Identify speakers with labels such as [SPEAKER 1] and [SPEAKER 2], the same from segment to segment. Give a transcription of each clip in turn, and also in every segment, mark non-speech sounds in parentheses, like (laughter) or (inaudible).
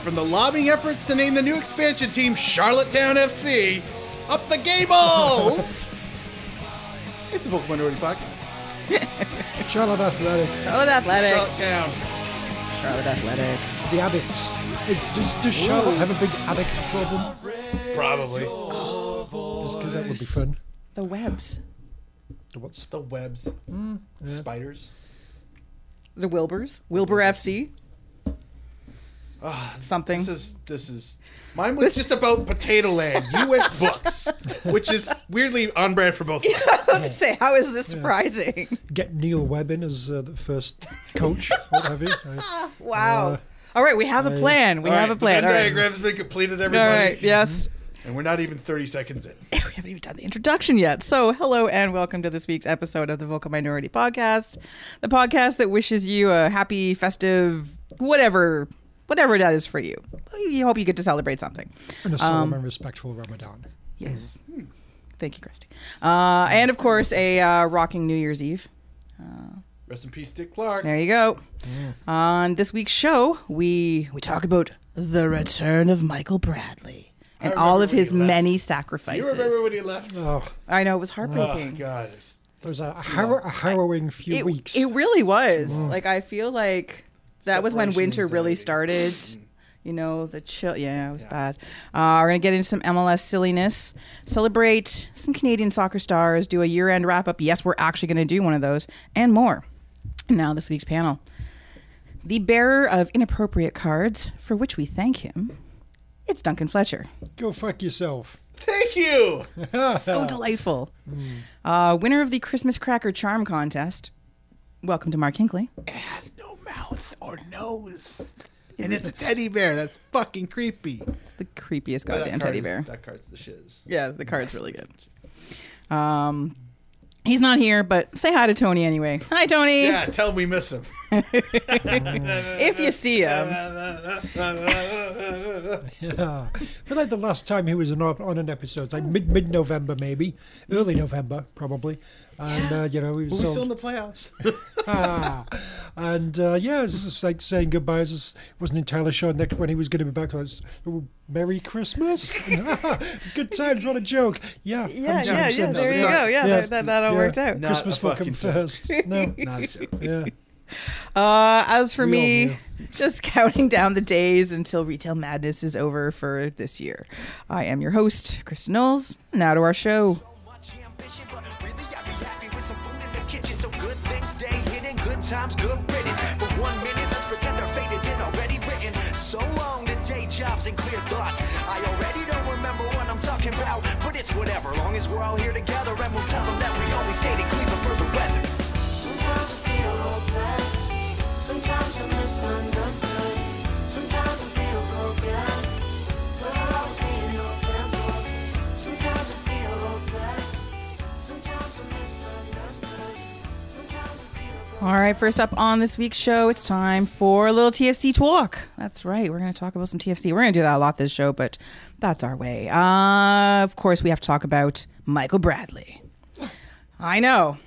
[SPEAKER 1] from the lobbying efforts to name the new expansion team Charlottetown FC up the
[SPEAKER 2] (laughs)
[SPEAKER 1] Gables. it's a Pokemon Origin podcast.
[SPEAKER 3] Charlotte Athletic,
[SPEAKER 2] Charlotte Athletic.
[SPEAKER 1] Charlottetown.
[SPEAKER 2] Charlotte Athletic.
[SPEAKER 3] the addicts. Is, does, does Charlotte have a big addict problem?
[SPEAKER 1] Probably.
[SPEAKER 3] Just because that would be fun.
[SPEAKER 2] The webs.
[SPEAKER 3] What's
[SPEAKER 1] The webs.
[SPEAKER 2] Mm,
[SPEAKER 1] Spiders.
[SPEAKER 2] The Wilbers. Wilbur FC. Something.
[SPEAKER 1] This is this is mine was just about potato land. You went
[SPEAKER 2] (laughs)
[SPEAKER 1] books, which is weirdly on brand for both of us.
[SPEAKER 2] (laughs) I was about to say, how is this
[SPEAKER 1] (laughs)
[SPEAKER 2] surprising?
[SPEAKER 3] get Neil Webb in as uh, the first coach? what have you? (laughs) I-
[SPEAKER 2] Wow.
[SPEAKER 3] Uh,
[SPEAKER 2] All right, we have a plan. We
[SPEAKER 1] All
[SPEAKER 2] have
[SPEAKER 1] right,
[SPEAKER 2] a plan.
[SPEAKER 1] The
[SPEAKER 2] All
[SPEAKER 1] Venn
[SPEAKER 2] right.
[SPEAKER 1] diagram's been completed,
[SPEAKER 2] All
[SPEAKER 1] everybody.
[SPEAKER 2] right. Yes. (laughs)
[SPEAKER 1] And we're not even 30 seconds in.
[SPEAKER 2] we haven't even done the introduction yet. So, hello and welcome to this week's episode of the Vocal Minority Podcast, the podcast that wishes you a happy, festive, whatever, whatever that is for you. You hope you get to celebrate something.
[SPEAKER 3] and a solemn and respectful Ramadan.
[SPEAKER 2] Yes.
[SPEAKER 1] Mm-hmm.
[SPEAKER 2] Hmm. Thank you, Christy. Uh, and of course, a uh, rocking New Year's Eve.
[SPEAKER 1] Rest in peace, Dick Clark.
[SPEAKER 2] There you go. On this week's show, we we talk about the return of Michael Bradley and
[SPEAKER 1] remember
[SPEAKER 2] all of
[SPEAKER 1] when
[SPEAKER 2] his
[SPEAKER 1] he left.
[SPEAKER 2] many
[SPEAKER 1] Do
[SPEAKER 2] sacrifices.
[SPEAKER 1] you remember when he left? Oh,
[SPEAKER 3] Oh,
[SPEAKER 2] I know it was heartbreaking.
[SPEAKER 1] God. it was-
[SPEAKER 3] it was a, harrow- a harrowing few
[SPEAKER 2] it,
[SPEAKER 3] weeks.
[SPEAKER 2] it really was. Like I feel like that was when
[SPEAKER 1] Separation
[SPEAKER 2] winter really
[SPEAKER 1] anxiety.
[SPEAKER 3] (clears throat)
[SPEAKER 2] started. You know, the chill. Yeah, it was bad. Uh, we're going to get into some MLS silliness, celebrate some Canadian soccer stars, do a year end wrap up. Yes, we're actually going to do one of those and more. Now, this week's panel the bearer of inappropriate cards, for which we thank him. It's
[SPEAKER 3] (laughs)
[SPEAKER 2] Duncan Fletcher.
[SPEAKER 3] Go fuck yourself.
[SPEAKER 1] Thank you.
[SPEAKER 2] So delightful.
[SPEAKER 3] Hmm.
[SPEAKER 2] Uh, winner of the Christmas Cracker Charm Contest. Welcome to Mark Hinkley.
[SPEAKER 1] It has no mouth or nose. And it's a teddy bear. That's fucking creepy.
[SPEAKER 2] the creepiest
[SPEAKER 1] That
[SPEAKER 2] goddamn
[SPEAKER 1] card
[SPEAKER 2] teddy
[SPEAKER 1] is-
[SPEAKER 2] bear.
[SPEAKER 1] that card's the shiz.
[SPEAKER 2] Yeah, the card's really good. Um, he's not here, but say hi to Tony anyway. Hi, Tony.
[SPEAKER 1] Yeah, tell him we miss (laughs) him.
[SPEAKER 2] If you see him,
[SPEAKER 3] Yeah. (laughs) I feel like the last time he was on, on an episode, like mid mid November maybe, early November probably, and uh, you know he was
[SPEAKER 1] We're
[SPEAKER 3] so-
[SPEAKER 1] still in the (laughs) playoffs.
[SPEAKER 3] Ah. (laughs) and uh, yeah, it was just like saying goodbye. I was just wasn't entirely sure next when he was going to be back. I was, "Oh, Merry Christmas, (laughs) good times. What a joke! Yeah,
[SPEAKER 2] yeah,
[SPEAKER 3] haven't seen
[SPEAKER 2] yeah,
[SPEAKER 3] him
[SPEAKER 2] yeah.
[SPEAKER 3] since.
[SPEAKER 2] There you
[SPEAKER 1] Yes.
[SPEAKER 2] go. Yeah,
[SPEAKER 3] Yes.
[SPEAKER 2] that, that, that all
[SPEAKER 3] Yeah.
[SPEAKER 2] worked out.
[SPEAKER 1] No. Not
[SPEAKER 3] Christmas
[SPEAKER 1] a
[SPEAKER 3] will come
[SPEAKER 1] fucking joke.
[SPEAKER 2] (laughs)
[SPEAKER 3] first. No,
[SPEAKER 1] Not a joke.
[SPEAKER 3] yeah,
[SPEAKER 1] (laughs)
[SPEAKER 2] Uh, as for
[SPEAKER 3] We all
[SPEAKER 2] me,
[SPEAKER 3] knew.
[SPEAKER 2] just (laughs) counting down the days until retail madness is over for this year. I am your host, Kristen Knowles. Now to our show.
[SPEAKER 4] much ambition, but really I'd be happy with some food in the kitchen. So good things stay hidden, good times, good riddance. For one minute, let's pretend our fate isn't already written. So long to day jobs and clear thoughts. I already don't remember what I'm talking about, but it's whatever. Long as we're all here together, and we'll tell them that we always stayed in Cleveland for the weather.
[SPEAKER 5] Sometimes I feel hopeless. Sometimes I'm misunderstood. Sometimes I feel broken. But I'll always be an open book. Sometimes I feel hopeless. Sometimes I'm misunderstood. Sometimes I feel broken.
[SPEAKER 2] All right, first up on this week's show, it's time for a little TFC talk. That's right, we're going to talk about some TFC. We're going to do that a lot this show, but that's our way. Uh, of course, we have to talk about Michael Bradley. I know.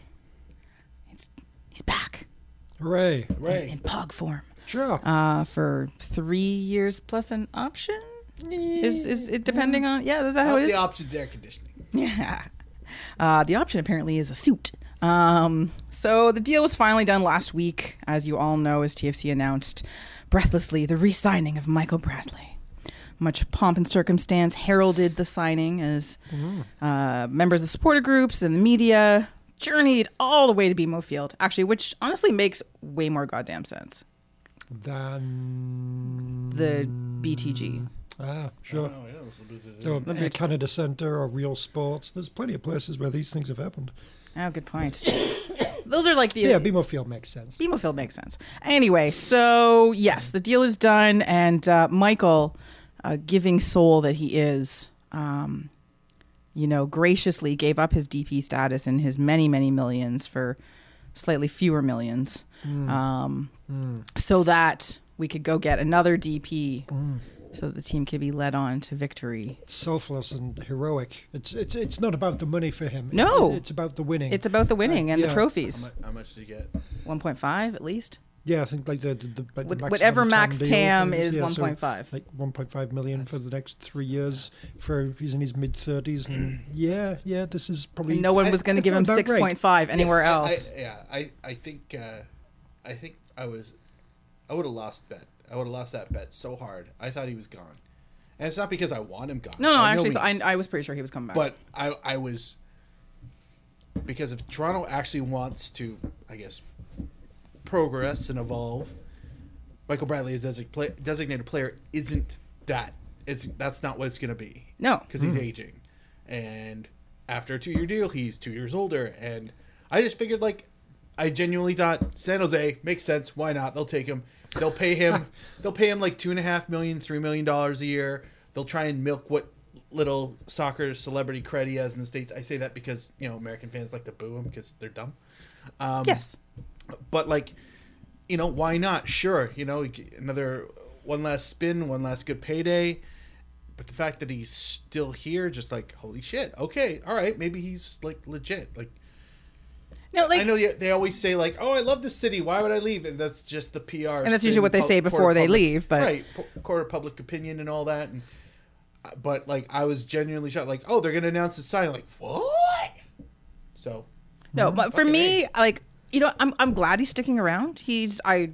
[SPEAKER 2] It's, he's back
[SPEAKER 3] hooray,
[SPEAKER 1] Right.
[SPEAKER 2] in pog form
[SPEAKER 3] sure.
[SPEAKER 2] uh, for three years plus an option. Is, is it depending on, yeah, is that how
[SPEAKER 1] Up
[SPEAKER 2] it
[SPEAKER 1] the
[SPEAKER 2] is?
[SPEAKER 1] options air conditioning.
[SPEAKER 2] Yeah. (laughs) Uh, the option apparently is a suit. Um, so the deal was finally done last week, as you all know, as TFC announced breathlessly the re signing of Michael Bradley. Much pomp and circumstance heralded the signing as uh, members of the supporter groups and the media journeyed all the way to BMO Field, actually, which honestly makes way more goddamn sense.
[SPEAKER 3] Then
[SPEAKER 2] The BTG.
[SPEAKER 3] ah, sure.
[SPEAKER 1] Oh, yeah, it's a bit-
[SPEAKER 3] Or Air Canada Centre or Real Sports. There's plenty of places where these things have happened.
[SPEAKER 2] Oh, good point. Those are like the
[SPEAKER 3] Yeah, BMO Field makes sense.
[SPEAKER 2] Bemo Field makes sense. Anyway, so yes, the deal is done, and uh, Michael, uh, giving soul that he is, um, you know, graciously gave up his DP status and his many, many millions for slightly fewer millions,
[SPEAKER 3] Mm.
[SPEAKER 2] um, so that we could go get another DP,
[SPEAKER 3] Mm.
[SPEAKER 2] so that the team could be led on to victory.
[SPEAKER 3] selfless and heroic. It's it's it's not about the money for him.
[SPEAKER 2] No.
[SPEAKER 3] It- it's about the winning.
[SPEAKER 2] It's about the winning and the
[SPEAKER 3] Uh, Yeah.
[SPEAKER 2] trophies.
[SPEAKER 1] How much did you get?
[SPEAKER 2] One point five at least.
[SPEAKER 3] Yeah, I think like the, the, the, like the
[SPEAKER 2] What- whatever max
[SPEAKER 3] deal
[SPEAKER 2] TAM is
[SPEAKER 3] yeah,
[SPEAKER 2] 1.5.
[SPEAKER 3] like 1.5 million for the next three years. For he's in his mid 30s,
[SPEAKER 2] (clears throat)
[SPEAKER 3] and yeah, yeah, this is probably
[SPEAKER 2] And no one was going to
[SPEAKER 3] that's
[SPEAKER 2] give him
[SPEAKER 3] about right.
[SPEAKER 2] 6.5 anywhere
[SPEAKER 1] I-
[SPEAKER 2] else.
[SPEAKER 1] I, yeah, I, I think uh, I think I was I would have lost bet. I would have lost that bet so hard. I thought he was gone, and it's not because I want him gone.
[SPEAKER 2] no, no,
[SPEAKER 1] I
[SPEAKER 2] I
[SPEAKER 1] know
[SPEAKER 2] actually,
[SPEAKER 1] he
[SPEAKER 2] thought,
[SPEAKER 1] is.
[SPEAKER 2] I, I was pretty sure he was coming back.
[SPEAKER 1] but I I was because if Toronto actually wants to, I guess, progress and evolve, Michael Bradley as desi- play, designated player isn't that. It's that's not what it's going to be.
[SPEAKER 2] No.
[SPEAKER 1] because he's aging, and after a two-year deal, he's two years older. And I just figured, like, I genuinely thought San Jose makes sense. Why not? They'll take him. They'll pay him. they'll pay him like two and a half million, three million dollars a year. They'll try and milk what little soccer celebrity cred he has in the states. I say that because you know American fans like to boo him because they're dumb
[SPEAKER 2] yes.
[SPEAKER 1] but like you know why not sure you know another one last spin one last good payday but the fact that he's still here just like holy shit okay all right maybe he's like legit like
[SPEAKER 2] No, like,
[SPEAKER 1] i know they, they always say like oh i love this city why would i leave and that's just the pr and
[SPEAKER 2] that's usually what they say before they leave, but-
[SPEAKER 1] right p- court of public opinion and all that and but like i was genuinely shocked like oh they're gonna announce his sign like what so
[SPEAKER 2] No, but for
[SPEAKER 1] Fucking
[SPEAKER 2] me, like you know, I'm I'm glad he's sticking around. He's I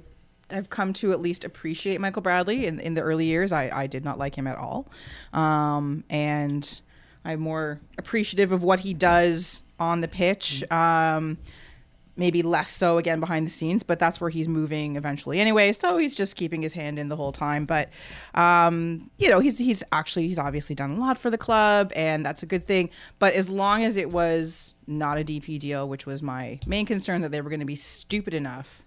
[SPEAKER 2] have come to at least appreciate Michael Bradley. In in the early years, I I did not like him at all, um, and I'm more appreciative of what he does on the pitch.
[SPEAKER 1] Mm.
[SPEAKER 2] Um, maybe less so again behind the scenes, but that's where he's moving eventually anyway. So he's just keeping his hand in the whole time. But um, you know, he's he's actually he's obviously done a lot for the club, and that's a good thing. But as long as it was not a DP deal, which was my main concern, that they were going to be stupid enough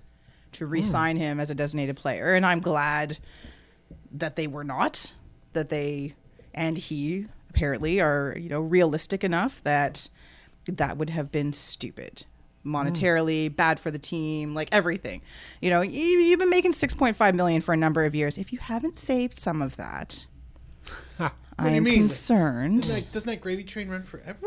[SPEAKER 2] to re-sign him as a designated player, and I'm glad that they were not that they and he apparently are you know realistic enough that that would have been stupid monetarily bad for the team like everything you know you, you've been making 6.5 million for a number of years if you haven't saved some of that i
[SPEAKER 1] do you
[SPEAKER 2] am
[SPEAKER 1] mean?
[SPEAKER 2] concerned
[SPEAKER 1] doesn't that, doesn't that gravy train run
[SPEAKER 2] (laughs)
[SPEAKER 1] forever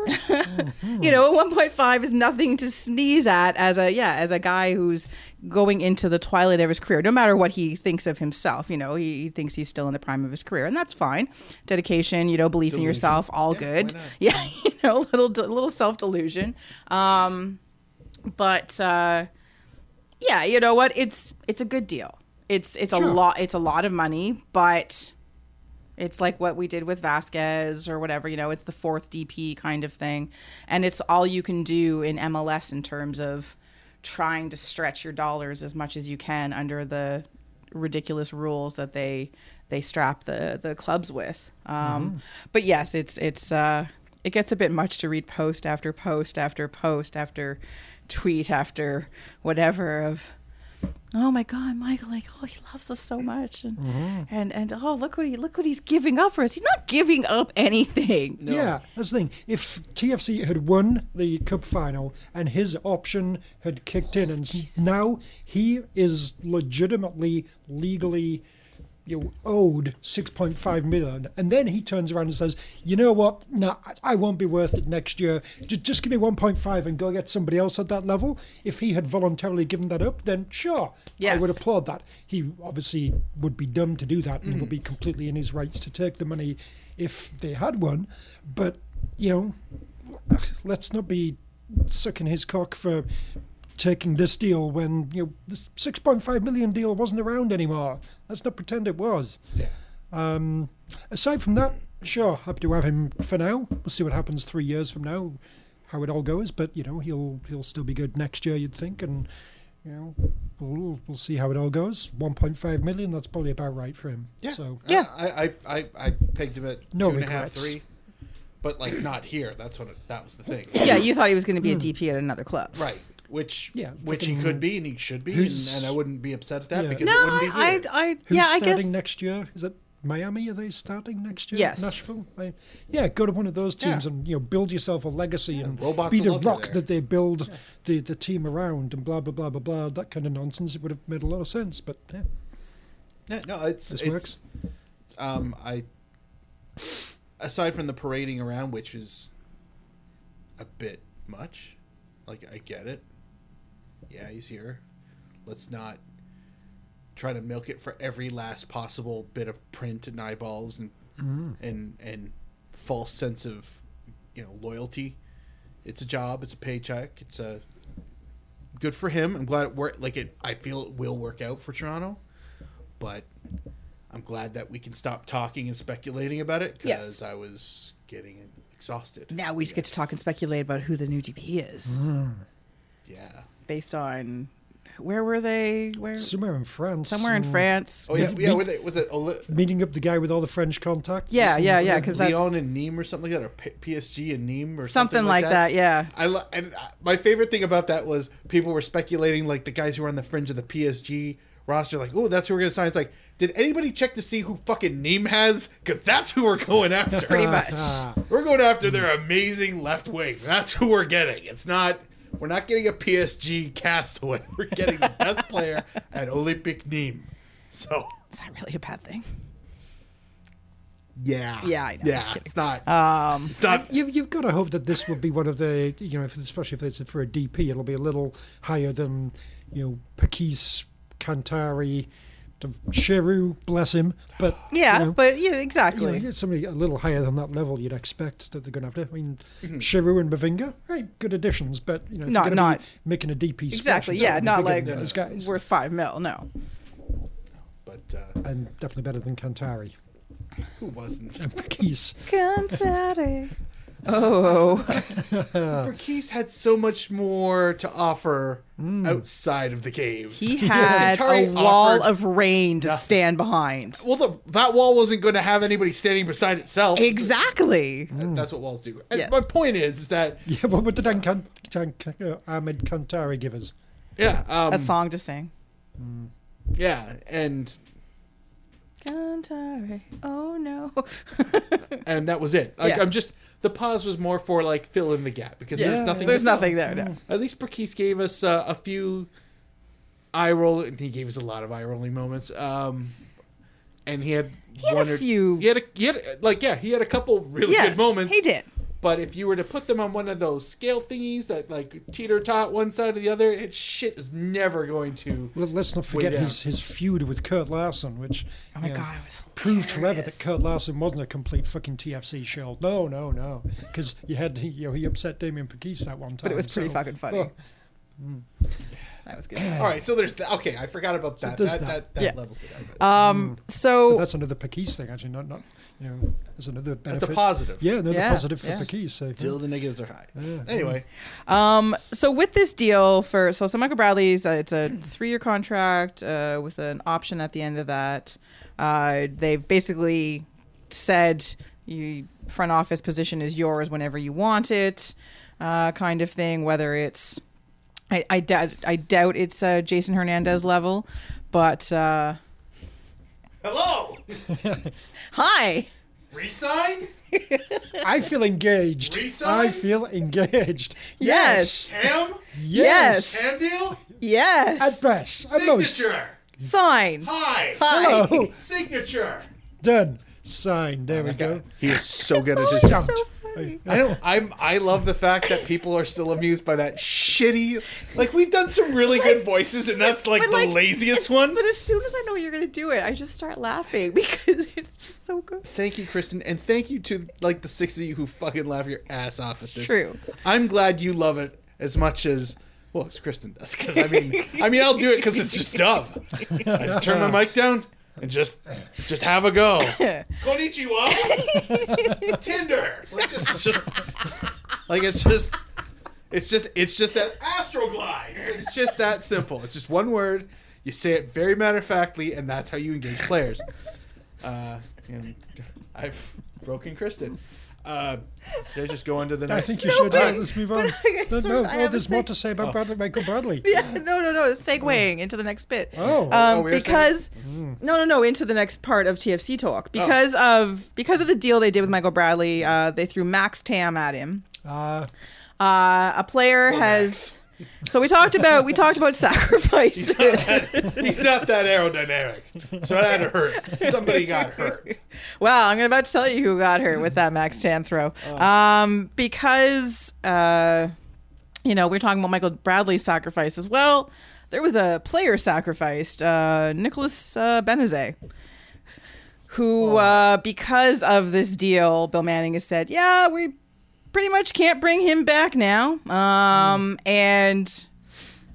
[SPEAKER 1] Oh.
[SPEAKER 2] you know, 1.5 is nothing to sneeze at as a yeah, as a guy who's going into the twilight of his career. No matter what he thinks of himself, you know, he, he thinks he's still in the prime of his career, and that's fine. Dedication, you know, belief in yourself, all good.
[SPEAKER 1] why not?
[SPEAKER 2] (laughs) Yeah, you know, little little self delusion. Um, but uh, yeah, you know what? It's it's a good deal. It's it's a lot. It's a lot of money, but it's like what we did with Vasquez or whatever, you know, it's the fourth DP kind of thing. And it's all you can do in MLS in terms of trying to stretch your dollars as much as you can under the ridiculous rules that they they strap the the clubs with. Um, but yes, it's it's uh it gets a bit much to read post after post after post after tweet after whatever of oh my god michael like oh he loves us so much and and and oh look what he look what he's giving up for us he's not giving up anything
[SPEAKER 3] Yeah, that's the thing. If TFC had won the cup final and his option had kicked in, and now he is legitimately legally you know, owed 6.5 million, and then he turns around and says, "You know what? No, I- I won't be worth it next year. Just, just give me 1.5 and go get somebody else at that level." If he had voluntarily given that up, then sure, I would
[SPEAKER 2] Yes.
[SPEAKER 3] have applaud that. He obviously would be dumb to do that and would be completely in his rights to take the money if they had one. But, you know, let's not be sucking his cock for taking this deal when, you know, the 6.5 million deal wasn't around anymore. Let's not pretend it was. Yeah. Um, aside from that, sure, happy to have him for now. We'll see what happens three years from now, how it all goes. But you know, he'll he'll still be good next year, you'd think, and you know, we'll we'll see how it all goes. One point five million, that's probably about right for him.
[SPEAKER 1] Yeah.
[SPEAKER 3] So uh,
[SPEAKER 2] Yeah.
[SPEAKER 1] I, I, I, I pegged him at
[SPEAKER 3] No
[SPEAKER 1] two and a half,
[SPEAKER 3] regrets.
[SPEAKER 1] three, but like not here. That's what it, that was the thing,
[SPEAKER 2] yeah you thought he was going to be a dp at another club
[SPEAKER 1] right? Which,
[SPEAKER 3] Yeah,
[SPEAKER 1] which he
[SPEAKER 3] fucking-
[SPEAKER 1] could be and he should be, and,
[SPEAKER 3] Who's-
[SPEAKER 1] and I wouldn't be upset at that
[SPEAKER 3] Yeah.
[SPEAKER 1] because
[SPEAKER 2] no
[SPEAKER 1] it wouldn't be
[SPEAKER 2] i
[SPEAKER 1] here.
[SPEAKER 2] i, I
[SPEAKER 3] who's
[SPEAKER 2] yeah i
[SPEAKER 3] starting
[SPEAKER 2] guess
[SPEAKER 3] next year? Is it Miami? Are they starting next year?
[SPEAKER 2] Yes.
[SPEAKER 3] Nashville. I, yeah, go to one of those teams
[SPEAKER 1] Yeah.
[SPEAKER 3] and you know build yourself a legacy and
[SPEAKER 1] robots
[SPEAKER 3] be
[SPEAKER 1] will
[SPEAKER 3] the
[SPEAKER 1] love you
[SPEAKER 3] rock
[SPEAKER 1] there.
[SPEAKER 3] that they build the the team around and blah blah blah blah blah. That kind of nonsense. It would have made a lot of sense, but yeah.
[SPEAKER 1] no, no, it's
[SPEAKER 3] This
[SPEAKER 1] it's,
[SPEAKER 3] works.
[SPEAKER 1] Um, I aside from the parading around, which is a bit much. Like I get it. Yeah, he's here. Let's not try to milk it for every last possible bit of print and eyeballs and and and false sense of you know loyalty. It's a job. It's a paycheck. It's a good for him. I'm glad it worked. Like it, I feel it will work out for Toronto, but I'm glad that we can stop talking and speculating about it because
[SPEAKER 2] Yes.
[SPEAKER 1] I was getting exhausted.
[SPEAKER 2] Now we just get to talk and speculate about who the new GP is
[SPEAKER 1] Yeah.
[SPEAKER 2] based on where were they? Where
[SPEAKER 3] Somewhere in France. mm,
[SPEAKER 2] somewhere in
[SPEAKER 3] and
[SPEAKER 2] France?
[SPEAKER 1] Oh yeah,
[SPEAKER 3] With-
[SPEAKER 1] yeah.
[SPEAKER 3] with-
[SPEAKER 1] With it, with it, Oli-
[SPEAKER 3] Meeting up the guy with all the French contacts.
[SPEAKER 2] Yeah,
[SPEAKER 3] and-
[SPEAKER 2] yeah, Oh, yeah. Because that's
[SPEAKER 1] Leon and Nîmes or something like that, or P- PSG and Nîmes or something,
[SPEAKER 2] something like that. Yeah.
[SPEAKER 1] I lo- and uh, my favorite thing about that was people were speculating like the guys who were on the fringe of the PSG roster, like, oh, that's who we're gonna sign. It's like, did anybody check to see who fucking Neem has? Because that's who we're
[SPEAKER 2] (laughs)
[SPEAKER 1] going after. Pretty
[SPEAKER 2] much.
[SPEAKER 1] (laughs) We're going after their amazing left wing. That's who we're getting. It's not. We're not getting a PSG castaway. (laughs) We're getting the best player at Olympic Nîmes. So
[SPEAKER 2] Is that really a bad thing?
[SPEAKER 1] yeah,
[SPEAKER 2] Yeah, I know.
[SPEAKER 1] yeah.
[SPEAKER 2] Just kidding.
[SPEAKER 1] It's not. Um, it's not.
[SPEAKER 3] You've, you've got to hope that this will be one of the, you know, if, especially if it's for a DP, it'll be a little higher than, you know, Pakis, Kantari, Sheru, bless him. But,
[SPEAKER 2] Yeah,
[SPEAKER 3] you know,
[SPEAKER 2] but yeah,
[SPEAKER 3] you know,
[SPEAKER 2] exactly.
[SPEAKER 3] you get somebody a little higher than that level you'd expect that they're going to have to. I mean, Sheru and Mavinga, right, good additions, but, you know, if you're
[SPEAKER 2] Not-
[SPEAKER 3] gonna be
[SPEAKER 2] not-
[SPEAKER 3] making a DP splash,
[SPEAKER 2] Exactly.
[SPEAKER 3] it's
[SPEAKER 2] Yeah,
[SPEAKER 3] gotta be
[SPEAKER 2] not
[SPEAKER 3] bigger
[SPEAKER 2] like
[SPEAKER 3] than those guys.
[SPEAKER 2] worth five mil. No.
[SPEAKER 1] But uh,
[SPEAKER 3] And definitely better than Kantari.
[SPEAKER 1] who wasn't?
[SPEAKER 3] And Pakis.
[SPEAKER 2] (laughs) Cantare. Oh,
[SPEAKER 1] Keys had so much more to offer outside of the game.
[SPEAKER 2] Hmm. (laughs) he had
[SPEAKER 1] Atari
[SPEAKER 2] a wall
[SPEAKER 1] offered
[SPEAKER 2] of rain to stand behind.
[SPEAKER 1] well, the, that wall wasn't going to have anybody standing beside itself. Hmm.
[SPEAKER 2] Exactly.
[SPEAKER 1] That's what walls do. And
[SPEAKER 2] Yeah.
[SPEAKER 1] my point is that
[SPEAKER 3] (laughs) Yeah, what would the Dan Kan- Dan Kan- uh, Ahmed Kantari give us?
[SPEAKER 1] yeah,
[SPEAKER 2] A
[SPEAKER 1] um,
[SPEAKER 2] song to sing.
[SPEAKER 1] yeah, and
[SPEAKER 2] Cantare. Oh (laughs) no.
[SPEAKER 1] and that was it. Like
[SPEAKER 2] Yeah.
[SPEAKER 1] I'm just the pause was more for like fill in the gap because there's
[SPEAKER 3] Yeah.
[SPEAKER 1] nothing.
[SPEAKER 2] There's
[SPEAKER 1] to fill.
[SPEAKER 2] nothing there. No.
[SPEAKER 1] At least Perkis gave us uh, a few eye roll, and he gave us a lot of eye rolling moments. Um, and he had he
[SPEAKER 2] had a
[SPEAKER 1] one or,
[SPEAKER 2] few.
[SPEAKER 1] He had a, he had like yeah, he had a couple really
[SPEAKER 2] Yes,
[SPEAKER 1] good moments.
[SPEAKER 2] he did.
[SPEAKER 1] But if you were to put them on one of those scale thingies that like teeter tot one side or the other, it shit is never going to.
[SPEAKER 3] Let- Let's not forget
[SPEAKER 1] down.
[SPEAKER 3] his, his feud with Kurt Larson, which
[SPEAKER 2] Oh my
[SPEAKER 3] you know,
[SPEAKER 2] god, it was
[SPEAKER 3] proved forever
[SPEAKER 2] hilarious.
[SPEAKER 3] that Kurt Larson wasn't a complete fucking TFC shill. No, no, no, because you had you know he upset Damien Pakis that one time.
[SPEAKER 2] But it was pretty
[SPEAKER 3] so-
[SPEAKER 2] fucking funny.
[SPEAKER 3] well,
[SPEAKER 2] That was good.
[SPEAKER 1] All right, so there's th- okay. I forgot about that.
[SPEAKER 3] there's
[SPEAKER 1] that, that.
[SPEAKER 3] that.
[SPEAKER 1] that
[SPEAKER 2] Yeah.
[SPEAKER 1] levels it out.
[SPEAKER 2] Um.
[SPEAKER 3] but
[SPEAKER 2] So
[SPEAKER 3] that's another Pakis thing, actually. Not not you know that's another benefit.
[SPEAKER 1] positive.
[SPEAKER 3] Yeah, another
[SPEAKER 2] Yeah,
[SPEAKER 3] positive for
[SPEAKER 2] yeah.
[SPEAKER 3] Pakis. So
[SPEAKER 1] Still, the negatives are high. Anyway,
[SPEAKER 2] Um, so with this deal for so so Michael Bradley's uh, it's a three-year contract uh, with an option at the end of that. Uh, they've basically said you front office position is yours whenever you want it, uh, kind of thing. Whether it's I, I doubt I doubt it's uh, Jason Hernandez level, but uh,
[SPEAKER 1] hello,
[SPEAKER 2] hi.
[SPEAKER 1] resign,
[SPEAKER 3] I feel engaged.
[SPEAKER 1] Resign?
[SPEAKER 3] I feel engaged.
[SPEAKER 2] Yes. (laughs)
[SPEAKER 1] Ham,
[SPEAKER 2] Yes.
[SPEAKER 1] Ham deal,
[SPEAKER 3] At
[SPEAKER 2] Yes.
[SPEAKER 3] best, at Oh, most,
[SPEAKER 1] signature,
[SPEAKER 2] Sign.
[SPEAKER 1] hi,
[SPEAKER 2] Hi.
[SPEAKER 3] Hello.
[SPEAKER 1] signature.
[SPEAKER 3] done, signed. There we go.
[SPEAKER 1] He is so good at
[SPEAKER 2] Oh,
[SPEAKER 1] his
[SPEAKER 2] it's
[SPEAKER 1] job.
[SPEAKER 2] so funny.
[SPEAKER 1] I don't. I'm. I love the fact that people are still amused by that shitty. Like we've done some really good voices, and that's like
[SPEAKER 2] But,
[SPEAKER 1] the
[SPEAKER 2] as-
[SPEAKER 1] laziest one.
[SPEAKER 2] But as soon as I know you're gonna do it, I just start laughing (laughs) because it's just so good. (laughs)
[SPEAKER 1] Thank you, Kristen, and thank you to like the six of you who fucking laugh your ass off at this.
[SPEAKER 2] true.
[SPEAKER 1] I'm glad you love it as much as well as Kristen does. Because I mean, I mean, I'll do it because it's just dumb. I just turn my mic down and just just have a (laughs) go. Konnichiwa, (laughs) Tinder. Like just, just like it's just. It's just it's just that astroglide. It's just that simple. It's just one word. You say it very matter of factly, and that's how you engage players. Uh, and I've broken Kristen. Uh, should I just go on to the
[SPEAKER 3] I
[SPEAKER 1] next?
[SPEAKER 3] think you should.
[SPEAKER 2] No,
[SPEAKER 3] uh,
[SPEAKER 2] but-
[SPEAKER 3] let's move on.
[SPEAKER 2] but I
[SPEAKER 3] No,
[SPEAKER 2] sort
[SPEAKER 3] no,
[SPEAKER 2] of- I
[SPEAKER 3] oh,
[SPEAKER 2] have a
[SPEAKER 3] there's more
[SPEAKER 2] thing-
[SPEAKER 3] to say about Bradley, Michael Bradley.
[SPEAKER 2] Yeah, no, no, no. It's segueing into the next bit.
[SPEAKER 3] Oh.
[SPEAKER 2] um,
[SPEAKER 1] Oh, we were saying-
[SPEAKER 2] because no, no, no. Into the next part of TFC talk because of because of the deal they did with Michael Bradley. Uh, they threw Max Tam at him.
[SPEAKER 3] Uh,
[SPEAKER 2] Uh, a player has. So we talked about we talked about
[SPEAKER 1] (laughs)
[SPEAKER 2] sacrifice.
[SPEAKER 1] He's not that aerodynamic, so that hurt. Somebody got hurt.
[SPEAKER 2] Well, I'm about to tell you who got her with that Max Tam throw. Um, because, uh, you know, we're talking about Michael Bradley's sacrifice as well. there was a player sacrificed, uh, Nicholas uh, Benazet,
[SPEAKER 3] Oh.
[SPEAKER 2] who, uh, because of this deal, Bill Manning has said, yeah, we pretty much can't bring him back now. Um,
[SPEAKER 3] Hmm.
[SPEAKER 2] And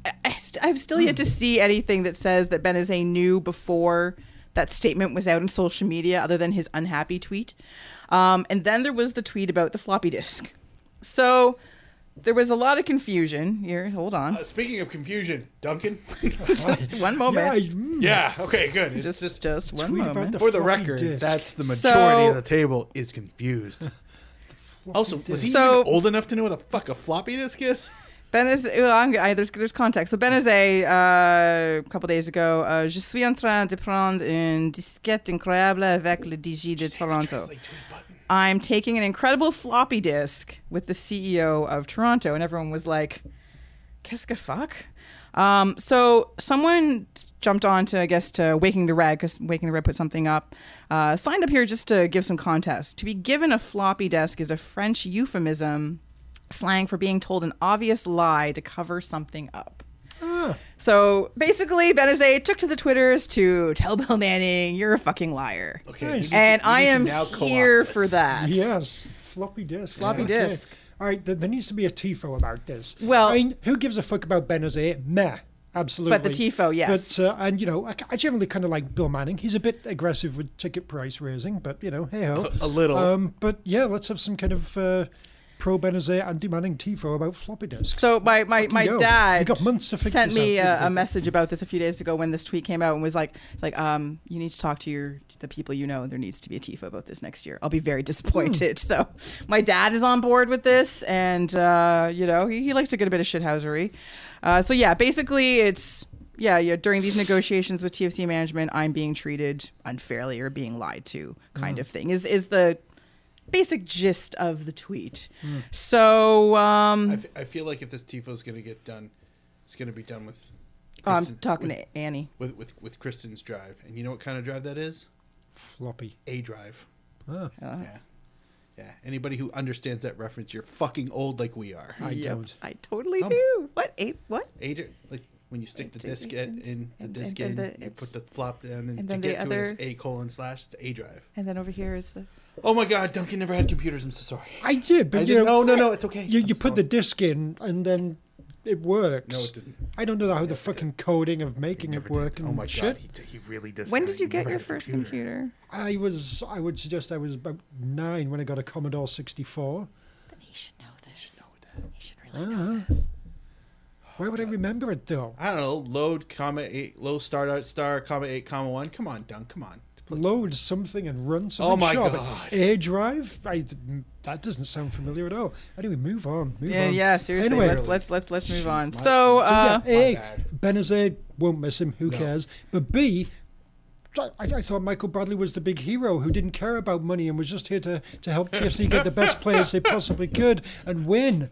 [SPEAKER 2] I- I st- I've still yet to see anything that says that Benazet knew before that statement was out on social media, other than his unhappy tweet. Um, and then there was the tweet about the floppy disk. So there was a lot of confusion. Here, hold on.
[SPEAKER 1] Uh, speaking of confusion,
[SPEAKER 3] (laughs)
[SPEAKER 1] Duncan.
[SPEAKER 2] just one moment.
[SPEAKER 3] Yeah, I- mm,
[SPEAKER 1] yeah. Okay. Good. It's
[SPEAKER 2] just,
[SPEAKER 1] just,
[SPEAKER 2] just one
[SPEAKER 3] tweet
[SPEAKER 2] moment.
[SPEAKER 3] about the
[SPEAKER 1] for the
[SPEAKER 3] floppy
[SPEAKER 1] record,
[SPEAKER 3] disk.
[SPEAKER 1] that's the majority
[SPEAKER 2] So-
[SPEAKER 1] of the table is (laughs) confused. also, was he
[SPEAKER 2] So-
[SPEAKER 1] even old enough to know what the fuck a floppy disk is?
[SPEAKER 2] Ben is well, I'm, I, there's there's context. So Ben is a uh, a couple days ago. Uh, Je suis en train de prendre une disquette incroyable avec le DG de Toronto.
[SPEAKER 1] Translate to a button.
[SPEAKER 2] I'm taking an incredible floppy disk with the CEO of Toronto, and everyone was like, "Qu'est-ce que fuck?" Um, so someone jumped on to, I guess, to Waking the Red because Waking the Red put something up. Uh, signed up here just to give some context. To be given a floppy disk is a French euphemism, slang for being told an obvious lie to cover something up. So basically, Benazet took to the Twitters to tell Bill Manning, "You're a fucking liar."
[SPEAKER 1] Okay.
[SPEAKER 3] Nice.
[SPEAKER 1] you need-
[SPEAKER 2] And
[SPEAKER 1] you
[SPEAKER 2] I
[SPEAKER 1] need to
[SPEAKER 2] am
[SPEAKER 1] now co-opt
[SPEAKER 2] here
[SPEAKER 1] this. (laughs)
[SPEAKER 2] for that.
[SPEAKER 3] Yes, floppy disk.
[SPEAKER 2] Floppy disk.
[SPEAKER 3] All right, there, there needs to be a tifo about this.
[SPEAKER 2] Well-
[SPEAKER 3] I mean, who gives a fuck about Benazir? Meh, absolutely.
[SPEAKER 2] tifo, yes.
[SPEAKER 3] But uh, and you know, I, I generally kind of like Bill Manning. He's a bit aggressive with ticket price raising, but you know, hey ho,
[SPEAKER 1] A little.
[SPEAKER 3] Um, but yeah, let's have some kind of uh, pro Benazir anti Manning tifo about floppy disk.
[SPEAKER 2] So my my, my
[SPEAKER 3] go.
[SPEAKER 2] dad
[SPEAKER 3] You got months to figure
[SPEAKER 2] sent
[SPEAKER 3] this
[SPEAKER 2] me
[SPEAKER 3] out.
[SPEAKER 2] a, a message about this a few days ago when this tweet came out and was like, it's like, um, you need to talk to your the people you know. There needs to be a TIFO about this next year. I'll be very (laughs) disappointed.
[SPEAKER 3] Hmm.
[SPEAKER 2] So my dad is on board with this, and uh, you know he, he likes to get a bit of shithousery. Uh, so yeah, basically it's. Yeah, yeah. During these negotiations with TFC management, I'm being treated unfairly or being lied to,
[SPEAKER 3] Hmm.
[SPEAKER 2] kind of thing. Is is the basic gist of the tweet.
[SPEAKER 3] Hmm.
[SPEAKER 2] So um,
[SPEAKER 1] I, f- I feel like if this tifo's gonna get done, it's gonna be done with.
[SPEAKER 2] Oh, I'm
[SPEAKER 1] Kristen-
[SPEAKER 2] talking
[SPEAKER 1] with,
[SPEAKER 2] to Annie.
[SPEAKER 1] with, with with Kristen's drive, and you know what kind of drive that is?
[SPEAKER 3] floppy.
[SPEAKER 1] A drive.
[SPEAKER 2] Uh-huh.
[SPEAKER 1] Yeah. Yeah. Anybody who understands that reference, you're fucking old like we are.
[SPEAKER 3] I
[SPEAKER 2] Yep,
[SPEAKER 3] don't. Oh.
[SPEAKER 2] I totally
[SPEAKER 1] Um,
[SPEAKER 2] do. What ape? What?
[SPEAKER 1] A dri- like when you stick the
[SPEAKER 2] Eight-
[SPEAKER 1] disc
[SPEAKER 2] eight
[SPEAKER 1] at,
[SPEAKER 2] and-
[SPEAKER 1] in the
[SPEAKER 2] and-
[SPEAKER 1] disc in,
[SPEAKER 2] and- and the-
[SPEAKER 1] you
[SPEAKER 2] it's-
[SPEAKER 1] put the flop down, and,
[SPEAKER 2] and
[SPEAKER 1] to
[SPEAKER 2] then the
[SPEAKER 1] get to it,
[SPEAKER 2] other-
[SPEAKER 1] it's A colon slash. It's A drive.
[SPEAKER 2] And then over here is the.
[SPEAKER 1] Oh my god, Duncan never had computers. I'm so sorry.
[SPEAKER 3] I did, but
[SPEAKER 1] I
[SPEAKER 3] you
[SPEAKER 1] didn't-
[SPEAKER 3] know,
[SPEAKER 1] no, no, no, it's okay.
[SPEAKER 3] You,
[SPEAKER 1] I'm
[SPEAKER 3] you put the
[SPEAKER 1] sorry.
[SPEAKER 3] disc in, and then it works.
[SPEAKER 1] No, it didn't.
[SPEAKER 3] I don't know how the fucking coding of making it work and
[SPEAKER 1] Oh my god,
[SPEAKER 3] shit.
[SPEAKER 1] he, he really does.
[SPEAKER 2] When did you get
[SPEAKER 1] never
[SPEAKER 2] your
[SPEAKER 1] had a
[SPEAKER 2] first computer?
[SPEAKER 3] I was, I would suggest, I was about nine when I got a Commodore 64.
[SPEAKER 2] He should know this. He should,
[SPEAKER 3] really Uh-huh. Why would I remember it though?
[SPEAKER 1] I don't know. Load comma eight. Low start out star comma eight comma one. Come on, Dunk. Come on.
[SPEAKER 3] Load something and run something.
[SPEAKER 1] Oh my
[SPEAKER 3] sure,
[SPEAKER 1] God.
[SPEAKER 3] But air drive? I, that doesn't sound familiar at all. Anyway, move on. Move
[SPEAKER 2] Yeah,
[SPEAKER 3] on.
[SPEAKER 2] yeah. Seriously,
[SPEAKER 3] Anyway,
[SPEAKER 2] let's let's let's let's move on.
[SPEAKER 1] my-
[SPEAKER 2] So,
[SPEAKER 3] So
[SPEAKER 2] uh,
[SPEAKER 3] yeah, A,
[SPEAKER 1] bad.
[SPEAKER 3] Benazir won't miss him. Who
[SPEAKER 1] No.
[SPEAKER 3] cares? But B, I, I thought Michael Bradley was the big hero who didn't care about money and was just here to, to help TFC get the best players they possibly could and win.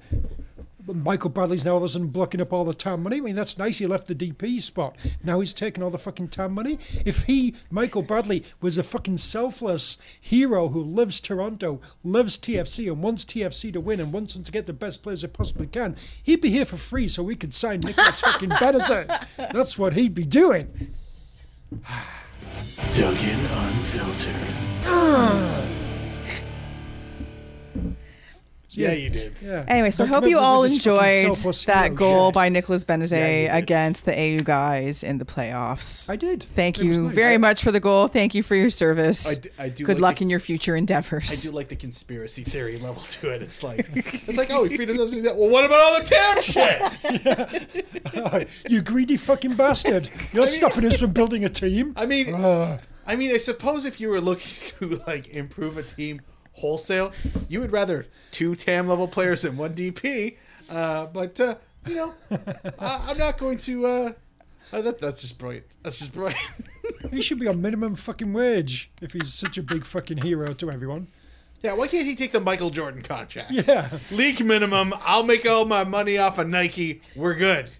[SPEAKER 3] But Michael Bradley's now all of a sudden blocking up all the town money. I mean, that's nice. He left the DP spot. Now he's taking all the fucking town money. If he, Michael Bradley, was a fucking selfless hero who lives Toronto, loves TFC, and wants TFC to win and wants them to get the best players they possibly can, he'd be here for free so we could
[SPEAKER 1] (laughs)
[SPEAKER 3] sign Nicholas fucking Benazir. That's what he'd be doing.
[SPEAKER 6] Duncan Unfiltered.
[SPEAKER 1] Yeah, you did.
[SPEAKER 3] Yeah.
[SPEAKER 2] anyway, so I
[SPEAKER 3] Don't
[SPEAKER 2] hope
[SPEAKER 3] commit
[SPEAKER 2] you
[SPEAKER 3] me
[SPEAKER 2] all
[SPEAKER 3] with this fucking
[SPEAKER 2] enjoyed
[SPEAKER 3] selfless
[SPEAKER 2] that
[SPEAKER 3] hero
[SPEAKER 2] goal
[SPEAKER 3] shit.
[SPEAKER 2] by Nicholas Benazet
[SPEAKER 1] you did.
[SPEAKER 2] against the AU guys in the playoffs.
[SPEAKER 3] I did.
[SPEAKER 2] Thank
[SPEAKER 3] It was
[SPEAKER 2] you
[SPEAKER 3] nice.
[SPEAKER 2] very
[SPEAKER 3] I-
[SPEAKER 2] much for the goal. Thank you for your service.
[SPEAKER 1] I d- I do
[SPEAKER 2] Good
[SPEAKER 1] like
[SPEAKER 2] luck
[SPEAKER 1] the-
[SPEAKER 2] in your future endeavors.
[SPEAKER 1] I do like the conspiracy theory level to it. It's like it's like oh, he freedom doesn't do that. Well, what about all the town shit?
[SPEAKER 3] you greedy fucking
[SPEAKER 1] (laughs)
[SPEAKER 3] bastard. You're stopping us from building a team.
[SPEAKER 1] I mean,
[SPEAKER 3] Uh,
[SPEAKER 1] I mean, I suppose if you were looking (laughs) to like improve a team wholesale, you would rather two TAM level players and one DP. Uh, but uh, you (laughs) know, I, I'm not going to. Uh, uh, that, that's just brilliant. That's just brilliant. (laughs)
[SPEAKER 3] he should be on minimum fucking wage if he's such a big fucking hero to everyone.
[SPEAKER 1] yeah, why can't he take the Michael Jordan contract?
[SPEAKER 3] Yeah.
[SPEAKER 1] League minimum. I'll make all my money off of Nike. We're good.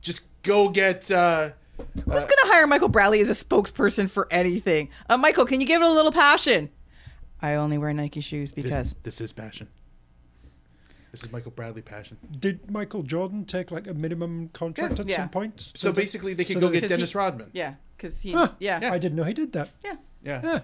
[SPEAKER 1] Just go get. Uh,
[SPEAKER 2] Who's going to hire Michael Bradley as a spokesperson for anything? Uh, Michael, can you give it a little passion? I only wear Nike shoes because
[SPEAKER 1] this is passion. This is Michael Bradley passion.
[SPEAKER 3] Did Michael Jordan take like a minimum contract
[SPEAKER 2] Yeah.
[SPEAKER 3] at
[SPEAKER 2] Yeah.
[SPEAKER 3] some point?
[SPEAKER 1] So
[SPEAKER 3] that-
[SPEAKER 1] basically, they could
[SPEAKER 3] so
[SPEAKER 1] go
[SPEAKER 3] that-
[SPEAKER 1] get
[SPEAKER 2] 'Cause he-
[SPEAKER 1] Dennis Rodman.
[SPEAKER 2] Yeah, because he.
[SPEAKER 3] Huh.
[SPEAKER 2] Yeah.
[SPEAKER 1] Yeah.
[SPEAKER 2] Yeah.
[SPEAKER 3] I didn't know he did that.
[SPEAKER 1] yeah.
[SPEAKER 3] Yeah.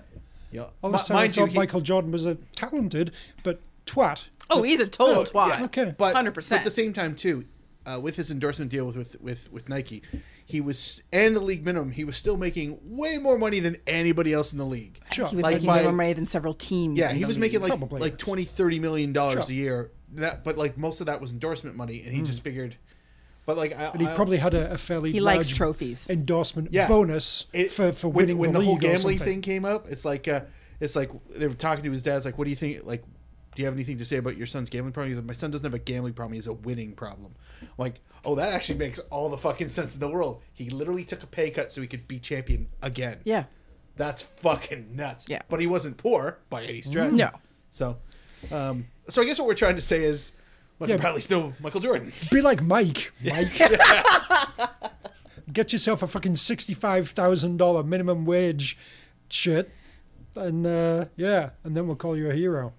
[SPEAKER 1] yeah.
[SPEAKER 3] All
[SPEAKER 1] Mi-
[SPEAKER 3] of a sudden, I thought
[SPEAKER 1] he-
[SPEAKER 3] Michael Jordan was a talented but twat.
[SPEAKER 2] Oh, he's a total
[SPEAKER 1] Oh,
[SPEAKER 2] twat.
[SPEAKER 1] yeah.
[SPEAKER 3] Okay.
[SPEAKER 1] but
[SPEAKER 2] 100%.
[SPEAKER 1] At the same time, too, uh, with his endorsement deal with, with with with Nike, he was and the league minimum, he was still making way more money than anybody else in the league.
[SPEAKER 3] Sure.
[SPEAKER 2] He was
[SPEAKER 1] Like
[SPEAKER 2] making
[SPEAKER 1] my-
[SPEAKER 2] more money than several teams.
[SPEAKER 1] Yeah,
[SPEAKER 2] in
[SPEAKER 1] he
[SPEAKER 2] the
[SPEAKER 1] was
[SPEAKER 2] league.
[SPEAKER 1] making like
[SPEAKER 3] Probably.
[SPEAKER 1] like 20 30 million dollars
[SPEAKER 3] Sure. Hmm.
[SPEAKER 1] a year. That but like most of that was endorsement money and he just figured but like I,
[SPEAKER 3] And he
[SPEAKER 1] I-
[SPEAKER 3] probably had a, a fairly
[SPEAKER 2] He likes
[SPEAKER 3] large
[SPEAKER 2] trophies.
[SPEAKER 3] endorsement
[SPEAKER 1] Uh, Yeah.
[SPEAKER 3] bonus
[SPEAKER 1] it-
[SPEAKER 3] for, for
[SPEAKER 1] when-
[SPEAKER 3] winning
[SPEAKER 1] when,
[SPEAKER 3] the,
[SPEAKER 1] whole
[SPEAKER 3] league or
[SPEAKER 1] gambling
[SPEAKER 3] something.
[SPEAKER 1] thing came up it's like uh it's like they were talking to his dad's like what do you think like do you have anything to say about your son's gambling problem? He's like, my son doesn't have a gambling problem. He has a winning problem. I'm like, oh, that actually makes all the fucking sense in the world. He literally took a pay cut so he could be champion again.
[SPEAKER 2] Yeah.
[SPEAKER 1] That's fucking nuts.
[SPEAKER 2] Yeah. Mm-hmm.
[SPEAKER 1] But he wasn't poor by any stretch.
[SPEAKER 2] No.
[SPEAKER 1] So, um, so I guess what we're trying to say is Michael
[SPEAKER 3] Yeah.
[SPEAKER 1] Bradley's still Michael Jordan.
[SPEAKER 3] Be like Mike. Mike. (laughs) Get yourself a fucking sixty-five thousand dollar minimum wage shit, and uh, yeah, and then we'll call you a hero.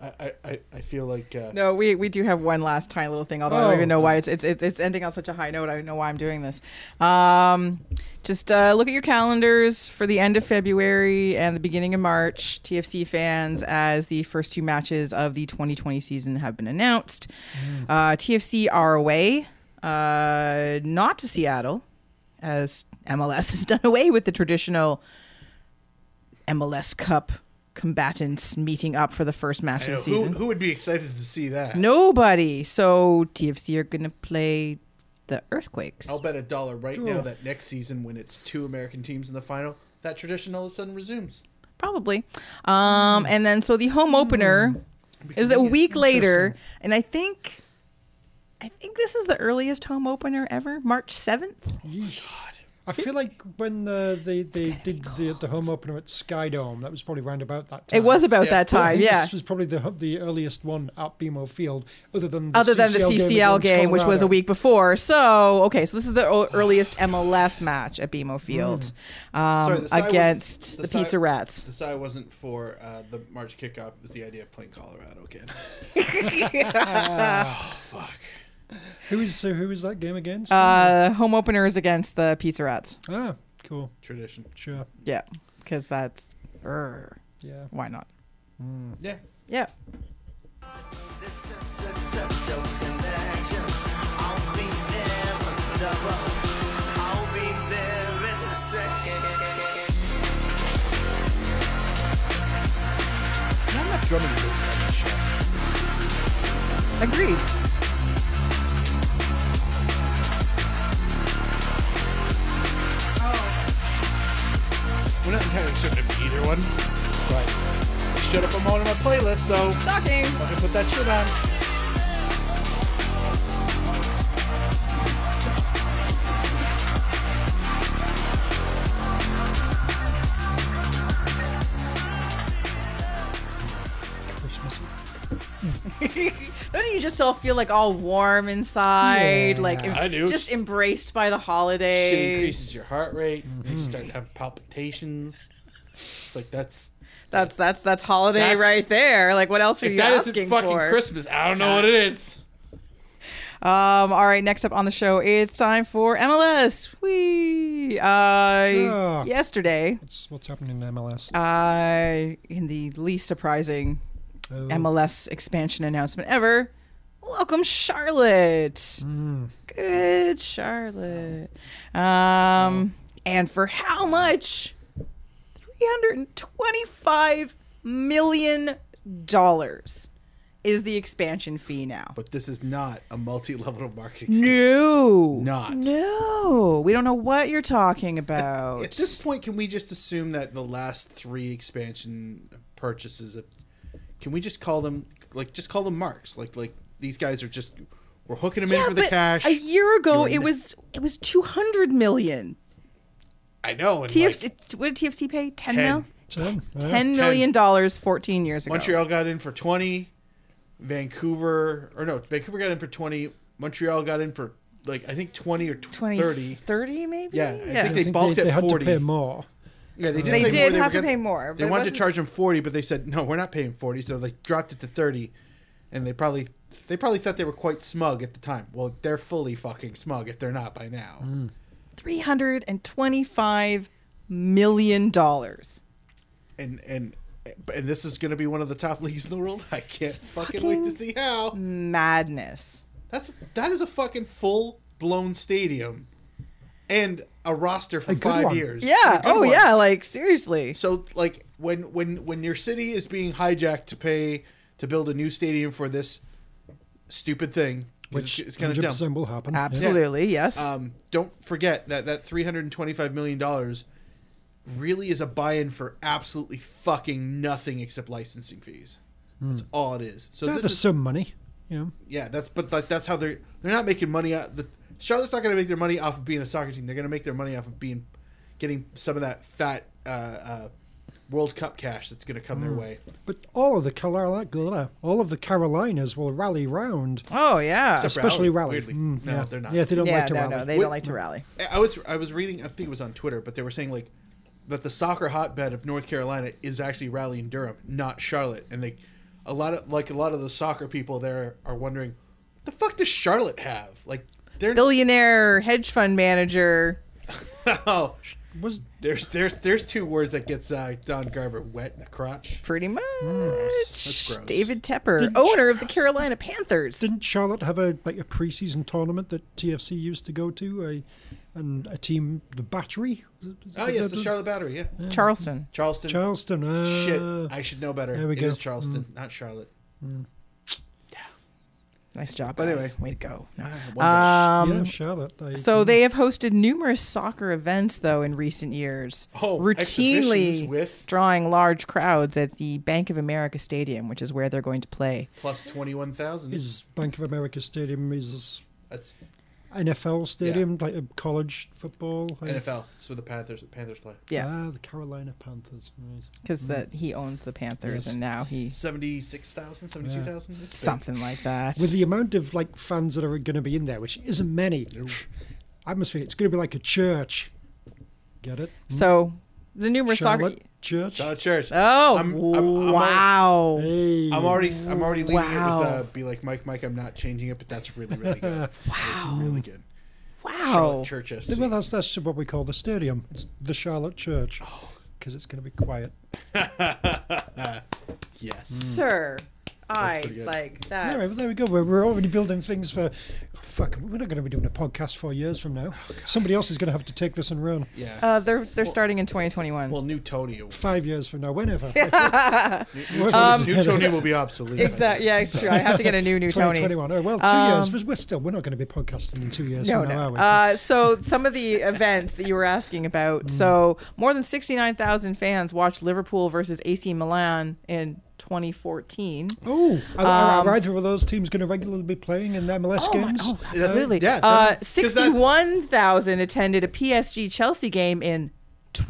[SPEAKER 1] I, I- I, I feel like uh,
[SPEAKER 2] No, we, we do have one last tiny little thing, although I don't
[SPEAKER 3] Oh.
[SPEAKER 2] even know why it's, it's it's it's ending on such a high note. I don't know why I'm doing this. Um, just uh, look at your calendars for the end of February and the beginning of March, TFC fans, as the first two matches of the 2020 season have been announced. Uh, TFC are away, uh, not to Seattle, as MLS (laughs) has done away with the traditional MLS Cup combatants meeting up for the first match
[SPEAKER 1] I
[SPEAKER 2] of
[SPEAKER 1] know,
[SPEAKER 2] the
[SPEAKER 1] who,
[SPEAKER 2] season.
[SPEAKER 1] who would be excited to see that?
[SPEAKER 2] Nobody. So TFC are going to play the Earthquakes.
[SPEAKER 1] I'll bet a dollar right now
[SPEAKER 3] Cool.
[SPEAKER 1] that next season, when it's two American teams in the final, that tradition all of a sudden resumes.
[SPEAKER 2] Probably. Um, and then so the home opener
[SPEAKER 3] Hmm.
[SPEAKER 2] is a week later. And I think. I think this is the earliest home opener ever, March 7th.
[SPEAKER 3] I feel like when uh, they they did the, the home opener at Skydome, that was probably round about that time.
[SPEAKER 2] It was about that
[SPEAKER 3] I
[SPEAKER 2] time,
[SPEAKER 3] think
[SPEAKER 2] yeah.
[SPEAKER 3] This was probably the the earliest one at BMO Field, other than the
[SPEAKER 2] Other than the CCL
[SPEAKER 3] against
[SPEAKER 2] game, which was
[SPEAKER 3] Colorado.
[SPEAKER 2] a week before. So, okay, so this is the o- earliest MLS match at BMO Field
[SPEAKER 1] Hmm. Sorry,
[SPEAKER 2] um,
[SPEAKER 1] the side was-
[SPEAKER 2] against
[SPEAKER 1] the
[SPEAKER 2] the,
[SPEAKER 1] side-
[SPEAKER 2] Pizza Rats.
[SPEAKER 1] The sigh wasn't for uh, the March kickoff. It was the idea of playing Colorado again.
[SPEAKER 2] (laughs)
[SPEAKER 1] (laughs) oh fuck!
[SPEAKER 3] Who is uh, who is that game against?
[SPEAKER 2] Uh, home opener is against the Pizza Rats.
[SPEAKER 3] ah, cool,
[SPEAKER 1] Tradition.
[SPEAKER 3] sure,
[SPEAKER 2] Yeah, because that's er,
[SPEAKER 3] yeah.
[SPEAKER 2] why not?
[SPEAKER 1] Yeah.
[SPEAKER 2] Yeah.
[SPEAKER 1] Not enough drumming to this shit.
[SPEAKER 2] Agreed.
[SPEAKER 1] We're not entirely certain of either one. Right. I showed up on one of my playlists, so
[SPEAKER 2] Shocking.
[SPEAKER 1] I can put that shit on.
[SPEAKER 3] Christmas.
[SPEAKER 2] Don't you just all feel like all warm inside?
[SPEAKER 3] Yeah.
[SPEAKER 2] like em-
[SPEAKER 1] I do.
[SPEAKER 2] just embraced by the holidays.
[SPEAKER 1] Shit increases your heart rate. You
[SPEAKER 2] Mm-hmm.
[SPEAKER 1] just start having palpitations. Like that's
[SPEAKER 2] That's that's that's holiday
[SPEAKER 1] That's-
[SPEAKER 2] right there. Like what else are
[SPEAKER 1] if
[SPEAKER 2] you
[SPEAKER 1] that
[SPEAKER 2] asking
[SPEAKER 1] isn't fucking
[SPEAKER 2] for?
[SPEAKER 1] Christmas, I don't know what it is.
[SPEAKER 2] Um, all right, next up on the show, it's time for MLS. We uh,
[SPEAKER 3] Sure.
[SPEAKER 2] yesterday,
[SPEAKER 3] What's what's happening in MLS?
[SPEAKER 2] uh, in the least surprising
[SPEAKER 3] Oh.
[SPEAKER 1] Mm.
[SPEAKER 2] MLS expansion announcement ever. Welcome, Charlotte.
[SPEAKER 1] Mm.
[SPEAKER 2] Good Charlotte. Um, and for how much? $325 million is the expansion fee now.
[SPEAKER 1] But this is not a multi-level marketing. scheme.
[SPEAKER 2] No.
[SPEAKER 1] Not.
[SPEAKER 2] No. We don't know what you're talking about.
[SPEAKER 1] At this point, can we just assume that the last three expansion purchases, of, can we just call them like just call them marks? Like like these guys are just we're hooking them in for the
[SPEAKER 2] but
[SPEAKER 1] cash.
[SPEAKER 2] A
[SPEAKER 1] I,
[SPEAKER 2] year ago,
[SPEAKER 1] You're
[SPEAKER 2] it
[SPEAKER 1] in-
[SPEAKER 2] was it was 200 million.
[SPEAKER 1] know. And
[SPEAKER 2] TFC,
[SPEAKER 1] like,
[SPEAKER 2] what did TFC pay? 10
[SPEAKER 1] 10.
[SPEAKER 2] now?
[SPEAKER 3] Ten.
[SPEAKER 1] Uh,
[SPEAKER 3] yeah.
[SPEAKER 2] Ten million dollars, fourteen years ago.
[SPEAKER 1] Montreal got in for twenty. Vancouver or no, Vancouver got in for twenty. Montreal got in for like I think twenty or tw-
[SPEAKER 2] 20,
[SPEAKER 1] thirty.
[SPEAKER 2] 30 maybe.
[SPEAKER 1] Yeah, I think
[SPEAKER 3] I
[SPEAKER 1] they
[SPEAKER 3] think
[SPEAKER 1] balked
[SPEAKER 3] they,
[SPEAKER 1] at
[SPEAKER 3] they had
[SPEAKER 1] 40.
[SPEAKER 3] to pay more.
[SPEAKER 1] Yeah, they did.
[SPEAKER 2] They
[SPEAKER 1] pay
[SPEAKER 2] did
[SPEAKER 1] more.
[SPEAKER 2] have
[SPEAKER 1] were
[SPEAKER 2] to pay more, but
[SPEAKER 1] They
[SPEAKER 2] it
[SPEAKER 1] wanted to
[SPEAKER 2] wasn't-
[SPEAKER 1] charge them forty, but they said no, we're not paying forty, so they dropped it to thirty. and they probably they probably thought they were quite smug at the time. Well, they're fully fucking smug if they're not by now.
[SPEAKER 2] Mm. 325 million dollars.
[SPEAKER 1] And and and this is going to be one of the top (laughs) leagues in the world. I can't fucking,
[SPEAKER 2] fucking-
[SPEAKER 1] wait to see how.
[SPEAKER 2] Madness.
[SPEAKER 1] That's that is a fucking full blown stadium, and a roster for
[SPEAKER 3] good
[SPEAKER 1] five
[SPEAKER 3] one.
[SPEAKER 1] years.
[SPEAKER 2] Yeah.
[SPEAKER 1] A good
[SPEAKER 2] Oh
[SPEAKER 1] one.
[SPEAKER 2] yeah, like seriously.
[SPEAKER 1] So like when when when your city is being hijacked to pay to build a new stadium for this stupid thing, which
[SPEAKER 3] which
[SPEAKER 1] it's kind of dumb.
[SPEAKER 3] will happen. yeah.
[SPEAKER 2] Absolutely, yes.
[SPEAKER 1] um, don't forget that that three hundred and twenty-five million dollars really is a buy-in for absolutely fucking nothing except licensing fees. That's all it is. So
[SPEAKER 3] Hmm. That's
[SPEAKER 1] this is
[SPEAKER 3] some money. Yeah.
[SPEAKER 1] yeah. That's but that, that's how they're they're not making money. Out, the Charlotte's not going to make their money off of being a soccer team. They're going to make their money off of being getting some of that fat uh, uh, World Cup cash that's going to come their
[SPEAKER 3] Hmm.
[SPEAKER 1] way.
[SPEAKER 3] But all of the Carolina, all of the Carolinas will rally round,
[SPEAKER 2] oh yeah.
[SPEAKER 1] Except-
[SPEAKER 3] especially
[SPEAKER 1] Rally,
[SPEAKER 3] rally.
[SPEAKER 1] weirdly.
[SPEAKER 3] Mm,
[SPEAKER 1] No,
[SPEAKER 3] yeah.
[SPEAKER 1] they're not.
[SPEAKER 3] Yeah, they don't
[SPEAKER 2] yeah,
[SPEAKER 3] like to
[SPEAKER 2] no,
[SPEAKER 3] rally.
[SPEAKER 2] no, they don't like to rally.
[SPEAKER 1] I- I was I was reading I think it was on Twitter, but they were saying like that the soccer hotbed of North Carolina is actually Raleigh-Durham, not Charlotte, and they a lot of like a lot of the soccer people there are wondering what the fuck does Charlotte have? Like they're (laughs)
[SPEAKER 2] Billionaire hedge fund manager.
[SPEAKER 1] oh,
[SPEAKER 3] Was
[SPEAKER 1] there's there's there's two words that gets uh, Don Garber wet in the crotch.
[SPEAKER 2] Pretty much.
[SPEAKER 1] Mm, That's gross.
[SPEAKER 2] David Tepper,
[SPEAKER 3] Didn't-
[SPEAKER 2] owner of the Carolina Panthers.
[SPEAKER 3] didn't Charlotte have a like a preseason tournament that TFC used to go to? A and a team, the Battery. Was it- was
[SPEAKER 1] Oh
[SPEAKER 3] that
[SPEAKER 1] yes, the
[SPEAKER 3] it?
[SPEAKER 1] Charlotte Battery, yeah.
[SPEAKER 2] Charleston.
[SPEAKER 1] Charleston.
[SPEAKER 3] Charleston. Uh,
[SPEAKER 1] Shit, I should know better.
[SPEAKER 3] there we
[SPEAKER 1] It
[SPEAKER 3] go. Mm.
[SPEAKER 1] is Charleston, not Charlotte.
[SPEAKER 2] Nice job,
[SPEAKER 1] But anyway.
[SPEAKER 2] guys.
[SPEAKER 1] Ah,
[SPEAKER 2] Way to go. No.
[SPEAKER 1] I wonder-
[SPEAKER 3] yeah, Charlotte. I,
[SPEAKER 2] Um,
[SPEAKER 1] Mm-hmm.
[SPEAKER 2] So they have hosted numerous soccer events, though, in recent years,
[SPEAKER 1] Oh,
[SPEAKER 2] routinely
[SPEAKER 1] exhibitions with-
[SPEAKER 2] drawing large crowds at the Bank of America Stadium, which is where they're going to play.
[SPEAKER 1] Plus twenty one thousand.
[SPEAKER 3] is Bank of America Stadium is
[SPEAKER 1] That's
[SPEAKER 3] NFL stadium like a college football. I-
[SPEAKER 1] NFL. So the Panthers Panthers play.
[SPEAKER 2] Yeah,
[SPEAKER 3] Ah, the Carolina Panthers. Right.
[SPEAKER 2] because
[SPEAKER 1] Mm-hmm.
[SPEAKER 2] that he owns the Panthers,
[SPEAKER 3] Yes.
[SPEAKER 2] and now he's
[SPEAKER 1] 76,000, 72,000? It's big.
[SPEAKER 2] something like that.
[SPEAKER 3] With the amount of like fans that are going to be in there, which isn't many, atmosphere. It's going to be like a church. Get it?
[SPEAKER 2] so the numerous
[SPEAKER 3] Charlotte
[SPEAKER 2] soccer.
[SPEAKER 3] church.
[SPEAKER 1] Charlotte Church.
[SPEAKER 2] Oh
[SPEAKER 1] Uh, I'm, I'm, I'm
[SPEAKER 2] wow!
[SPEAKER 3] Hey,
[SPEAKER 1] Already, I'm already I'm already leading it
[SPEAKER 2] Wow.
[SPEAKER 1] with uh, be like Mike Mike I'm not changing it but that's really really
[SPEAKER 3] (laughs)
[SPEAKER 1] good. It's really good.
[SPEAKER 2] wow!
[SPEAKER 1] Charlotte Church SC.
[SPEAKER 3] well, that's that's what we call the stadium. It's the Charlotte Church
[SPEAKER 1] Oh.
[SPEAKER 3] because it's going to be quiet.
[SPEAKER 1] Yes.
[SPEAKER 2] Sir, I
[SPEAKER 1] pretty good.
[SPEAKER 2] like
[SPEAKER 3] All
[SPEAKER 2] that.
[SPEAKER 3] right, well, there we go. We're, we're already building things for. oh, Fuck, we're not going to be doing a podcast four years from now. Somebody else is going to have to take this and
[SPEAKER 1] (laughs)
[SPEAKER 3] run.
[SPEAKER 1] Oh, Yeah.
[SPEAKER 2] uh, um, they're they're starting in 2021.
[SPEAKER 1] well, new Tony. will-
[SPEAKER 3] Five years from now, whenever.
[SPEAKER 1] New, Tony new Tony
[SPEAKER 2] (laughs)
[SPEAKER 1] will be obsolete.
[SPEAKER 2] exactly. Yeah, it's true. I have to get a
[SPEAKER 1] (laughs)
[SPEAKER 2] new new Tony. Um,
[SPEAKER 3] 2021. Oh, well, two years. but We're still, we're not going to be podcasting in two years
[SPEAKER 2] No,
[SPEAKER 3] from now,
[SPEAKER 2] no.
[SPEAKER 3] are we?
[SPEAKER 2] Uh, so some
[SPEAKER 3] (laughs)
[SPEAKER 2] of the events that you were asking about.
[SPEAKER 3] Mm.
[SPEAKER 2] So more than sixty-nine thousand fans watched Liverpool versus AC Milan in 2014.
[SPEAKER 3] oh, are, are-
[SPEAKER 2] um,
[SPEAKER 3] are either of those teams going to regularly be playing in MLS
[SPEAKER 2] Oh,
[SPEAKER 3] games?
[SPEAKER 1] absolutely. yeah,
[SPEAKER 2] uh,
[SPEAKER 1] that- 'cause that's-
[SPEAKER 2] sixty-one thousand attended a PSG Chelsea game in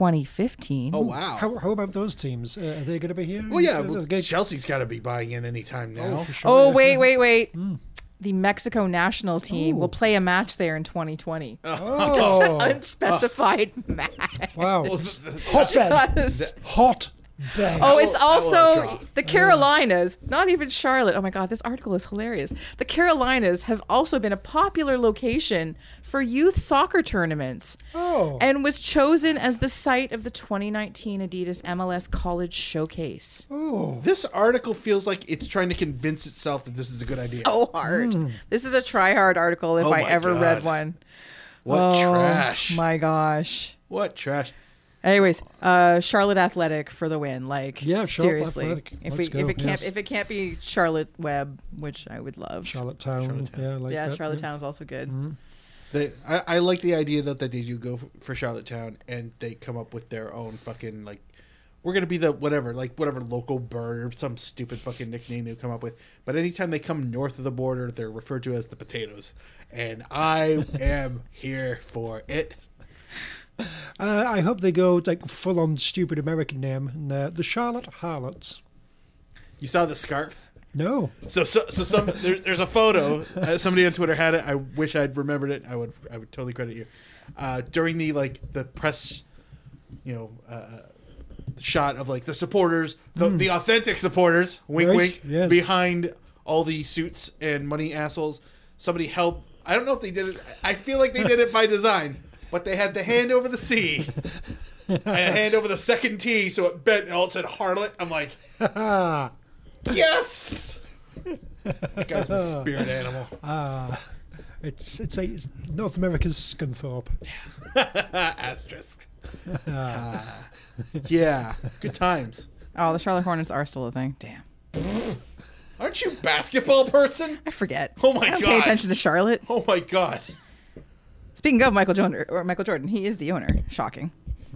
[SPEAKER 2] 2015.
[SPEAKER 1] Oh wow.
[SPEAKER 3] How, how about those teams? Uh, are they going to be here?
[SPEAKER 1] well, Oh, yeah,
[SPEAKER 3] Uh,
[SPEAKER 1] well, (laughs)
[SPEAKER 3] okay.
[SPEAKER 1] Chelsea's got to be buying in any time now.
[SPEAKER 3] Oh, for sure,
[SPEAKER 2] Oh
[SPEAKER 3] yeah.
[SPEAKER 2] wait, wait, wait.
[SPEAKER 3] Mm.
[SPEAKER 2] The Mexico national team will play a match there in 2020.
[SPEAKER 3] Oh,
[SPEAKER 2] (laughs) Unspecified match.
[SPEAKER 3] wow.
[SPEAKER 2] Just-
[SPEAKER 3] Hotbed. Hot bed.
[SPEAKER 2] Oh, it's
[SPEAKER 1] will- I will
[SPEAKER 2] also
[SPEAKER 1] draw.
[SPEAKER 2] the Carolinas, not even Charlotte. Oh my God, this article is hilarious. The Carolinas have also been a popular location for youth soccer tournaments
[SPEAKER 3] Oh.
[SPEAKER 2] and was chosen as the site of the 2019 Adidas MLS College Showcase.
[SPEAKER 1] This article feels like it's trying to convince itself that this is a good idea.
[SPEAKER 2] So hard.
[SPEAKER 1] Hmm.
[SPEAKER 2] This is a try hard article if
[SPEAKER 1] Oh
[SPEAKER 2] I
[SPEAKER 1] my
[SPEAKER 2] ever
[SPEAKER 1] God.
[SPEAKER 2] read one.
[SPEAKER 1] what
[SPEAKER 2] Oh,
[SPEAKER 1] trash.
[SPEAKER 2] My gosh.
[SPEAKER 1] What trash.
[SPEAKER 2] Anyways, uh, Charlotte Athletic for the win. Like,
[SPEAKER 3] Yeah, Charlotte
[SPEAKER 2] seriously,
[SPEAKER 3] Athletic.
[SPEAKER 2] if
[SPEAKER 3] Let's
[SPEAKER 2] we
[SPEAKER 3] go.
[SPEAKER 2] if it can't
[SPEAKER 3] Yes.
[SPEAKER 2] if it can't be Charlotte Webb, which I would love.
[SPEAKER 3] Charlottetown. Yeah, I like
[SPEAKER 2] yeah,
[SPEAKER 3] that.
[SPEAKER 2] Charlottetown is also good.
[SPEAKER 1] They, I, I like the idea that they do go f- for Charlottetown and they come up with their own fucking like we're gonna be the whatever like whatever local bird or some stupid fucking nickname they come up with. But anytime they come north of the border, they're referred to as the potatoes, and I am here for it.
[SPEAKER 3] Uh, I hope they go like full on stupid American name. And, uh, the Charlotte Harlots.
[SPEAKER 1] You saw the scarf.
[SPEAKER 3] No.
[SPEAKER 1] So, so, so some there, there's a photo. Uh, somebody on Twitter had it. I wish I'd remembered it. I would I would totally credit you. Uh, during the like the press, you know, uh, shot of like the supporters, the, the authentic supporters, wink
[SPEAKER 3] Hmm. Right,
[SPEAKER 1] wink,
[SPEAKER 3] yes.
[SPEAKER 1] behind all the suits and money assholes. Somebody held. I don't know if they did it. I feel like they did it by
[SPEAKER 3] (laughs)
[SPEAKER 1] design, but they had the hand over the C, and a hand over the second T, so it bent and all it said harlot. I'm like,
[SPEAKER 3] Ah,
[SPEAKER 1] yes. That guy's my spirit animal.
[SPEAKER 3] It's it's, a, it's North America's Scunthorpe.
[SPEAKER 1] (laughs) Asterisk. (laughs) yeah, good times.
[SPEAKER 2] Oh, the Charlotte Hornets are still a thing. Damn.
[SPEAKER 1] Aren't you a basketball person?
[SPEAKER 2] I forget.
[SPEAKER 1] Oh my
[SPEAKER 2] I don't Pay
[SPEAKER 1] God.
[SPEAKER 2] attention to Charlotte.
[SPEAKER 1] Oh my god.
[SPEAKER 2] Speaking of Michael Jordan, or Michael Jordan, he is the owner. Shocking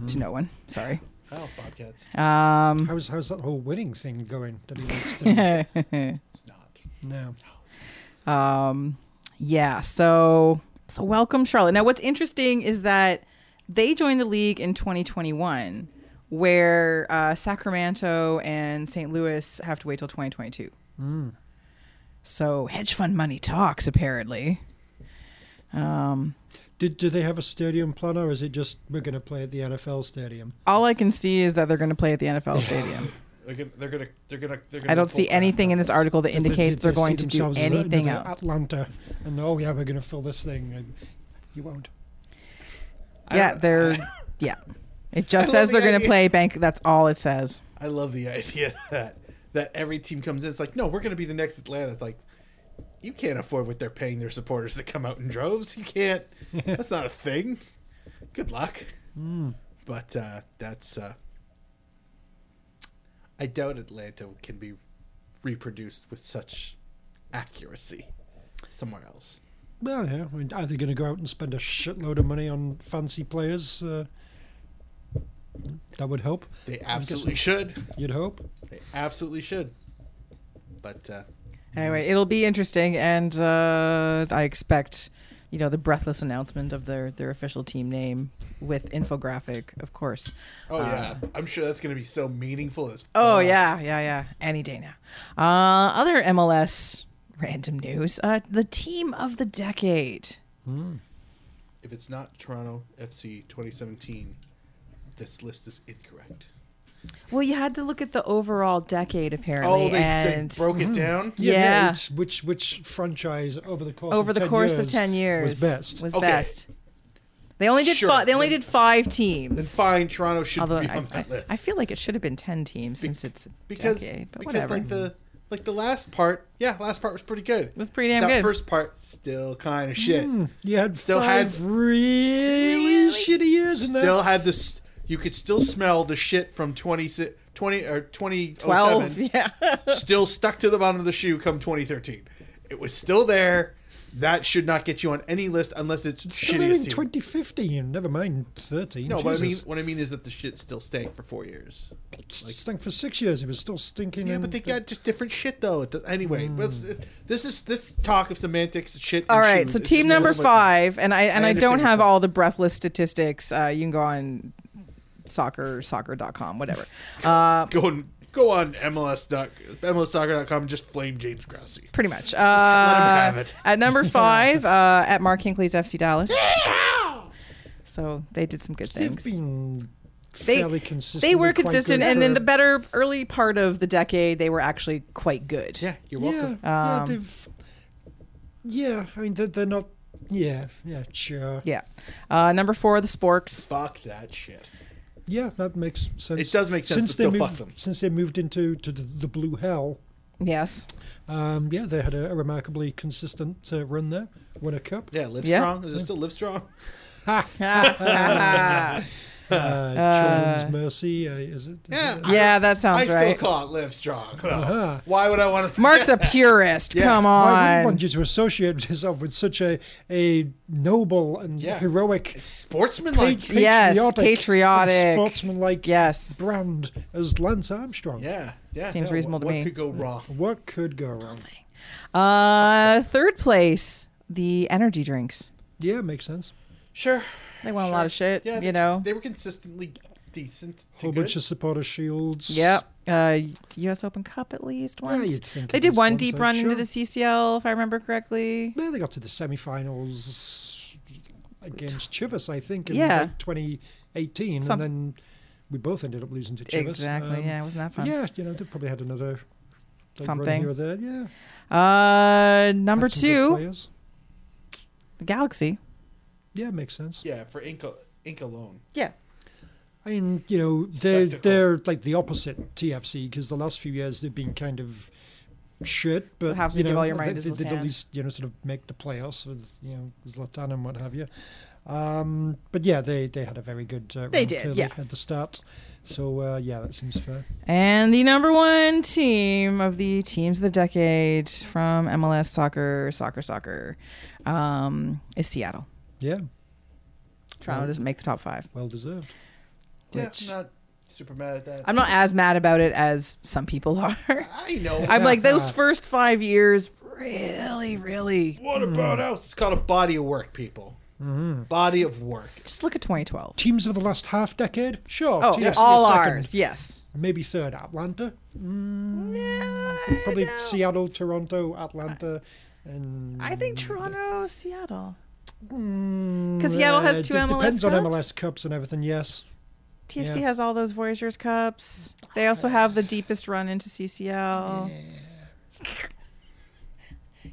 [SPEAKER 2] to no one. Sorry.
[SPEAKER 1] Oh, Bobcats.
[SPEAKER 2] Uh,
[SPEAKER 3] How's how's that whole winning thing going that he likes to
[SPEAKER 2] (laughs)
[SPEAKER 1] It's not.
[SPEAKER 3] now?
[SPEAKER 2] Um, yeah. So so welcome Charlotte. Now what's interesting is that they joined the league in 2021, where uh, Sacramento and St. Louis have to wait till 2022. So hedge fund money talks apparently.
[SPEAKER 3] Did do they have a stadium plan or is it just we're going to play at the NFL stadium?
[SPEAKER 2] All I can see is that they're going to play at the NFL stadium.
[SPEAKER 1] They're gonna. They're gonna. They're gonna. They're gonna
[SPEAKER 2] I don't see
[SPEAKER 1] pull back.
[SPEAKER 2] anything in this article that
[SPEAKER 3] Did- did
[SPEAKER 2] indicates they're
[SPEAKER 3] they
[SPEAKER 2] going
[SPEAKER 3] see
[SPEAKER 2] to do
[SPEAKER 3] themselves as a-
[SPEAKER 2] anything
[SPEAKER 3] another
[SPEAKER 2] else.
[SPEAKER 3] Atlanta, and oh yeah, we're going to fill this thing. And you won't.
[SPEAKER 2] Yeah, they're (laughs) yeah.
[SPEAKER 3] (laughs)
[SPEAKER 2] It just
[SPEAKER 1] love
[SPEAKER 2] says they're
[SPEAKER 1] the
[SPEAKER 2] going to
[SPEAKER 1] idea.
[SPEAKER 2] play bank. That's all it says.
[SPEAKER 1] I love the (laughs) idea that that every team comes in. It's like, no, we're gonna be the next Atlanta. It's like, you can't afford what they're paying their supporters to come out in droves. You can't. That's not a thing. Good luck. But uh, that's. Uh, I doubt Atlanta can be reproduced with such accuracy somewhere else.
[SPEAKER 3] Well, yeah. I mean, are they going to go out and spend a shitload of money on fancy players? Uh, that would help.
[SPEAKER 1] They absolutely should.
[SPEAKER 3] You'd hope.
[SPEAKER 1] They absolutely should. But uh,
[SPEAKER 3] Mm-hmm.
[SPEAKER 2] Anyway, it'll be interesting, and uh, I expect you know the breathless announcement of their their official team name with infographic, of course.
[SPEAKER 1] oh yeah, I'm sure that's gonna be so meaningful as
[SPEAKER 2] Oh yeah, yeah, yeah. Any day now. Uh, other MLS random news: uh, the team of the decade.
[SPEAKER 1] If it's not Toronto FC 2017, this list is incorrect.
[SPEAKER 2] Well, you had to look at the overall decade apparently,
[SPEAKER 1] Oh, they,
[SPEAKER 2] and Hmm.
[SPEAKER 1] they broke it down.
[SPEAKER 2] Yeah.
[SPEAKER 3] it's which which franchise over the course
[SPEAKER 2] over
[SPEAKER 3] of
[SPEAKER 2] the
[SPEAKER 3] 10
[SPEAKER 2] course
[SPEAKER 3] years
[SPEAKER 2] of 10 years
[SPEAKER 3] was best?
[SPEAKER 2] was
[SPEAKER 1] Okay.
[SPEAKER 2] best. they only did
[SPEAKER 1] Sure.
[SPEAKER 2] five they only
[SPEAKER 1] Then-
[SPEAKER 2] did five
[SPEAKER 1] Then
[SPEAKER 2] teams
[SPEAKER 1] fine, Toronto should
[SPEAKER 2] although
[SPEAKER 1] be
[SPEAKER 2] I,
[SPEAKER 1] on
[SPEAKER 2] I,
[SPEAKER 1] that list
[SPEAKER 2] I feel like it should have been 10 teams since it's a
[SPEAKER 1] because
[SPEAKER 2] decade but
[SPEAKER 1] because
[SPEAKER 2] whatever
[SPEAKER 1] like the like the last part, yeah, last part was pretty good. It
[SPEAKER 2] was pretty damn
[SPEAKER 1] that
[SPEAKER 2] good. Hmm.
[SPEAKER 1] First part still kind of shit.
[SPEAKER 3] You had
[SPEAKER 1] Still had-
[SPEAKER 3] five really, shitty years in there.
[SPEAKER 1] Still had this. You could still smell the shit from 20, si- 20 or
[SPEAKER 2] 12
[SPEAKER 1] 2007. (laughs)
[SPEAKER 2] yeah
[SPEAKER 1] still stuck to the bottom of the shoe come 2013. It was still there. That should not get you on any list unless it's
[SPEAKER 3] Still
[SPEAKER 1] shittiest
[SPEAKER 3] in
[SPEAKER 1] team.
[SPEAKER 3] 2015, never mind 13.
[SPEAKER 1] No, but I mean,
[SPEAKER 3] Jesus.
[SPEAKER 1] what I mean is that the shit still stank for four years.
[SPEAKER 3] It stunk for six years. It was still stinking.
[SPEAKER 1] Yeah,
[SPEAKER 3] and-
[SPEAKER 1] but they got just different shit though. It does- Anyway, let's- uh, this is this talk of semantics, shit. and
[SPEAKER 2] Mm. all right
[SPEAKER 1] shoes,
[SPEAKER 2] so
[SPEAKER 1] it's
[SPEAKER 2] team
[SPEAKER 1] just
[SPEAKER 2] number
[SPEAKER 1] not much-
[SPEAKER 2] five and i and
[SPEAKER 1] I
[SPEAKER 2] i, don't
[SPEAKER 1] understand your
[SPEAKER 2] have
[SPEAKER 1] point.
[SPEAKER 2] all the breathless statistics uh, you can go on soccer soccer.com whatever uh,
[SPEAKER 1] Go on, go on MLS doc, MLSsoccer.com and just flame James Grousey. (laughs)
[SPEAKER 2] pretty much uh,
[SPEAKER 1] have it. (laughs)
[SPEAKER 2] at number five uh, at mark hinkley's fc dallas so they did some good
[SPEAKER 3] They've
[SPEAKER 2] things
[SPEAKER 3] been
[SPEAKER 2] they,
[SPEAKER 3] fairly consistent.
[SPEAKER 2] They were
[SPEAKER 3] and quite
[SPEAKER 2] consistent,
[SPEAKER 3] good
[SPEAKER 2] and
[SPEAKER 3] for-
[SPEAKER 2] in the better early part of the decade, they were actually quite good.
[SPEAKER 1] Yeah, you're
[SPEAKER 3] Yeah,
[SPEAKER 1] welcome.
[SPEAKER 2] Um,
[SPEAKER 3] yeah, they've. Yeah, I mean, they're, they're not. Yeah, yeah, sure.
[SPEAKER 2] Yeah. Uh, number four, the Sporks.
[SPEAKER 1] Fuck that shit.
[SPEAKER 3] Yeah, that makes sense.
[SPEAKER 1] It does make sense,
[SPEAKER 3] Since
[SPEAKER 1] but
[SPEAKER 3] they
[SPEAKER 1] still fuck
[SPEAKER 3] moved,
[SPEAKER 1] them.
[SPEAKER 3] Since they moved into to the, the blue hell,
[SPEAKER 2] Yes. (laughs)
[SPEAKER 3] um, yeah, they had a, a remarkably consistent uh, run there, win a cup.
[SPEAKER 1] Yeah, live
[SPEAKER 2] Yeah.
[SPEAKER 1] strong. Is it still live
[SPEAKER 2] (laughs)
[SPEAKER 1] strong?
[SPEAKER 3] Uh, Children's Mercy, uh, is it?
[SPEAKER 1] Yeah,
[SPEAKER 2] Yeah, that sounds
[SPEAKER 1] I, I
[SPEAKER 2] right. Uh-huh.
[SPEAKER 1] still call it live strong. though. Why would I want to? (laughs)
[SPEAKER 2] Mark's a purist. Come
[SPEAKER 3] Why would you
[SPEAKER 2] on.
[SPEAKER 3] want you to associate (laughs) yourself with such a, a noble and
[SPEAKER 1] Yeah.
[SPEAKER 3] heroic
[SPEAKER 1] sportsman
[SPEAKER 3] pa-
[SPEAKER 1] like.
[SPEAKER 2] Yes,
[SPEAKER 3] and
[SPEAKER 2] patriotic.
[SPEAKER 3] sportsmanlike
[SPEAKER 2] Yes.
[SPEAKER 3] brand as Lance Armstrong.
[SPEAKER 1] Yeah, yeah.
[SPEAKER 2] Seems
[SPEAKER 1] no,
[SPEAKER 2] reasonable
[SPEAKER 1] what,
[SPEAKER 2] to me.
[SPEAKER 1] What could go wrong?
[SPEAKER 3] What could go wrong?
[SPEAKER 2] Uh, third place, the energy drinks.
[SPEAKER 3] Yeah, makes sense.
[SPEAKER 1] Sure.
[SPEAKER 2] They won a lot of shit.
[SPEAKER 1] Yeah,
[SPEAKER 2] you know.
[SPEAKER 1] they were consistently decent. To
[SPEAKER 3] Whole
[SPEAKER 1] good.
[SPEAKER 3] bunch of supporter shields.
[SPEAKER 2] Yep. Uh, U.S. Open Cup at least once.
[SPEAKER 3] you'd think
[SPEAKER 2] they
[SPEAKER 3] at
[SPEAKER 2] did
[SPEAKER 3] least
[SPEAKER 2] one
[SPEAKER 3] once,
[SPEAKER 2] deep
[SPEAKER 3] I'm
[SPEAKER 2] run into
[SPEAKER 3] sure.
[SPEAKER 2] the CCL, if I remember correctly.
[SPEAKER 3] Well, they got to the semi-finals against Chivas, I think, in
[SPEAKER 2] Yeah.
[SPEAKER 3] like 2018, and
[SPEAKER 2] Some-
[SPEAKER 3] then we both ended up losing to Chivas.
[SPEAKER 2] Exactly.
[SPEAKER 3] Um,
[SPEAKER 2] yeah, it wasn't that
[SPEAKER 3] but
[SPEAKER 2] fun.
[SPEAKER 3] Yeah, you know, they probably had another Like
[SPEAKER 2] Something.
[SPEAKER 3] Run here or there. Yeah.
[SPEAKER 2] Uh, number
[SPEAKER 3] Had some good
[SPEAKER 2] two,
[SPEAKER 3] players.
[SPEAKER 2] the Galaxy.
[SPEAKER 3] Yeah, makes sense.
[SPEAKER 1] Yeah, for ink, ink alone.
[SPEAKER 2] Yeah.
[SPEAKER 3] I mean, you know, they're
[SPEAKER 1] Spectacle.
[SPEAKER 3] they're like the opposite TFC because the last few years they've been kind of shit. But
[SPEAKER 2] it helps
[SPEAKER 3] you
[SPEAKER 2] to
[SPEAKER 3] know,
[SPEAKER 2] give all your
[SPEAKER 3] they-
[SPEAKER 2] money to
[SPEAKER 3] they,
[SPEAKER 2] the
[SPEAKER 3] did
[SPEAKER 2] fan.
[SPEAKER 3] at least you know sort of make the playoffs with you know Zlatan and what have you. Um, but yeah, they they had a very good uh,
[SPEAKER 2] They
[SPEAKER 3] round
[SPEAKER 2] did,
[SPEAKER 3] clearly
[SPEAKER 2] yeah.
[SPEAKER 3] at the start. So uh, yeah, that seems fair.
[SPEAKER 2] And the number one team of the teams of the decade from MLS soccer, soccer, soccer, um, is Seattle.
[SPEAKER 3] Yeah,
[SPEAKER 2] Toronto doesn't make the top five.
[SPEAKER 3] well deserved.
[SPEAKER 1] Yeah,
[SPEAKER 2] Which-
[SPEAKER 1] I'm not super mad at that.
[SPEAKER 2] I'm not as mad about it as some people (laughs) are.
[SPEAKER 1] I know.
[SPEAKER 2] I'm like those first five years really, really.
[SPEAKER 1] what about us? It's called a body of work, people.
[SPEAKER 2] Mm-hmm.
[SPEAKER 1] Body of work.
[SPEAKER 2] Just look at 2012.
[SPEAKER 3] Teams of the last half decade, sure.
[SPEAKER 2] Oh,
[SPEAKER 3] TFC is
[SPEAKER 2] all
[SPEAKER 3] second,
[SPEAKER 2] ours. Yes.
[SPEAKER 3] Maybe third, Atlanta. Mm, Probably Seattle, Toronto, Atlanta, and
[SPEAKER 2] I think Toronto, Seattle. Because Seattle has two MLS
[SPEAKER 3] Mm, Depends
[SPEAKER 2] cups.
[SPEAKER 3] on MLS cups and everything. Yes.
[SPEAKER 2] TFC
[SPEAKER 3] yeah.
[SPEAKER 2] has all those Voyagers Cups. They also have the deepest run into CCL.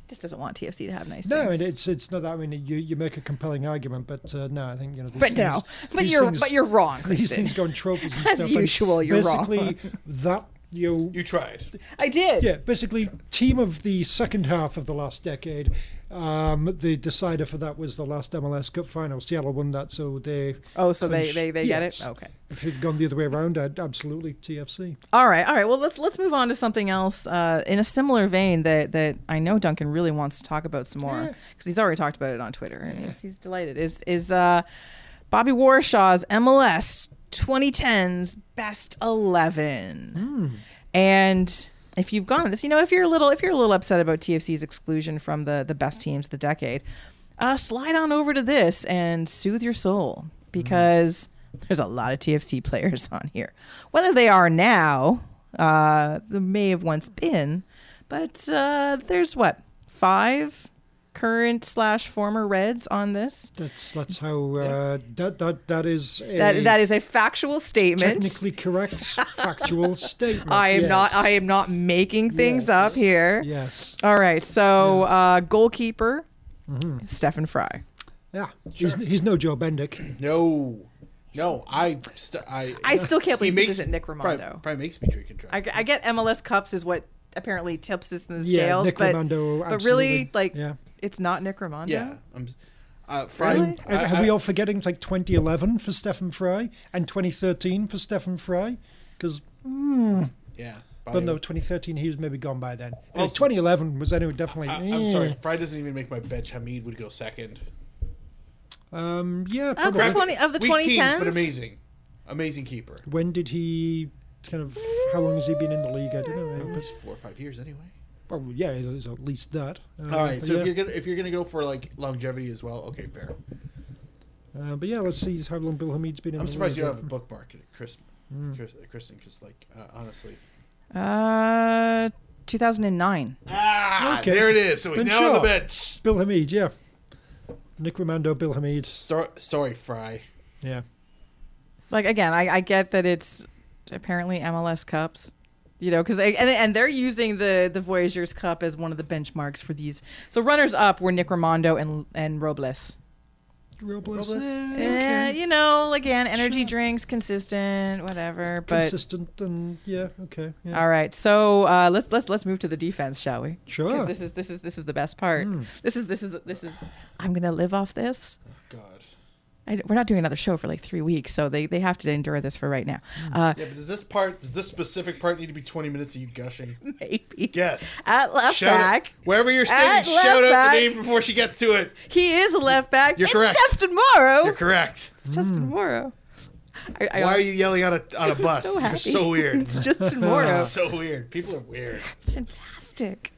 [SPEAKER 2] Just doesn't want TFC to have nice
[SPEAKER 3] No,
[SPEAKER 2] things.
[SPEAKER 3] and it's it's not that. I mean, you, you make a compelling argument, but uh, no, I think you know. These
[SPEAKER 2] but no,
[SPEAKER 3] things-
[SPEAKER 2] but
[SPEAKER 3] these
[SPEAKER 2] you're
[SPEAKER 3] things-
[SPEAKER 2] but you're wrong.
[SPEAKER 3] These
[SPEAKER 2] Kristen.
[SPEAKER 3] things go in trophies and
[SPEAKER 2] As
[SPEAKER 3] stuff.
[SPEAKER 2] usual,
[SPEAKER 3] and
[SPEAKER 2] you're wrong.
[SPEAKER 3] basically
[SPEAKER 2] (laughs)
[SPEAKER 3] that you. know,
[SPEAKER 1] You tried.
[SPEAKER 2] I did.
[SPEAKER 3] yeah, basically, team of the second half of the last decade. Um, the decider for that was the last MLS Cup final. Seattle won that, so they.
[SPEAKER 2] Oh, so they
[SPEAKER 3] clinched-
[SPEAKER 2] they, they
[SPEAKER 3] yes.
[SPEAKER 2] get it. Okay.
[SPEAKER 3] If it had gone the other way around, I'd absolutely TFC.
[SPEAKER 2] All right, all right. Well, let's let's move on to something else uh, in a similar vein that that I know Duncan really wants to talk about some more because he's already talked about it on Twitter and he's, he's delighted. Is is uh, Bobby Warshaw's MLS 2010s Best Eleven? And if you've gone this, you know if you're a little if you're a little upset about TFC's exclusion from the the best teams of the decade, uh, slide on over to this and soothe your soul because there's a lot of TFC players on here. Whether they are now, uh, they may have once been, but uh, there's what five current slash former Reds on this.
[SPEAKER 3] That's that's how uh, that that that is a
[SPEAKER 2] That that is a factual statement.
[SPEAKER 3] technically correct
[SPEAKER 2] (laughs)
[SPEAKER 3] factual statement.
[SPEAKER 2] I am
[SPEAKER 3] yes.
[SPEAKER 2] not. I am not making
[SPEAKER 3] Yes.
[SPEAKER 2] things up here.
[SPEAKER 3] Yes.
[SPEAKER 2] All right. So uh, goalkeeper,
[SPEAKER 3] Mm-hmm.
[SPEAKER 2] Stefan Fry.
[SPEAKER 3] Yeah. He's, he's no Joe Bendick.
[SPEAKER 1] No. No, I, st- I,
[SPEAKER 2] I still can't
[SPEAKER 1] he
[SPEAKER 2] believe this
[SPEAKER 1] makes-
[SPEAKER 2] isn't Nick
[SPEAKER 1] probably-
[SPEAKER 2] Raimondo.
[SPEAKER 1] Probably makes me drink and drive.
[SPEAKER 2] I, I get MLS Cups is what apparently tips us in the
[SPEAKER 3] Yeah,
[SPEAKER 2] scales,
[SPEAKER 3] Nick
[SPEAKER 2] but
[SPEAKER 3] Raimondo,
[SPEAKER 2] but really
[SPEAKER 3] absolutely.
[SPEAKER 2] like
[SPEAKER 3] Yeah.
[SPEAKER 2] it's not Nick Raimondo.
[SPEAKER 1] yeah, I'm. Uh, Fry,
[SPEAKER 2] Really?
[SPEAKER 1] I-
[SPEAKER 3] Are,
[SPEAKER 1] I-
[SPEAKER 3] we all forgetting it's like 2011 for Stephen Fry and 2013 for Stephen Fry? Because
[SPEAKER 1] yeah.
[SPEAKER 3] but no,
[SPEAKER 1] Bobby-
[SPEAKER 3] 2013 he was maybe gone by then. Anyway,
[SPEAKER 1] Also-
[SPEAKER 3] 2011 was anyway definitely.
[SPEAKER 1] I, I'm sorry, Fry doesn't even make my bench. Hamid would go second.
[SPEAKER 3] Um, yeah.
[SPEAKER 2] Of
[SPEAKER 3] Probably.
[SPEAKER 2] course. 20 of the
[SPEAKER 1] Weak teams,
[SPEAKER 2] 2010s?
[SPEAKER 1] but amazing, amazing keeper.
[SPEAKER 3] When did he? Kind of. How long has he been in the league? I don't know.
[SPEAKER 1] It's four or five years anyway.
[SPEAKER 3] Well, yeah, it was at least that. Uh,
[SPEAKER 1] All right, so
[SPEAKER 3] yeah.
[SPEAKER 1] if you're gonna if you're gonna go for like longevity as well, okay, fair.
[SPEAKER 3] Uh, but yeah, let's see how long Bill Hamid's been in
[SPEAKER 1] I'm
[SPEAKER 3] the
[SPEAKER 1] surprised you
[SPEAKER 3] league.
[SPEAKER 1] don't have a bookmark, Chris, Chris Kristen, because like uh, honestly,
[SPEAKER 2] Uh, 2009.
[SPEAKER 1] ah,
[SPEAKER 3] Okay.
[SPEAKER 1] there it is. So he's
[SPEAKER 3] Then
[SPEAKER 1] now on the
[SPEAKER 3] sure.
[SPEAKER 1] bench.
[SPEAKER 3] Bill Hamid, yeah. Nick Romando, Bill Hamid,
[SPEAKER 1] Star- sorry, Fry.
[SPEAKER 3] yeah.
[SPEAKER 2] Like again, I, I get that it's apparently MLS Cups. You know, because and and they're using the the Voyagers Cup as one of the benchmarks for these. So runners up were Nick Raimondo and and Robles.
[SPEAKER 3] Robles,
[SPEAKER 1] Robles?
[SPEAKER 3] eh,
[SPEAKER 2] Yeah,
[SPEAKER 3] okay.
[SPEAKER 2] you know, again, energy
[SPEAKER 3] Sure.
[SPEAKER 2] drinks, consistent, whatever. But
[SPEAKER 3] consistent and yeah, okay, yeah.
[SPEAKER 2] all right, so uh, let's let's let's move to the defense, shall we? 'Cause
[SPEAKER 3] Sure.
[SPEAKER 2] This is this is this is the best part.
[SPEAKER 1] Hmm.
[SPEAKER 2] This is this is this is. I'm gonna live off this.
[SPEAKER 1] God.
[SPEAKER 2] I, we're not doing another show for like three weeks, so they, they have to endure this for right now. Uh,
[SPEAKER 1] Yeah, but does this part, does this specific part need to be 20 minutes of you gushing?
[SPEAKER 2] (laughs) maybe.
[SPEAKER 1] Yes.
[SPEAKER 2] At left
[SPEAKER 1] Shout out,
[SPEAKER 2] back,
[SPEAKER 1] wherever you're sitting,
[SPEAKER 2] At
[SPEAKER 1] shout out
[SPEAKER 2] left
[SPEAKER 1] the name before she gets to it.
[SPEAKER 2] he is a left back.
[SPEAKER 1] You're
[SPEAKER 2] it's
[SPEAKER 1] correct.
[SPEAKER 2] Justin Morrow.
[SPEAKER 1] You're correct. Hmm.
[SPEAKER 2] It's Justin Morrow. I, I
[SPEAKER 1] Why are
[SPEAKER 2] was
[SPEAKER 1] you yelling on a
[SPEAKER 2] (laughs)
[SPEAKER 1] on a bus?
[SPEAKER 2] so
[SPEAKER 1] You're
[SPEAKER 2] happy.
[SPEAKER 1] so weird.
[SPEAKER 2] (laughs) it's
[SPEAKER 1] (laughs)
[SPEAKER 2] Justin Morrow.
[SPEAKER 1] so weird. People are weird.
[SPEAKER 2] it's fantastic.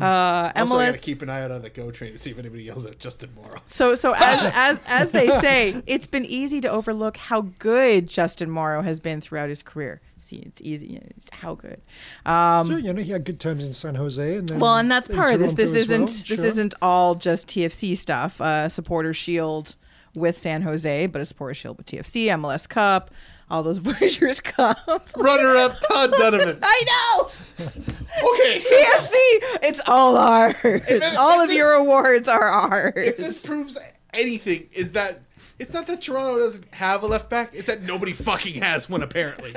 [SPEAKER 2] Uh, MLS.
[SPEAKER 1] Hmm. Also, I gotta keep an eye out on the go train to see if anybody yells at Justin Morrow.
[SPEAKER 2] So so as
[SPEAKER 3] (laughs)
[SPEAKER 2] as as they say, it's been easy to overlook how good Justin Morrow has been throughout his career. See, it's easy. It's how good. Um,
[SPEAKER 3] So, you know, he had good times in San Jose, and then
[SPEAKER 2] well, and that's
[SPEAKER 3] in
[SPEAKER 2] part of this. This
[SPEAKER 3] Toronto as
[SPEAKER 2] isn't
[SPEAKER 3] well,
[SPEAKER 2] this
[SPEAKER 3] sure.
[SPEAKER 2] isn't all just TFC stuff. Uh, supporter Shield with San Jose, but a supporter Shield with TFC, MLS Cup, all those (laughs) Voyagers comes.
[SPEAKER 1] Runner up Todd Donovan.
[SPEAKER 2] (laughs) I know!
[SPEAKER 1] Okay, so
[SPEAKER 2] TFC, it's all ours. all of your awards are
[SPEAKER 1] if
[SPEAKER 2] ours.
[SPEAKER 1] this proves anything, is that it's not that Toronto doesn't have a left back; it's that nobody fucking has one
[SPEAKER 3] (laughs)
[SPEAKER 1] apparently.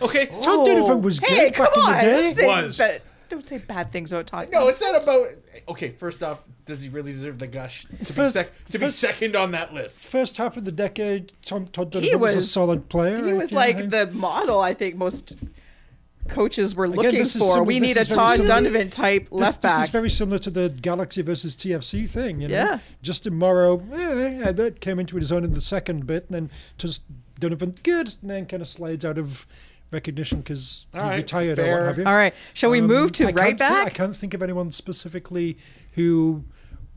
[SPEAKER 1] okay,
[SPEAKER 3] Todd Donovan was
[SPEAKER 2] Hey,
[SPEAKER 3] good
[SPEAKER 2] come
[SPEAKER 3] back in the
[SPEAKER 2] on!
[SPEAKER 3] day.
[SPEAKER 2] Don't say,
[SPEAKER 1] Was.
[SPEAKER 2] bad, don't say bad things about Todd.
[SPEAKER 1] no, it's not about. Okay, first off, does he really deserve the gush to be
[SPEAKER 3] First-
[SPEAKER 1] sec- to be
[SPEAKER 3] first-
[SPEAKER 1] second on that list?
[SPEAKER 3] First half of the decade, Tom Todd
[SPEAKER 2] He
[SPEAKER 3] Donovan was,
[SPEAKER 2] was
[SPEAKER 3] a solid player.
[SPEAKER 2] He was
[SPEAKER 3] you
[SPEAKER 2] like
[SPEAKER 3] know.
[SPEAKER 2] the model. I think most coaches were looking
[SPEAKER 3] this is
[SPEAKER 2] for.
[SPEAKER 3] similar-
[SPEAKER 2] we
[SPEAKER 3] this
[SPEAKER 2] need a
[SPEAKER 3] is very
[SPEAKER 2] Todd
[SPEAKER 3] similar-
[SPEAKER 2] Donovan type
[SPEAKER 3] This,
[SPEAKER 2] left
[SPEAKER 3] this
[SPEAKER 2] back.
[SPEAKER 3] is very similar to the Galaxy versus TFC thing. You know?
[SPEAKER 2] Yeah.
[SPEAKER 3] Justin Morrow, eh, I bet came into his own in the second bit, and then just Donovan good, and then kind of slides out of recognition because he
[SPEAKER 1] All right,
[SPEAKER 3] retired or
[SPEAKER 1] fair.
[SPEAKER 3] what have you.
[SPEAKER 2] all right, shall we
[SPEAKER 3] Um,
[SPEAKER 2] move to
[SPEAKER 3] I
[SPEAKER 2] right
[SPEAKER 3] can't thi- I
[SPEAKER 2] back?
[SPEAKER 3] can't think of anyone specifically who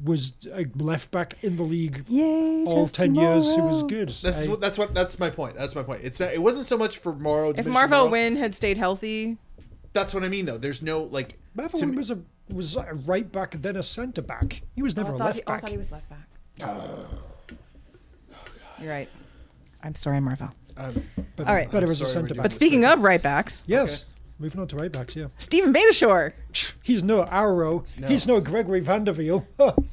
[SPEAKER 3] was a left back in the league
[SPEAKER 2] Yay,
[SPEAKER 3] all
[SPEAKER 2] Justin
[SPEAKER 3] ten years who was
[SPEAKER 2] Morrow.
[SPEAKER 3] good.
[SPEAKER 1] That's
[SPEAKER 3] I-
[SPEAKER 1] what that's what that's my point. That's my point. It's not, it wasn't so much for Morrow.
[SPEAKER 2] if
[SPEAKER 1] Mitchell
[SPEAKER 2] Marvel
[SPEAKER 1] Morrow.
[SPEAKER 2] Wynn had stayed healthy,
[SPEAKER 1] that's what I mean though. There's no like
[SPEAKER 3] Marvel
[SPEAKER 1] to
[SPEAKER 3] Wynn
[SPEAKER 1] me-
[SPEAKER 3] was a was a right back then a centre back. He
[SPEAKER 2] Oh,
[SPEAKER 3] was never a left back. Oh,
[SPEAKER 2] was left
[SPEAKER 3] (sighs)
[SPEAKER 2] back. You're right. I'm sorry, Marvel.
[SPEAKER 1] um,
[SPEAKER 3] but,
[SPEAKER 2] All right.
[SPEAKER 3] but it was a
[SPEAKER 1] sorry,
[SPEAKER 3] centre
[SPEAKER 1] we're
[SPEAKER 3] back.
[SPEAKER 2] But speaking of right backs,
[SPEAKER 3] yes, moving on to right backs. Yeah,
[SPEAKER 2] Stephen Betashore.
[SPEAKER 3] he's no Arrow. He's no Gregory Vanderveel. (laughs)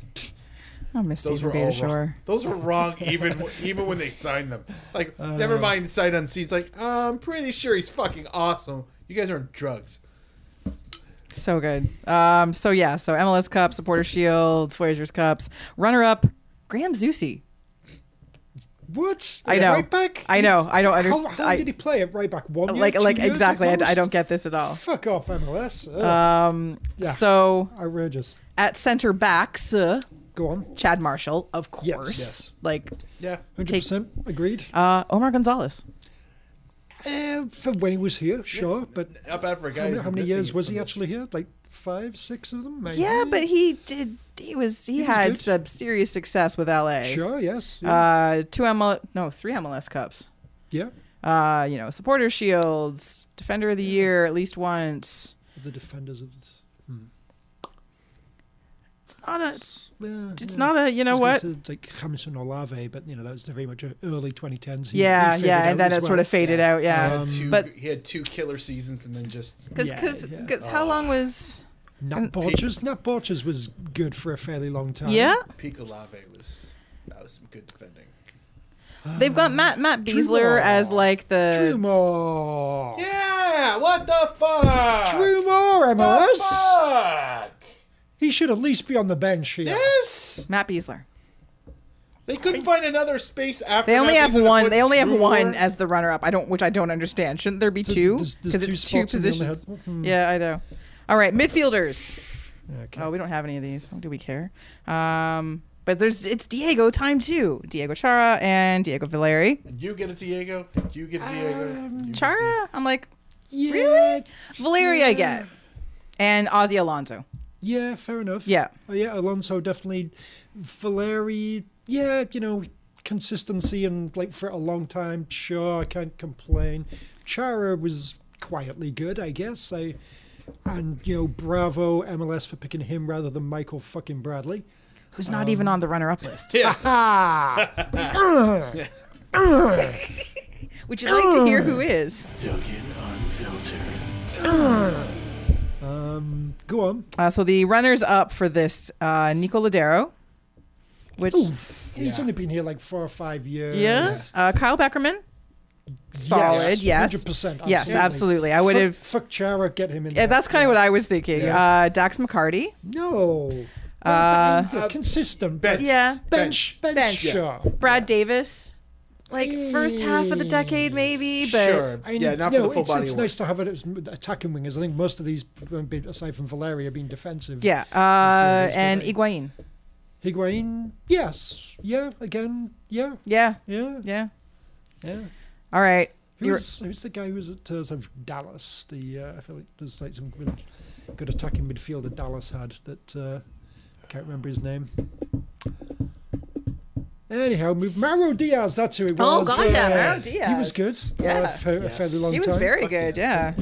[SPEAKER 3] Huh.
[SPEAKER 2] I miss
[SPEAKER 1] those
[SPEAKER 2] Stephen
[SPEAKER 1] were all wrong.
[SPEAKER 2] Betashore.
[SPEAKER 1] Those were wrong even even when they signed them. Like never mind sight unseen. It's like I'm pretty sure he's fucking awesome. You guys are on drugs.
[SPEAKER 2] So good. Um, so yeah, so MLS Cup, Supporter Shield, Voyagers Cups, runner up, Graham Zusi.
[SPEAKER 3] What?
[SPEAKER 2] I know.
[SPEAKER 3] Right back.
[SPEAKER 2] I know. I don't
[SPEAKER 3] How,
[SPEAKER 2] understand.
[SPEAKER 3] how did he play at right back? One year,
[SPEAKER 2] like
[SPEAKER 3] two
[SPEAKER 2] like
[SPEAKER 3] years at
[SPEAKER 2] exactly. I, I
[SPEAKER 3] most?
[SPEAKER 2] don't get this at all.
[SPEAKER 3] Fuck off, MLS. Ugh,
[SPEAKER 2] Um,
[SPEAKER 3] Yeah.
[SPEAKER 2] so
[SPEAKER 3] outrageous.
[SPEAKER 2] at center backs, uh,
[SPEAKER 3] Go on.
[SPEAKER 2] Chad Marshall, of course.
[SPEAKER 3] Yes.
[SPEAKER 2] Like
[SPEAKER 1] Yeah.
[SPEAKER 3] Hundred percent agreed.
[SPEAKER 2] uh, Omar Gonzalez.
[SPEAKER 3] Uh, for when he was here, sure, but
[SPEAKER 1] Up out for a guy.
[SPEAKER 3] how,
[SPEAKER 1] who's
[SPEAKER 3] many- how
[SPEAKER 1] been
[SPEAKER 3] many
[SPEAKER 1] missing
[SPEAKER 3] years
[SPEAKER 1] it
[SPEAKER 3] was
[SPEAKER 1] from
[SPEAKER 3] he
[SPEAKER 1] this-
[SPEAKER 3] actually here? Like five, six of them. maybe?
[SPEAKER 2] Yeah, but he did. He was he,
[SPEAKER 3] was
[SPEAKER 2] had
[SPEAKER 3] good.
[SPEAKER 2] some serious success with LA.
[SPEAKER 3] sure, yes, yeah,
[SPEAKER 2] Uh, two ML no three MLS Cups.
[SPEAKER 3] yeah.
[SPEAKER 2] Uh, you know, supporter shields, defender of the year at least once.
[SPEAKER 3] The defenders of. This.
[SPEAKER 2] It's not a. It's,
[SPEAKER 3] Yeah,
[SPEAKER 2] it's
[SPEAKER 3] yeah.
[SPEAKER 2] not a. You
[SPEAKER 3] I
[SPEAKER 2] know
[SPEAKER 3] was gonna
[SPEAKER 2] what?
[SPEAKER 3] say, Mm. it's like Hamilton Olave, but you know that was very much early 2010s. He-
[SPEAKER 2] Yeah,
[SPEAKER 3] he faded
[SPEAKER 2] yeah,
[SPEAKER 3] out
[SPEAKER 2] and then
[SPEAKER 3] as
[SPEAKER 2] it sort
[SPEAKER 3] well.
[SPEAKER 2] of faded out.
[SPEAKER 1] He
[SPEAKER 2] Yeah,
[SPEAKER 1] had two,
[SPEAKER 2] but
[SPEAKER 1] he had two killer seasons and then just
[SPEAKER 2] because
[SPEAKER 3] Yeah,
[SPEAKER 2] because
[SPEAKER 3] yeah. Oh.
[SPEAKER 2] how long was
[SPEAKER 3] Nat Borchers. Nat Borchers was good for a fairly long time.
[SPEAKER 2] yeah?
[SPEAKER 1] Pico Lave was that was some good defending.
[SPEAKER 2] They've got Matt Matt Beasler
[SPEAKER 3] Trudeau.
[SPEAKER 2] as like
[SPEAKER 3] Drew
[SPEAKER 2] the
[SPEAKER 3] Moore.
[SPEAKER 1] Yeah. What the fuck?
[SPEAKER 3] Drew Moore, MLS.
[SPEAKER 1] Fuck.
[SPEAKER 3] He should at least be on the bench here.
[SPEAKER 1] Yes.
[SPEAKER 2] Matt Beasler.
[SPEAKER 1] They couldn't find another space after.
[SPEAKER 2] They only
[SPEAKER 1] that
[SPEAKER 2] have
[SPEAKER 1] reason to
[SPEAKER 2] one.
[SPEAKER 1] put
[SPEAKER 2] They only have
[SPEAKER 1] Drew
[SPEAKER 2] one
[SPEAKER 1] Moore-
[SPEAKER 2] as the runner up. I don't, which I don't understand. Shouldn't there be
[SPEAKER 3] Th-
[SPEAKER 2] two?
[SPEAKER 3] there's- there's
[SPEAKER 2] Because
[SPEAKER 3] two
[SPEAKER 2] it's two
[SPEAKER 3] spots and they only
[SPEAKER 2] positions.
[SPEAKER 3] had- Hmm.
[SPEAKER 2] Yeah, I know. All right, midfielders.
[SPEAKER 3] Okay.
[SPEAKER 2] Oh, we don't have any of these. Oh, do we care? Um, but there's it's Diego time too. Diego Chara and Diego Valeri.
[SPEAKER 1] You get a Diego. You get a Diego. you get a Diego.
[SPEAKER 2] Chara, I'm like
[SPEAKER 3] yeah,
[SPEAKER 2] really? Valeri, I get, and Ozzy Alonso.
[SPEAKER 3] Yeah, fair enough.
[SPEAKER 2] Yeah.
[SPEAKER 3] Oh, yeah, Alonso definitely. Valeri, yeah, you know, consistency and like for a long time, sure, I can't complain. Chara was quietly good, I guess. I, and, you know, bravo MLS for picking him rather than Michael fucking Bradley.
[SPEAKER 2] Who's not even on the runner-up list? (laughs)
[SPEAKER 3] Ah!
[SPEAKER 2] Would you like to hear who is?
[SPEAKER 6] Duggan Unfiltered.
[SPEAKER 3] Go on.
[SPEAKER 2] Uh, so the runners up for this, uh, Nico Ladero, which
[SPEAKER 3] He's only been here like four or five years.
[SPEAKER 2] yeah, uh, Kyle Beckerman, solid, yes,
[SPEAKER 3] 100%.
[SPEAKER 2] yes, absolutely. I would
[SPEAKER 3] Fuck-
[SPEAKER 2] have.
[SPEAKER 3] Fuck Chara, get him in
[SPEAKER 2] Yeah,
[SPEAKER 3] there.
[SPEAKER 2] that's kind of what I was thinking.
[SPEAKER 3] Yeah.
[SPEAKER 2] Uh, Dax McCarty,
[SPEAKER 3] No. Uh, consistent.
[SPEAKER 1] Bench.
[SPEAKER 2] yeah,
[SPEAKER 3] Bench. Bench.
[SPEAKER 2] Bench.
[SPEAKER 3] Sure.
[SPEAKER 2] Brad Davis, like first half of the decade maybe, but
[SPEAKER 1] Sure.
[SPEAKER 3] I
[SPEAKER 1] yeah,
[SPEAKER 3] mean,
[SPEAKER 1] not
[SPEAKER 3] you
[SPEAKER 1] for the
[SPEAKER 3] know,
[SPEAKER 1] full
[SPEAKER 3] it's,
[SPEAKER 1] body.
[SPEAKER 3] It's
[SPEAKER 1] one.
[SPEAKER 3] nice to have it as attacking wingers. I think most of these, won't be- aside from Valeria, being defensive.
[SPEAKER 2] yeah, uh,
[SPEAKER 3] that's
[SPEAKER 2] and
[SPEAKER 3] good.
[SPEAKER 2] Iguain,
[SPEAKER 3] Higuain, yes. Yeah, again, yeah.
[SPEAKER 2] yeah,
[SPEAKER 3] Yeah,
[SPEAKER 2] yeah.
[SPEAKER 3] yeah.
[SPEAKER 2] All right, You're-
[SPEAKER 3] Who's, who's the guy who was at uh, sort of Dallas? The uh, I feel like there's like some really good attacking midfielder Dallas had that uh, I can't remember his name. Anyhow, move Mauro Diaz. That's who it
[SPEAKER 2] Oh,
[SPEAKER 3] was.
[SPEAKER 2] gotcha,
[SPEAKER 3] yeah.
[SPEAKER 2] Mauro
[SPEAKER 3] He
[SPEAKER 2] Diaz.
[SPEAKER 3] was good.
[SPEAKER 2] Yeah.
[SPEAKER 3] uh, for a fairly long
[SPEAKER 2] he was
[SPEAKER 3] time.
[SPEAKER 2] very good, yeah.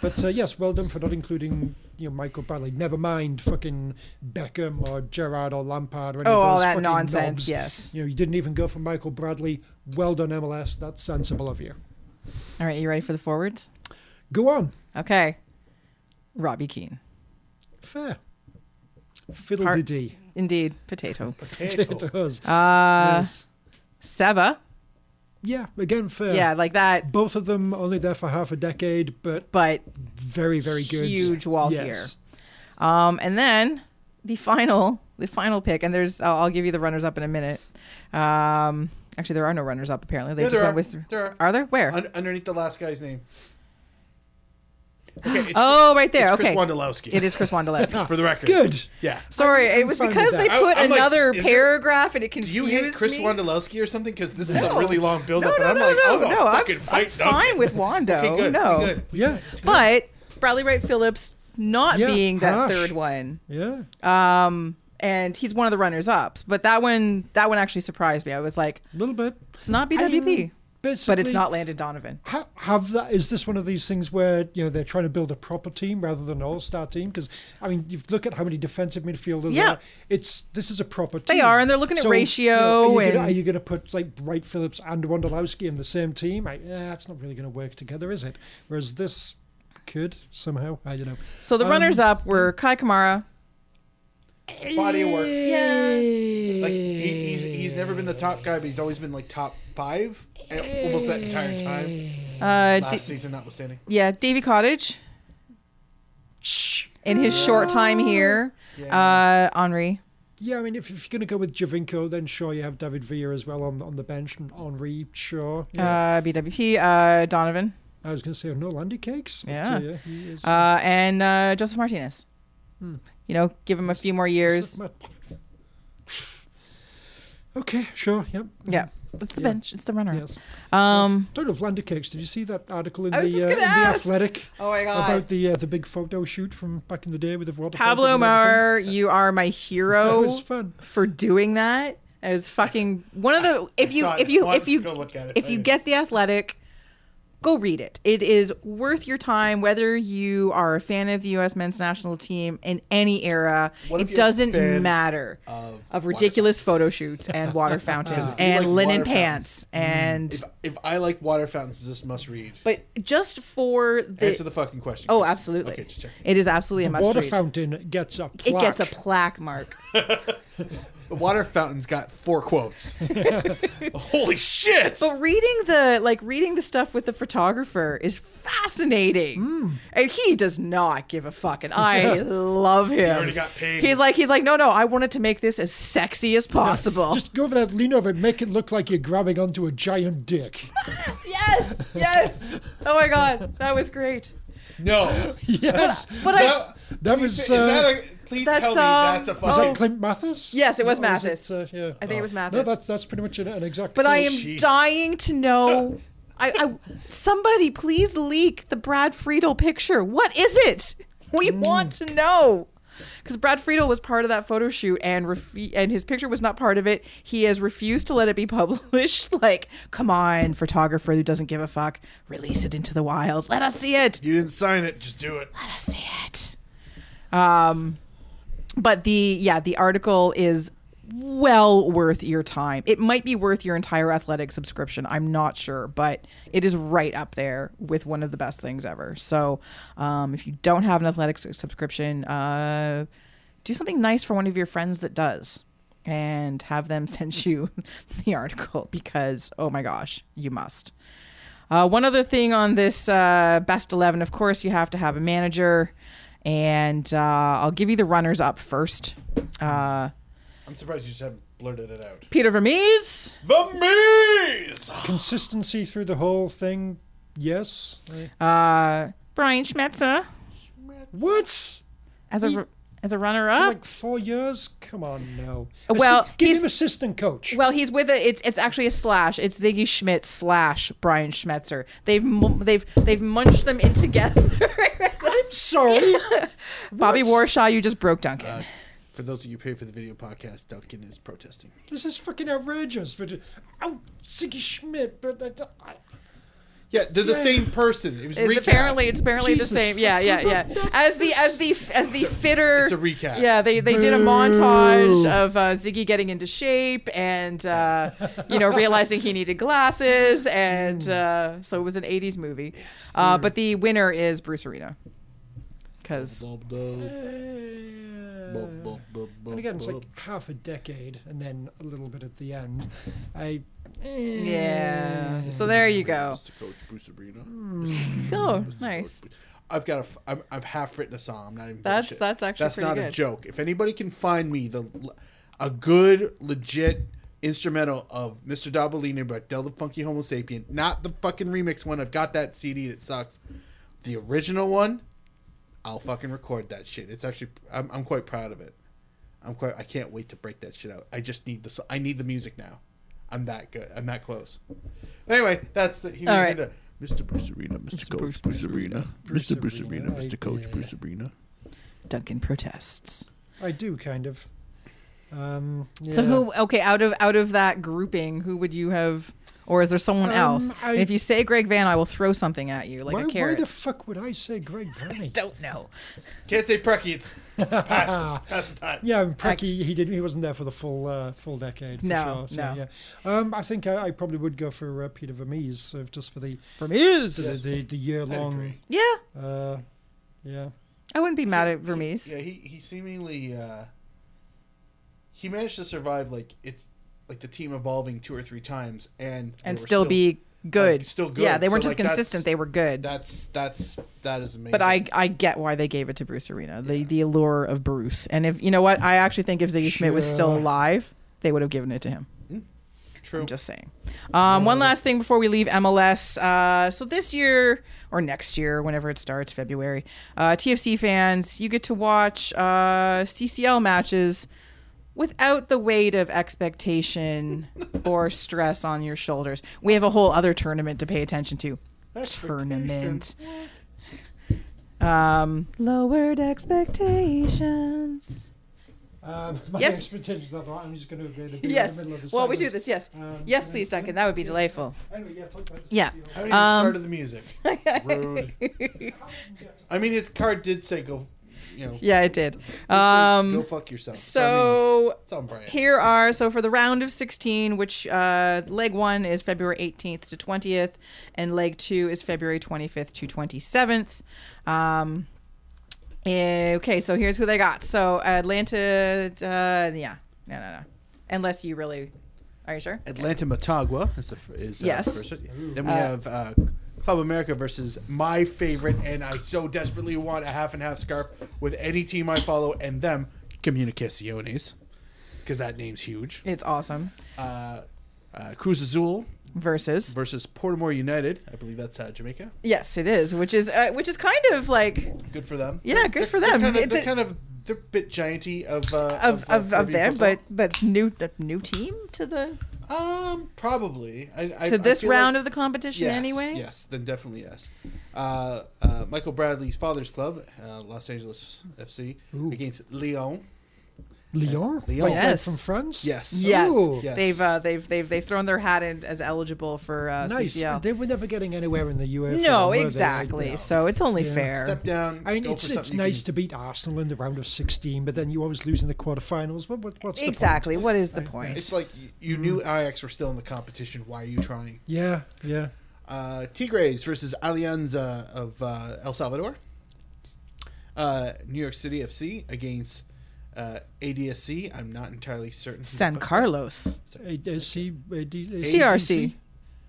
[SPEAKER 3] But uh, yes, well done for not including you know Michael Bradley. Never mind fucking Beckham or Gerard or Lampard or any
[SPEAKER 2] Oh,
[SPEAKER 3] of
[SPEAKER 2] all
[SPEAKER 3] those
[SPEAKER 2] that
[SPEAKER 3] fucking
[SPEAKER 2] nonsense,
[SPEAKER 3] knobs.
[SPEAKER 2] yes.
[SPEAKER 3] You know, you didn't even go for Michael Bradley. Well done, MLS. That's sensible of you.
[SPEAKER 2] All right, you ready for the forwards?
[SPEAKER 3] Go on.
[SPEAKER 2] Okay. Robbie Keane.
[SPEAKER 3] Fair. Fiddle
[SPEAKER 2] Part-
[SPEAKER 3] de dee.
[SPEAKER 2] Indeed, potato.
[SPEAKER 1] Potato.
[SPEAKER 3] (laughs) It does. Uh,
[SPEAKER 2] Seba.
[SPEAKER 3] Yeah, again, fair.
[SPEAKER 2] Yeah, like that,
[SPEAKER 3] Both of them only there for half a decade, but
[SPEAKER 2] but
[SPEAKER 3] very, very good.
[SPEAKER 2] Huge wall
[SPEAKER 3] yes.
[SPEAKER 2] Um, and then the final, the final pick, and there's I'll, I'll give you the runners up in a minute. Um, actually, there are no runners up. Apparently, they
[SPEAKER 1] Yeah,
[SPEAKER 2] just
[SPEAKER 1] there
[SPEAKER 2] went
[SPEAKER 1] are.
[SPEAKER 2] with.
[SPEAKER 1] There are.
[SPEAKER 2] there? Where?
[SPEAKER 1] Un- underneath the last guy's name. Okay, it's,
[SPEAKER 2] oh, right there.
[SPEAKER 1] it's
[SPEAKER 2] okay,
[SPEAKER 1] Chris Wondolowski.
[SPEAKER 2] it is Chris
[SPEAKER 1] (laughs)
[SPEAKER 2] Wondolowski.
[SPEAKER 1] for the record.
[SPEAKER 3] Good.
[SPEAKER 1] Yeah.
[SPEAKER 2] Sorry, it was
[SPEAKER 3] fine with
[SPEAKER 2] because they
[SPEAKER 1] that. I-
[SPEAKER 2] put
[SPEAKER 1] I'm like,
[SPEAKER 2] another
[SPEAKER 1] is there-
[SPEAKER 2] paragraph and it
[SPEAKER 1] Do
[SPEAKER 2] confused
[SPEAKER 1] you hate Chris
[SPEAKER 2] me.
[SPEAKER 1] Wondolowski or something? Because this is a really long
[SPEAKER 2] no,
[SPEAKER 1] buildup, and
[SPEAKER 2] no,
[SPEAKER 1] I'm
[SPEAKER 2] no,
[SPEAKER 1] like,
[SPEAKER 2] no,
[SPEAKER 1] oh, no,
[SPEAKER 2] no. I'm,
[SPEAKER 1] fucking
[SPEAKER 2] I'm
[SPEAKER 1] fight Duncan.
[SPEAKER 2] fine with
[SPEAKER 1] (laughs)
[SPEAKER 2] Wando.
[SPEAKER 1] Okay, good.
[SPEAKER 2] No,
[SPEAKER 1] we good. We
[SPEAKER 3] Yeah.
[SPEAKER 2] but Bradley Wright Phillips not
[SPEAKER 3] Yeah,
[SPEAKER 2] being that
[SPEAKER 3] harsh.
[SPEAKER 2] third one.
[SPEAKER 3] Yeah.
[SPEAKER 2] Um, and he's one of the runners ups. But that one, that one actually surprised me. I was like,
[SPEAKER 3] A little bit.
[SPEAKER 2] it's not BWP. But it's
[SPEAKER 3] Basically,
[SPEAKER 2] not Landon Donovan.
[SPEAKER 3] ha- have that is this one of these things where you know they're trying to build a proper team rather than an all-star team because i mean you look at how many defensive midfielders
[SPEAKER 2] Yeah.
[SPEAKER 3] are. it's this is a proper
[SPEAKER 2] They
[SPEAKER 3] team
[SPEAKER 2] are, and they're looking at ratio
[SPEAKER 3] are, you
[SPEAKER 2] and-
[SPEAKER 3] gonna, are you gonna put like Wright Phillips and Wondolowski in the same team I, yeah, that's not really gonna work together is it whereas this could somehow I don't know
[SPEAKER 2] So the
[SPEAKER 3] Um,
[SPEAKER 2] runners up were Kai Kamara.
[SPEAKER 1] good. Body of work.
[SPEAKER 3] yeah
[SPEAKER 1] Like he, he's he's never been the top guy, but he's always been like top five eh, almost that entire time.
[SPEAKER 2] Uh,
[SPEAKER 1] Last
[SPEAKER 2] D-
[SPEAKER 1] season, notwithstanding.
[SPEAKER 2] yeah, Davy Cottage. In his short time here, uh, Henri.
[SPEAKER 3] Yeah, I mean, if, if you're going to go with Javinko, then sure, you have David Villa as well on, on the bench, and Henri, sure. Yeah.
[SPEAKER 2] uh, BWP, uh, Donovan,
[SPEAKER 3] I was going to say, no Landy Cakes. but,
[SPEAKER 2] yeah.
[SPEAKER 3] uh, yeah, he is-
[SPEAKER 2] uh, and uh, Joseph Martinez.
[SPEAKER 3] Hmm.
[SPEAKER 2] You know, give him a few more years.
[SPEAKER 3] Okay, sure, yep.
[SPEAKER 2] Yeah, it's the
[SPEAKER 3] Yeah.
[SPEAKER 2] bench. It's the runner.
[SPEAKER 3] Yes.
[SPEAKER 2] Um,
[SPEAKER 3] Talking of Lander Cakes, did you see that article in,
[SPEAKER 2] I
[SPEAKER 3] the,
[SPEAKER 2] was just
[SPEAKER 3] uh,
[SPEAKER 2] gonna
[SPEAKER 3] in the
[SPEAKER 2] ask.
[SPEAKER 3] Athletic
[SPEAKER 2] Oh my God.
[SPEAKER 3] about the uh, the big photo shoot from back in the day with the water
[SPEAKER 2] Pablo
[SPEAKER 3] fountain and everything?
[SPEAKER 2] Mar, you are my
[SPEAKER 3] That
[SPEAKER 2] hero
[SPEAKER 3] was fun.
[SPEAKER 2] for doing that. It was fucking one
[SPEAKER 1] (laughs)
[SPEAKER 2] of the if you
[SPEAKER 1] saw it.
[SPEAKER 2] if you
[SPEAKER 1] Well,
[SPEAKER 2] if you
[SPEAKER 1] go look at it.
[SPEAKER 2] if you
[SPEAKER 1] I-
[SPEAKER 2] get the athletic, go read it. It is worth your time whether you are a fan of the U.S. men's national team in any era.
[SPEAKER 1] What if
[SPEAKER 2] It
[SPEAKER 1] you're a
[SPEAKER 2] doesn't
[SPEAKER 1] fan
[SPEAKER 2] matter
[SPEAKER 1] of
[SPEAKER 2] of,
[SPEAKER 1] water
[SPEAKER 2] ridiculous photo shoots
[SPEAKER 1] (laughs)
[SPEAKER 2] and water fountains
[SPEAKER 1] if you
[SPEAKER 2] and
[SPEAKER 1] like Mm-hmm.
[SPEAKER 2] linen
[SPEAKER 1] water
[SPEAKER 2] pants and.
[SPEAKER 1] If, if I like water fountains, this must read.
[SPEAKER 2] but just for the,
[SPEAKER 1] Answer the fucking question.
[SPEAKER 2] oh,
[SPEAKER 1] Chris.
[SPEAKER 2] absolutely,
[SPEAKER 1] Okay, just checking.
[SPEAKER 2] it is absolutely a must
[SPEAKER 3] Water
[SPEAKER 2] read.
[SPEAKER 3] fountain gets a
[SPEAKER 2] it gets a
[SPEAKER 3] plaque.
[SPEAKER 2] plaque mark.
[SPEAKER 1] The water fountain's got four (laughs) quotes. Holy shit!
[SPEAKER 2] But reading the like reading the stuff with the photographer is fascinating, and he does not give a fuck, and I (laughs) love him. He
[SPEAKER 1] already got paid.
[SPEAKER 2] He's like he's like no no I wanted to make this as sexy as possible.
[SPEAKER 3] Just go over there, lean over, make it look like you're grabbing onto a giant dick. (laughs)
[SPEAKER 2] yes yes oh my god that was great.
[SPEAKER 1] No.
[SPEAKER 3] Yes.
[SPEAKER 2] (laughs) But I
[SPEAKER 1] That,
[SPEAKER 3] that
[SPEAKER 1] please-
[SPEAKER 3] was.
[SPEAKER 1] Is
[SPEAKER 3] uh,
[SPEAKER 1] that a? Please
[SPEAKER 2] that's,
[SPEAKER 1] tell me
[SPEAKER 2] um,
[SPEAKER 1] that's a
[SPEAKER 3] Was
[SPEAKER 1] fucking.
[SPEAKER 3] that Clint Mathis?
[SPEAKER 2] Yes, it was
[SPEAKER 3] Or
[SPEAKER 2] Mathis.
[SPEAKER 3] uh, yeah.
[SPEAKER 2] I think it was
[SPEAKER 3] No,
[SPEAKER 2] Mathis.
[SPEAKER 3] that's that's pretty much an, an exact.
[SPEAKER 2] but I am
[SPEAKER 1] Jesus.
[SPEAKER 2] dying to know. I, I somebody please leak the Brad Friedel picture. What is it? We want to know. Because Brad Friedel was part of that photo shoot and refu- and his picture was not part of it. He has refused to let it be (laughs) published. Like, come on, photographer who doesn't give a fuck, release it into the wild. Let us see it.
[SPEAKER 1] you didn't sign it. Just do it.
[SPEAKER 2] Let us see it. Um, but the yeah, the article is well worth your time. It might be worth your entire athletic subscription. I'm not sure, but it is right up there with one of the best things ever. So, um, if you don't have an athletic s- subscription, uh, do something nice for one of your friends that does. And have them (laughs) send you the article because, oh my gosh, you must. Uh, one other thing on this uh, best 11, of course, you have to have a manager. And uh, I'll give you the runners up first. Uh,
[SPEAKER 1] I'm surprised you just haven't blurted it out.
[SPEAKER 2] Peter Vermees,
[SPEAKER 1] The maze.
[SPEAKER 3] consistency through the whole thing. Yes.
[SPEAKER 2] uh, Brian Schmetzer
[SPEAKER 3] What?
[SPEAKER 2] as a, as a runner
[SPEAKER 3] For
[SPEAKER 2] up.
[SPEAKER 3] like four years? Come on, no.
[SPEAKER 2] uh, Well,
[SPEAKER 3] Assi- give
[SPEAKER 2] he's-
[SPEAKER 3] him assistant coach.
[SPEAKER 2] Well, he's with a, it's it's actually a slash. It's Ziggy Schmidt slash Brian Schmetzer. They've mu- they've they've munched them in together. (laughs)
[SPEAKER 3] I'm sorry.
[SPEAKER 2] Bobby Warshaw, you just broke Duncan.
[SPEAKER 1] For those of you who pay for the video podcast, Duncan is protesting.
[SPEAKER 3] uh, this is fucking outrageous. But oh, Ziggy Schmidt. But uh, I, I,
[SPEAKER 1] Yeah, they're the same person. It was
[SPEAKER 7] It's
[SPEAKER 1] recast.
[SPEAKER 7] apparently it's apparently
[SPEAKER 3] Jesus.
[SPEAKER 7] the same. Yeah, yeah, yeah. As the as the as the fitter.
[SPEAKER 1] it's a recast.
[SPEAKER 7] Yeah, they they did a montage of uh, Ziggy getting into shape and uh, you know realizing he needed glasses, and uh, so it was an '80s movie. Uh, but the winner is Bruce Arena because
[SPEAKER 3] And uh, again, it's like half a decade, and then a little bit at the end. I eh,
[SPEAKER 2] Yeah. So there you go.
[SPEAKER 1] Mr. Coach Bruce Arena.
[SPEAKER 2] Oh, nice.
[SPEAKER 1] I've got a. f- I'm, I've half written a song. I'm not even. bullshit.
[SPEAKER 2] That's- that's actually
[SPEAKER 1] That's
[SPEAKER 2] pretty
[SPEAKER 1] not a
[SPEAKER 2] good.
[SPEAKER 1] joke. If anybody can find me the, l- a good legit instrumental of Mr. Dabalina by Del the Funky Homo Sapien, not the fucking remix one. I've got that CD. and It sucks. The original one, I'll fucking record that shit. It's actually. I'm, I'm quite proud of it. I'm quite. I can't wait to break that shit out. I just need the. s- I need the music now. I'm that good. I'm that close. Anyway, that's the. He
[SPEAKER 2] All
[SPEAKER 1] he
[SPEAKER 2] right.
[SPEAKER 1] did a- Mr. Bruce Arena, Mr. Coach Bruce, Arena, Mr. Bruce Arena,
[SPEAKER 3] Arena,
[SPEAKER 1] Mr. Coach
[SPEAKER 3] yeah.
[SPEAKER 1] Bruce Arena.
[SPEAKER 2] Duncan protests.
[SPEAKER 3] I do kind of. Um,
[SPEAKER 2] So
[SPEAKER 3] yeah.
[SPEAKER 2] who? Okay, out of out of that grouping, who would you have? Or is there someone
[SPEAKER 3] Um,
[SPEAKER 2] else?
[SPEAKER 3] I-
[SPEAKER 2] if you say Greg Van, I will throw something at you like
[SPEAKER 3] Why,
[SPEAKER 2] a
[SPEAKER 3] why
[SPEAKER 2] carrot.
[SPEAKER 3] the fuck would I say Greg
[SPEAKER 2] (laughs)
[SPEAKER 3] Vanny?
[SPEAKER 2] Don't know.
[SPEAKER 1] Can't say Precky. It's
[SPEAKER 2] (laughs)
[SPEAKER 1] pass. It's past the time.
[SPEAKER 3] Yeah, and Preki, he didn't. He wasn't there for the full uh, full decade. For
[SPEAKER 2] No,
[SPEAKER 3] sure, so,
[SPEAKER 2] no.
[SPEAKER 3] Yeah. Um, I think I, I probably would go for uh, Peter Vermees, so just for the
[SPEAKER 2] From is.
[SPEAKER 3] the, the, the year long.
[SPEAKER 1] agree.
[SPEAKER 2] Yeah,
[SPEAKER 3] Uh, yeah,
[SPEAKER 2] I wouldn't be mad at Vermees.
[SPEAKER 1] Yeah, he he seemingly uh, he managed to survive. Like it's like the team evolving two or three times, and they were
[SPEAKER 2] and still, be good.
[SPEAKER 1] like, still good.
[SPEAKER 2] Yeah, they
[SPEAKER 1] So,
[SPEAKER 2] weren't
[SPEAKER 1] like,
[SPEAKER 2] just
[SPEAKER 1] that's-
[SPEAKER 2] consistent; they were good.
[SPEAKER 1] That's that's that is amazing.
[SPEAKER 2] but I, I get why they gave it to Bruce Arena, the the allure of Bruce. And if you know what, I actually think if Ziggy Schmidt was still
[SPEAKER 3] Sure.
[SPEAKER 2] alive, they would have given it to him.
[SPEAKER 1] true.
[SPEAKER 2] I'm just saying. Um, one last thing before we leave MLS. Uh, so this year or next year, whenever it starts, February, uh, TFC fans, you get to watch uh, CCL matches without the weight of expectation or stress on your shoulders. We have a whole other tournament to pay attention to. Tournament. Um, lowered expectations.
[SPEAKER 3] um, (laughs) my
[SPEAKER 2] Yes.
[SPEAKER 3] expectations are not. I'm just going to be in the
[SPEAKER 2] Yes.
[SPEAKER 3] middle of the
[SPEAKER 2] Well, we do
[SPEAKER 3] sentence.
[SPEAKER 2] this. Yes.
[SPEAKER 3] Um,
[SPEAKER 2] Yes, please, Duncan. That would be delightful.
[SPEAKER 3] Anyway, yeah, talk about the
[SPEAKER 2] Yeah.
[SPEAKER 3] CCL.
[SPEAKER 1] I haven't even
[SPEAKER 2] Um,
[SPEAKER 1] started the music.
[SPEAKER 2] (laughs)
[SPEAKER 1] Rude. I mean, his card did say go. You know,
[SPEAKER 2] Yeah, it did.
[SPEAKER 1] go
[SPEAKER 2] Um,
[SPEAKER 1] fuck yourself. I mean,
[SPEAKER 2] so
[SPEAKER 1] it's on brand.
[SPEAKER 2] here are so for the round of 16, which uh, leg one is February 18th to 20th, and leg two is February 25th to 27th. Um, eh, okay, so here's who they got. So Atlanta, uh, yeah, no, no, no. Unless you really, are you sure?
[SPEAKER 1] Atlanta Matagua is the f- is uh,
[SPEAKER 2] Yes.
[SPEAKER 1] first. Then we have uh, Club America versus my favorite, and I so desperately want a half and half scarf with any team I follow and them Comunicaciones, because that name's huge.
[SPEAKER 2] It's awesome.
[SPEAKER 1] Uh, Cruz Azul
[SPEAKER 2] Versus.
[SPEAKER 1] versus Portimore United. I believe that's uh, Jamaica.
[SPEAKER 2] Yes, it is, which is uh, which is kind of like
[SPEAKER 1] Good for them.
[SPEAKER 2] Yeah, good for
[SPEAKER 1] They're
[SPEAKER 2] them.
[SPEAKER 1] kind of,
[SPEAKER 2] It's
[SPEAKER 1] they're
[SPEAKER 2] a-
[SPEAKER 1] kind of they're a bit gianty of uh,
[SPEAKER 2] of
[SPEAKER 1] uh,
[SPEAKER 2] of, of
[SPEAKER 1] Caribbean
[SPEAKER 2] there,
[SPEAKER 1] football.
[SPEAKER 2] but but new new team to the
[SPEAKER 1] um probably I, I,
[SPEAKER 2] to this round
[SPEAKER 1] of
[SPEAKER 2] of the competition anyway.
[SPEAKER 1] Yes, then definitely yes. Uh, uh, Michael Bradley's father's club, uh, Los Angeles FC, against Lyon.
[SPEAKER 3] Lyon.
[SPEAKER 1] Lyon.
[SPEAKER 3] Like, like
[SPEAKER 2] Yes.
[SPEAKER 3] from France.
[SPEAKER 1] Yes.
[SPEAKER 2] Yes.
[SPEAKER 3] Ooh.
[SPEAKER 1] Yes.
[SPEAKER 2] They've uh, they've they've they've thrown their hat in as eligible for uh,
[SPEAKER 3] Nice.
[SPEAKER 2] CCL.
[SPEAKER 3] They were never getting anywhere in the UEFA.
[SPEAKER 2] no,
[SPEAKER 3] were they?
[SPEAKER 2] exactly. So it's only fair.
[SPEAKER 1] Step down.
[SPEAKER 3] I mean,
[SPEAKER 1] go
[SPEAKER 3] it's
[SPEAKER 1] for
[SPEAKER 3] it's
[SPEAKER 1] something you
[SPEAKER 3] nice
[SPEAKER 1] can-
[SPEAKER 3] to beat Arsenal in the round of 16, but then you always lose in the quarterfinals. What, what, what's the point?
[SPEAKER 2] exactly. What is the point?
[SPEAKER 1] It's like you, you knew
[SPEAKER 3] Mm.
[SPEAKER 1] Ajax were still in the competition. Why are you trying?
[SPEAKER 3] Yeah, yeah.
[SPEAKER 1] Uh, Tigres versus Alianza of uh, El Salvador. Uh, New York City FC against uh, ADSC. I'm not entirely certain. who the
[SPEAKER 2] San
[SPEAKER 1] fuck-
[SPEAKER 2] Carlos,
[SPEAKER 3] ADC,
[SPEAKER 2] CRC.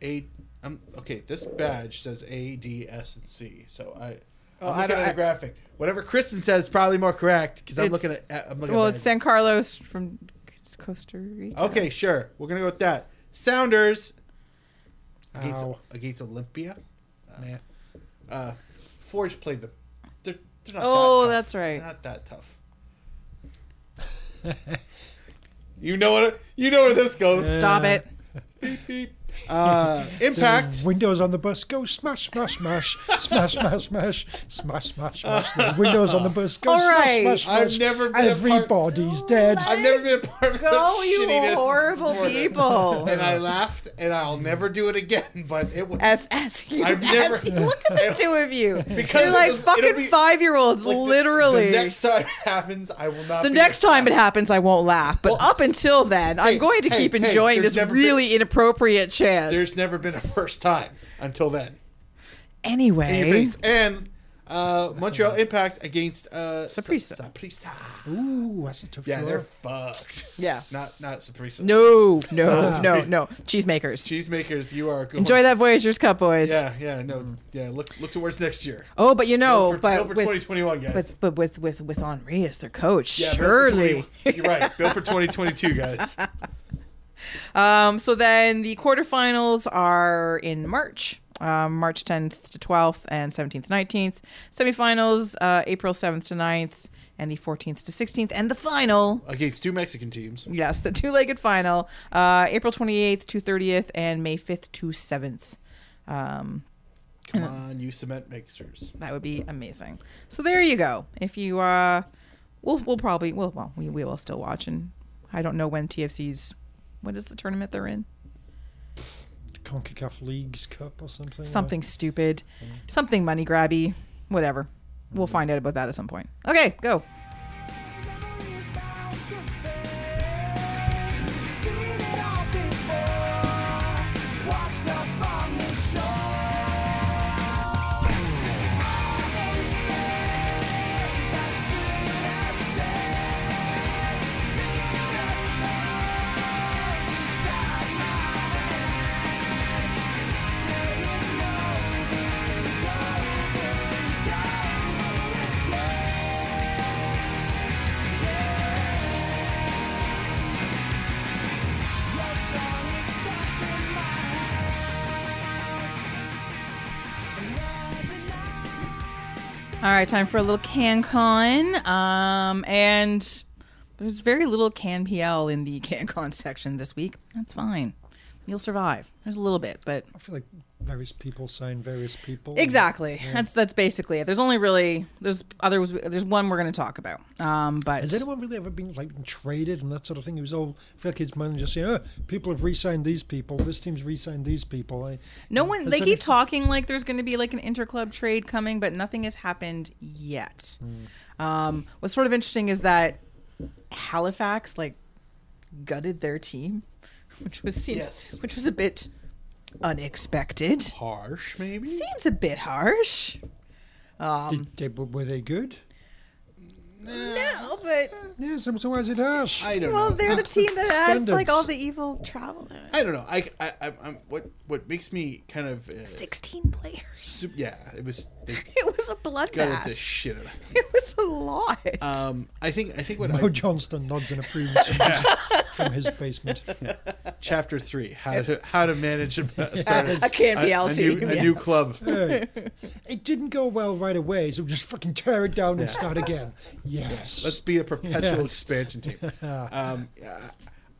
[SPEAKER 1] A, I'm, okay, this badge says A, D, S, and C. So I,
[SPEAKER 2] Well,
[SPEAKER 1] I'm
[SPEAKER 2] Oh, I
[SPEAKER 1] looking
[SPEAKER 2] don't-
[SPEAKER 1] at a graphic. Whatever Kristen says is probably more correct because I'm
[SPEAKER 2] It's-
[SPEAKER 1] looking at. I'm looking
[SPEAKER 2] Well,
[SPEAKER 1] at
[SPEAKER 2] it's San
[SPEAKER 1] badges.
[SPEAKER 2] Carlos from Costa Rica.
[SPEAKER 1] Okay, sure. We're gonna go with that. Sounders against,
[SPEAKER 3] Ow.
[SPEAKER 1] against Olympia.
[SPEAKER 3] Nah.
[SPEAKER 1] Uh, Forge played them. They're, they're not
[SPEAKER 2] Oh,
[SPEAKER 1] that tough.
[SPEAKER 2] that's right.
[SPEAKER 1] They're not that tough. (laughs) you know what? You know where this goes.
[SPEAKER 2] Stop it.
[SPEAKER 1] (laughs) Beep, beep. Uh, Impact.
[SPEAKER 3] Windows on the bus go smash, smash, smash, smash, smash, smash, smash, smash, smash. The windows on the bus go
[SPEAKER 7] All
[SPEAKER 3] smash,
[SPEAKER 7] right.
[SPEAKER 3] smash, smash.
[SPEAKER 1] I've never been a part-
[SPEAKER 3] Everybody's dead.
[SPEAKER 1] I've never been a part of
[SPEAKER 2] Go,
[SPEAKER 1] such
[SPEAKER 2] Oh, you
[SPEAKER 1] shittiness.
[SPEAKER 2] horrible
[SPEAKER 1] before. (laughs)
[SPEAKER 2] people.
[SPEAKER 1] And I laughed, and I'll never do it again. But it was
[SPEAKER 7] As, as you,
[SPEAKER 1] I've never-
[SPEAKER 7] as you- look at
[SPEAKER 1] (laughs)
[SPEAKER 7] the two of you.
[SPEAKER 1] Because
[SPEAKER 7] You're like
[SPEAKER 1] it'll-
[SPEAKER 7] fucking
[SPEAKER 1] it'll be-
[SPEAKER 7] five year olds,
[SPEAKER 1] like the-
[SPEAKER 7] literally.
[SPEAKER 1] The, next time it happens, I will not.
[SPEAKER 2] The
[SPEAKER 1] be
[SPEAKER 2] next time it
[SPEAKER 1] happens,
[SPEAKER 2] happens, I won't laugh. But
[SPEAKER 1] Well,
[SPEAKER 2] up until then, I'm
[SPEAKER 1] hey,
[SPEAKER 2] going to
[SPEAKER 1] hey,
[SPEAKER 2] keep
[SPEAKER 1] hey,
[SPEAKER 2] enjoying
[SPEAKER 1] there's
[SPEAKER 2] this
[SPEAKER 1] never been-
[SPEAKER 2] really inappropriate chant.
[SPEAKER 1] there's never been a first time until then.
[SPEAKER 2] anyway,
[SPEAKER 1] In your face. And uh, Montreal Impact against uh,
[SPEAKER 2] Saprissa.
[SPEAKER 1] Sa- Saprissa.
[SPEAKER 3] Ooh, that's a tough
[SPEAKER 1] Yeah,
[SPEAKER 3] draw.
[SPEAKER 1] they're fucked. (laughs)
[SPEAKER 2] Yeah.
[SPEAKER 1] Not not Saprissa.
[SPEAKER 2] no, no,
[SPEAKER 1] Uh,
[SPEAKER 2] no, no, cheesemakers.
[SPEAKER 1] Cheesemakers, you are going.
[SPEAKER 2] Enjoy that Voyager's Cup, boys.
[SPEAKER 1] Yeah, yeah, no, yeah. Look, look towards next year.
[SPEAKER 2] Oh, but you
[SPEAKER 1] Go
[SPEAKER 2] know,
[SPEAKER 1] for, go
[SPEAKER 2] but
[SPEAKER 1] for
[SPEAKER 2] with,
[SPEAKER 1] 2021, guys.
[SPEAKER 2] but but with with with Henri as their coach,
[SPEAKER 1] Yeah, bill for
[SPEAKER 2] surely. (laughs)
[SPEAKER 1] 20 You're right. Bill for 2022, guys.
[SPEAKER 2] Um, so then the quarterfinals are in March, um, March 10th to 12th and 17th to 19th. Semifinals, uh, April 7th to 9th and the 14th to 16th. And the final,
[SPEAKER 1] Against two Mexican teams.
[SPEAKER 2] yes, the two-legged final, uh, April 28th to 30th and May 5th to 7th. Um,
[SPEAKER 1] Come on, you cement mixers.
[SPEAKER 2] that would be amazing. So there you go. If you, uh, we'll, we'll probably, well, well, we, we will still watch. And I don't know when TFC's, what is the tournament they're in?
[SPEAKER 3] CONCACAF Leagues Cup or something.
[SPEAKER 2] something stupid, something money grabby, whatever. We'll find out about that at some point. Okay, go. All right, time for a little CanCon. Um, and there's very little CanPL in the CanCon (laughs) section this week. That's fine. You'll survive. There's a little bit, but
[SPEAKER 3] I feel like various people sign various people.
[SPEAKER 2] exactly. That's that's basically it. There's only really there's others. There's one we're going to talk about. Um, but
[SPEAKER 3] Has anyone really ever been like traded and that sort of thing? It was all I feel like his manager saying, "Oh, people have re-signed these people. This team's re-signed these people." I,
[SPEAKER 2] No one.
[SPEAKER 3] Has
[SPEAKER 2] They keep
[SPEAKER 3] anything-
[SPEAKER 2] talking like there's going to be like an interclub trade coming, but nothing has happened yet.
[SPEAKER 1] Hmm.
[SPEAKER 2] Um, what's sort of interesting is that Halifax like gutted their team, (laughs) which was seems,
[SPEAKER 1] Yes.
[SPEAKER 2] which was a bit unexpected.
[SPEAKER 1] Harsh, maybe?
[SPEAKER 2] Seems a bit harsh.
[SPEAKER 3] did, did, were they good?
[SPEAKER 2] No, but
[SPEAKER 3] Yeah, so so why is it harsh? (laughs)
[SPEAKER 1] I don't
[SPEAKER 2] well,
[SPEAKER 1] know.
[SPEAKER 2] they're the team that had like
[SPEAKER 3] Standards.
[SPEAKER 2] all the evil travelers.
[SPEAKER 1] I don't know. I, I, I, I'm what what makes me kind of uh,
[SPEAKER 2] Sixteen players. (laughs)
[SPEAKER 1] su- yeah. It was they
[SPEAKER 2] It was a
[SPEAKER 1] gutted the
[SPEAKER 2] bloodbath.
[SPEAKER 1] shit out of me.
[SPEAKER 2] It was a lot.
[SPEAKER 1] Um, I think I think what
[SPEAKER 3] Oh,
[SPEAKER 1] I,
[SPEAKER 3] Johnston nods
[SPEAKER 1] (laughs)
[SPEAKER 3] in approval from his- from his basement.
[SPEAKER 1] chapter three how to how to manage
[SPEAKER 2] (laughs)
[SPEAKER 1] a, start
[SPEAKER 2] A KNPL
[SPEAKER 1] a new,
[SPEAKER 2] team,
[SPEAKER 1] a
[SPEAKER 2] yeah.
[SPEAKER 1] new
[SPEAKER 2] (laughs)
[SPEAKER 1] club.
[SPEAKER 3] It didn't go well right away, so just fucking tear it down and start again. Yes.
[SPEAKER 1] Let's be a perpetual
[SPEAKER 3] Yes.
[SPEAKER 1] expansion
[SPEAKER 2] (laughs)
[SPEAKER 1] team. Um, uh,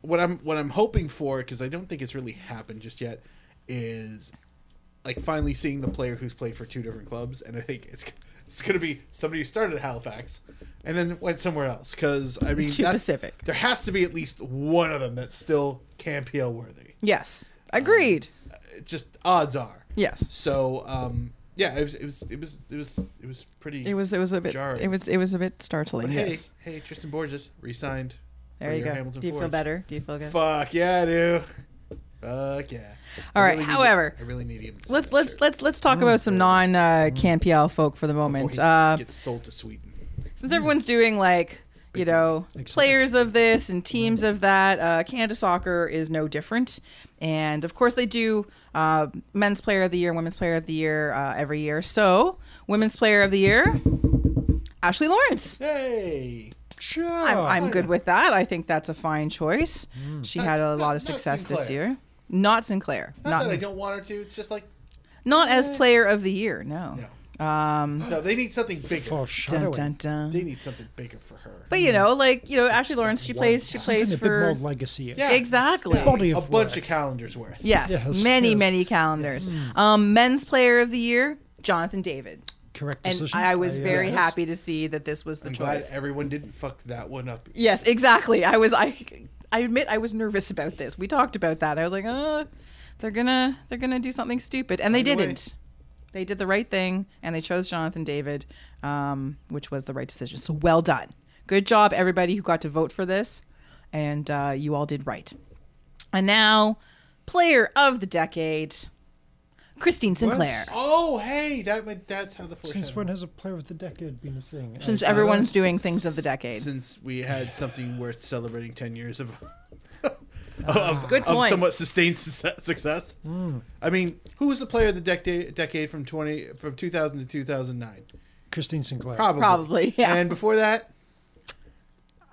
[SPEAKER 1] what I'm what I'm hoping for because I don't think it's really happened just yet is like finally seeing the player who's played for two different clubs, and I think it's it's going to be somebody who started at Halifax and then went somewhere else because I mean
[SPEAKER 2] To
[SPEAKER 1] that's-
[SPEAKER 2] Pacific.
[SPEAKER 1] There has to be at least one of them that's still Campiel worthy.
[SPEAKER 2] yes, agreed.
[SPEAKER 1] It just odds are.
[SPEAKER 2] yes.
[SPEAKER 1] So um, yeah, it was it was it was it was it was pretty.
[SPEAKER 2] It was it was a bit
[SPEAKER 1] jarring.
[SPEAKER 2] it was it was a bit startling.
[SPEAKER 1] But hey,
[SPEAKER 2] yes.
[SPEAKER 1] hey, Tristan Borges resigned.
[SPEAKER 2] There
[SPEAKER 1] for
[SPEAKER 2] you
[SPEAKER 1] your
[SPEAKER 2] go.
[SPEAKER 1] Hamilton
[SPEAKER 2] Do you feel
[SPEAKER 1] Forge.
[SPEAKER 2] better? Do you feel good?
[SPEAKER 1] Fuck yeah, I do. Fuck yeah.
[SPEAKER 2] All
[SPEAKER 1] I
[SPEAKER 2] right,
[SPEAKER 1] really need-
[SPEAKER 2] however,
[SPEAKER 1] I really need him. To
[SPEAKER 2] Let's
[SPEAKER 1] sign that
[SPEAKER 2] let's
[SPEAKER 1] shirt
[SPEAKER 2] let's let's talk about some non uh, CanPL folk for the moment.
[SPEAKER 1] Oh, Mm-hmm. before Oh, he
[SPEAKER 2] Uh,
[SPEAKER 1] gets sold to Sweden.
[SPEAKER 2] since everyone's doing like you know players of this and
[SPEAKER 1] Mm-hmm.
[SPEAKER 2] teams of that, uh, Canada Soccer is no different. And of course, they do uh, men's player of the year and women's player of the year uh, every year. So, women's player of the year, Ashley Lawrence.
[SPEAKER 1] Hey,
[SPEAKER 3] Sure.
[SPEAKER 2] I'm, I'm good with that. I think that's a fine choice.
[SPEAKER 3] Hmm.
[SPEAKER 2] She had a lot of
[SPEAKER 1] not- not
[SPEAKER 2] success this
[SPEAKER 1] Sinclair.
[SPEAKER 2] year. Not Sinclair.
[SPEAKER 1] not,
[SPEAKER 2] Not
[SPEAKER 1] that I don't want her to. It's just like
[SPEAKER 2] not as player of the year. No.
[SPEAKER 1] no. No, they need something bigger.
[SPEAKER 3] Foreshadowing.
[SPEAKER 2] Dun, dun,
[SPEAKER 1] They
[SPEAKER 2] dun.
[SPEAKER 1] need something bigger for her.
[SPEAKER 2] But you know, like you know, Ashley Lawrence, she plays, she
[SPEAKER 3] Something
[SPEAKER 2] plays
[SPEAKER 3] a
[SPEAKER 2] for
[SPEAKER 3] bit more legacy.
[SPEAKER 1] Yeah.
[SPEAKER 2] exactly.
[SPEAKER 3] Body
[SPEAKER 1] a
[SPEAKER 3] of
[SPEAKER 1] bunch
[SPEAKER 3] work.
[SPEAKER 1] of calendars worth.
[SPEAKER 2] Yes,
[SPEAKER 3] Yes,
[SPEAKER 2] many
[SPEAKER 3] yes. Hmm.
[SPEAKER 2] many calendars. Um, men's player of the year, Jonathan David,
[SPEAKER 3] correct
[SPEAKER 2] and
[SPEAKER 3] decision.
[SPEAKER 2] I was
[SPEAKER 3] uh,
[SPEAKER 2] very
[SPEAKER 3] yes.
[SPEAKER 2] happy to see that this was the
[SPEAKER 1] I'm glad
[SPEAKER 2] choice.
[SPEAKER 1] everyone didn't fuck that one up.
[SPEAKER 2] yes, exactly. I was I, I admit I was nervous about this. We talked about that. I was like, oh, they're gonna they're gonna do something stupid, and they
[SPEAKER 1] Find a way.
[SPEAKER 2] didn't. They did the right thing, and they chose Jonathan David, um, which was the right decision. So well done, good job, everybody who got to vote for this, and uh, you all did right. And now, player of the decade, Christine Sinclair.
[SPEAKER 1] Oh, hey, that might, that's how the
[SPEAKER 3] Since when
[SPEAKER 1] foreshadowing.
[SPEAKER 3] has a player of the decade been a thing? Uh,
[SPEAKER 2] Since
[SPEAKER 3] I- I don't-
[SPEAKER 2] everyone's doing things of the decade,
[SPEAKER 1] Since we had something worth celebrating 10 years of. (laughs) Of,
[SPEAKER 2] Ah. Good
[SPEAKER 1] of
[SPEAKER 2] point.
[SPEAKER 1] somewhat sustained success- success. I mean, who was the player of the decade decade from twenty from two thousand to two thousand nine?
[SPEAKER 3] Christine Sinclair.
[SPEAKER 1] Probably.
[SPEAKER 2] Probably, yeah.
[SPEAKER 1] And before that,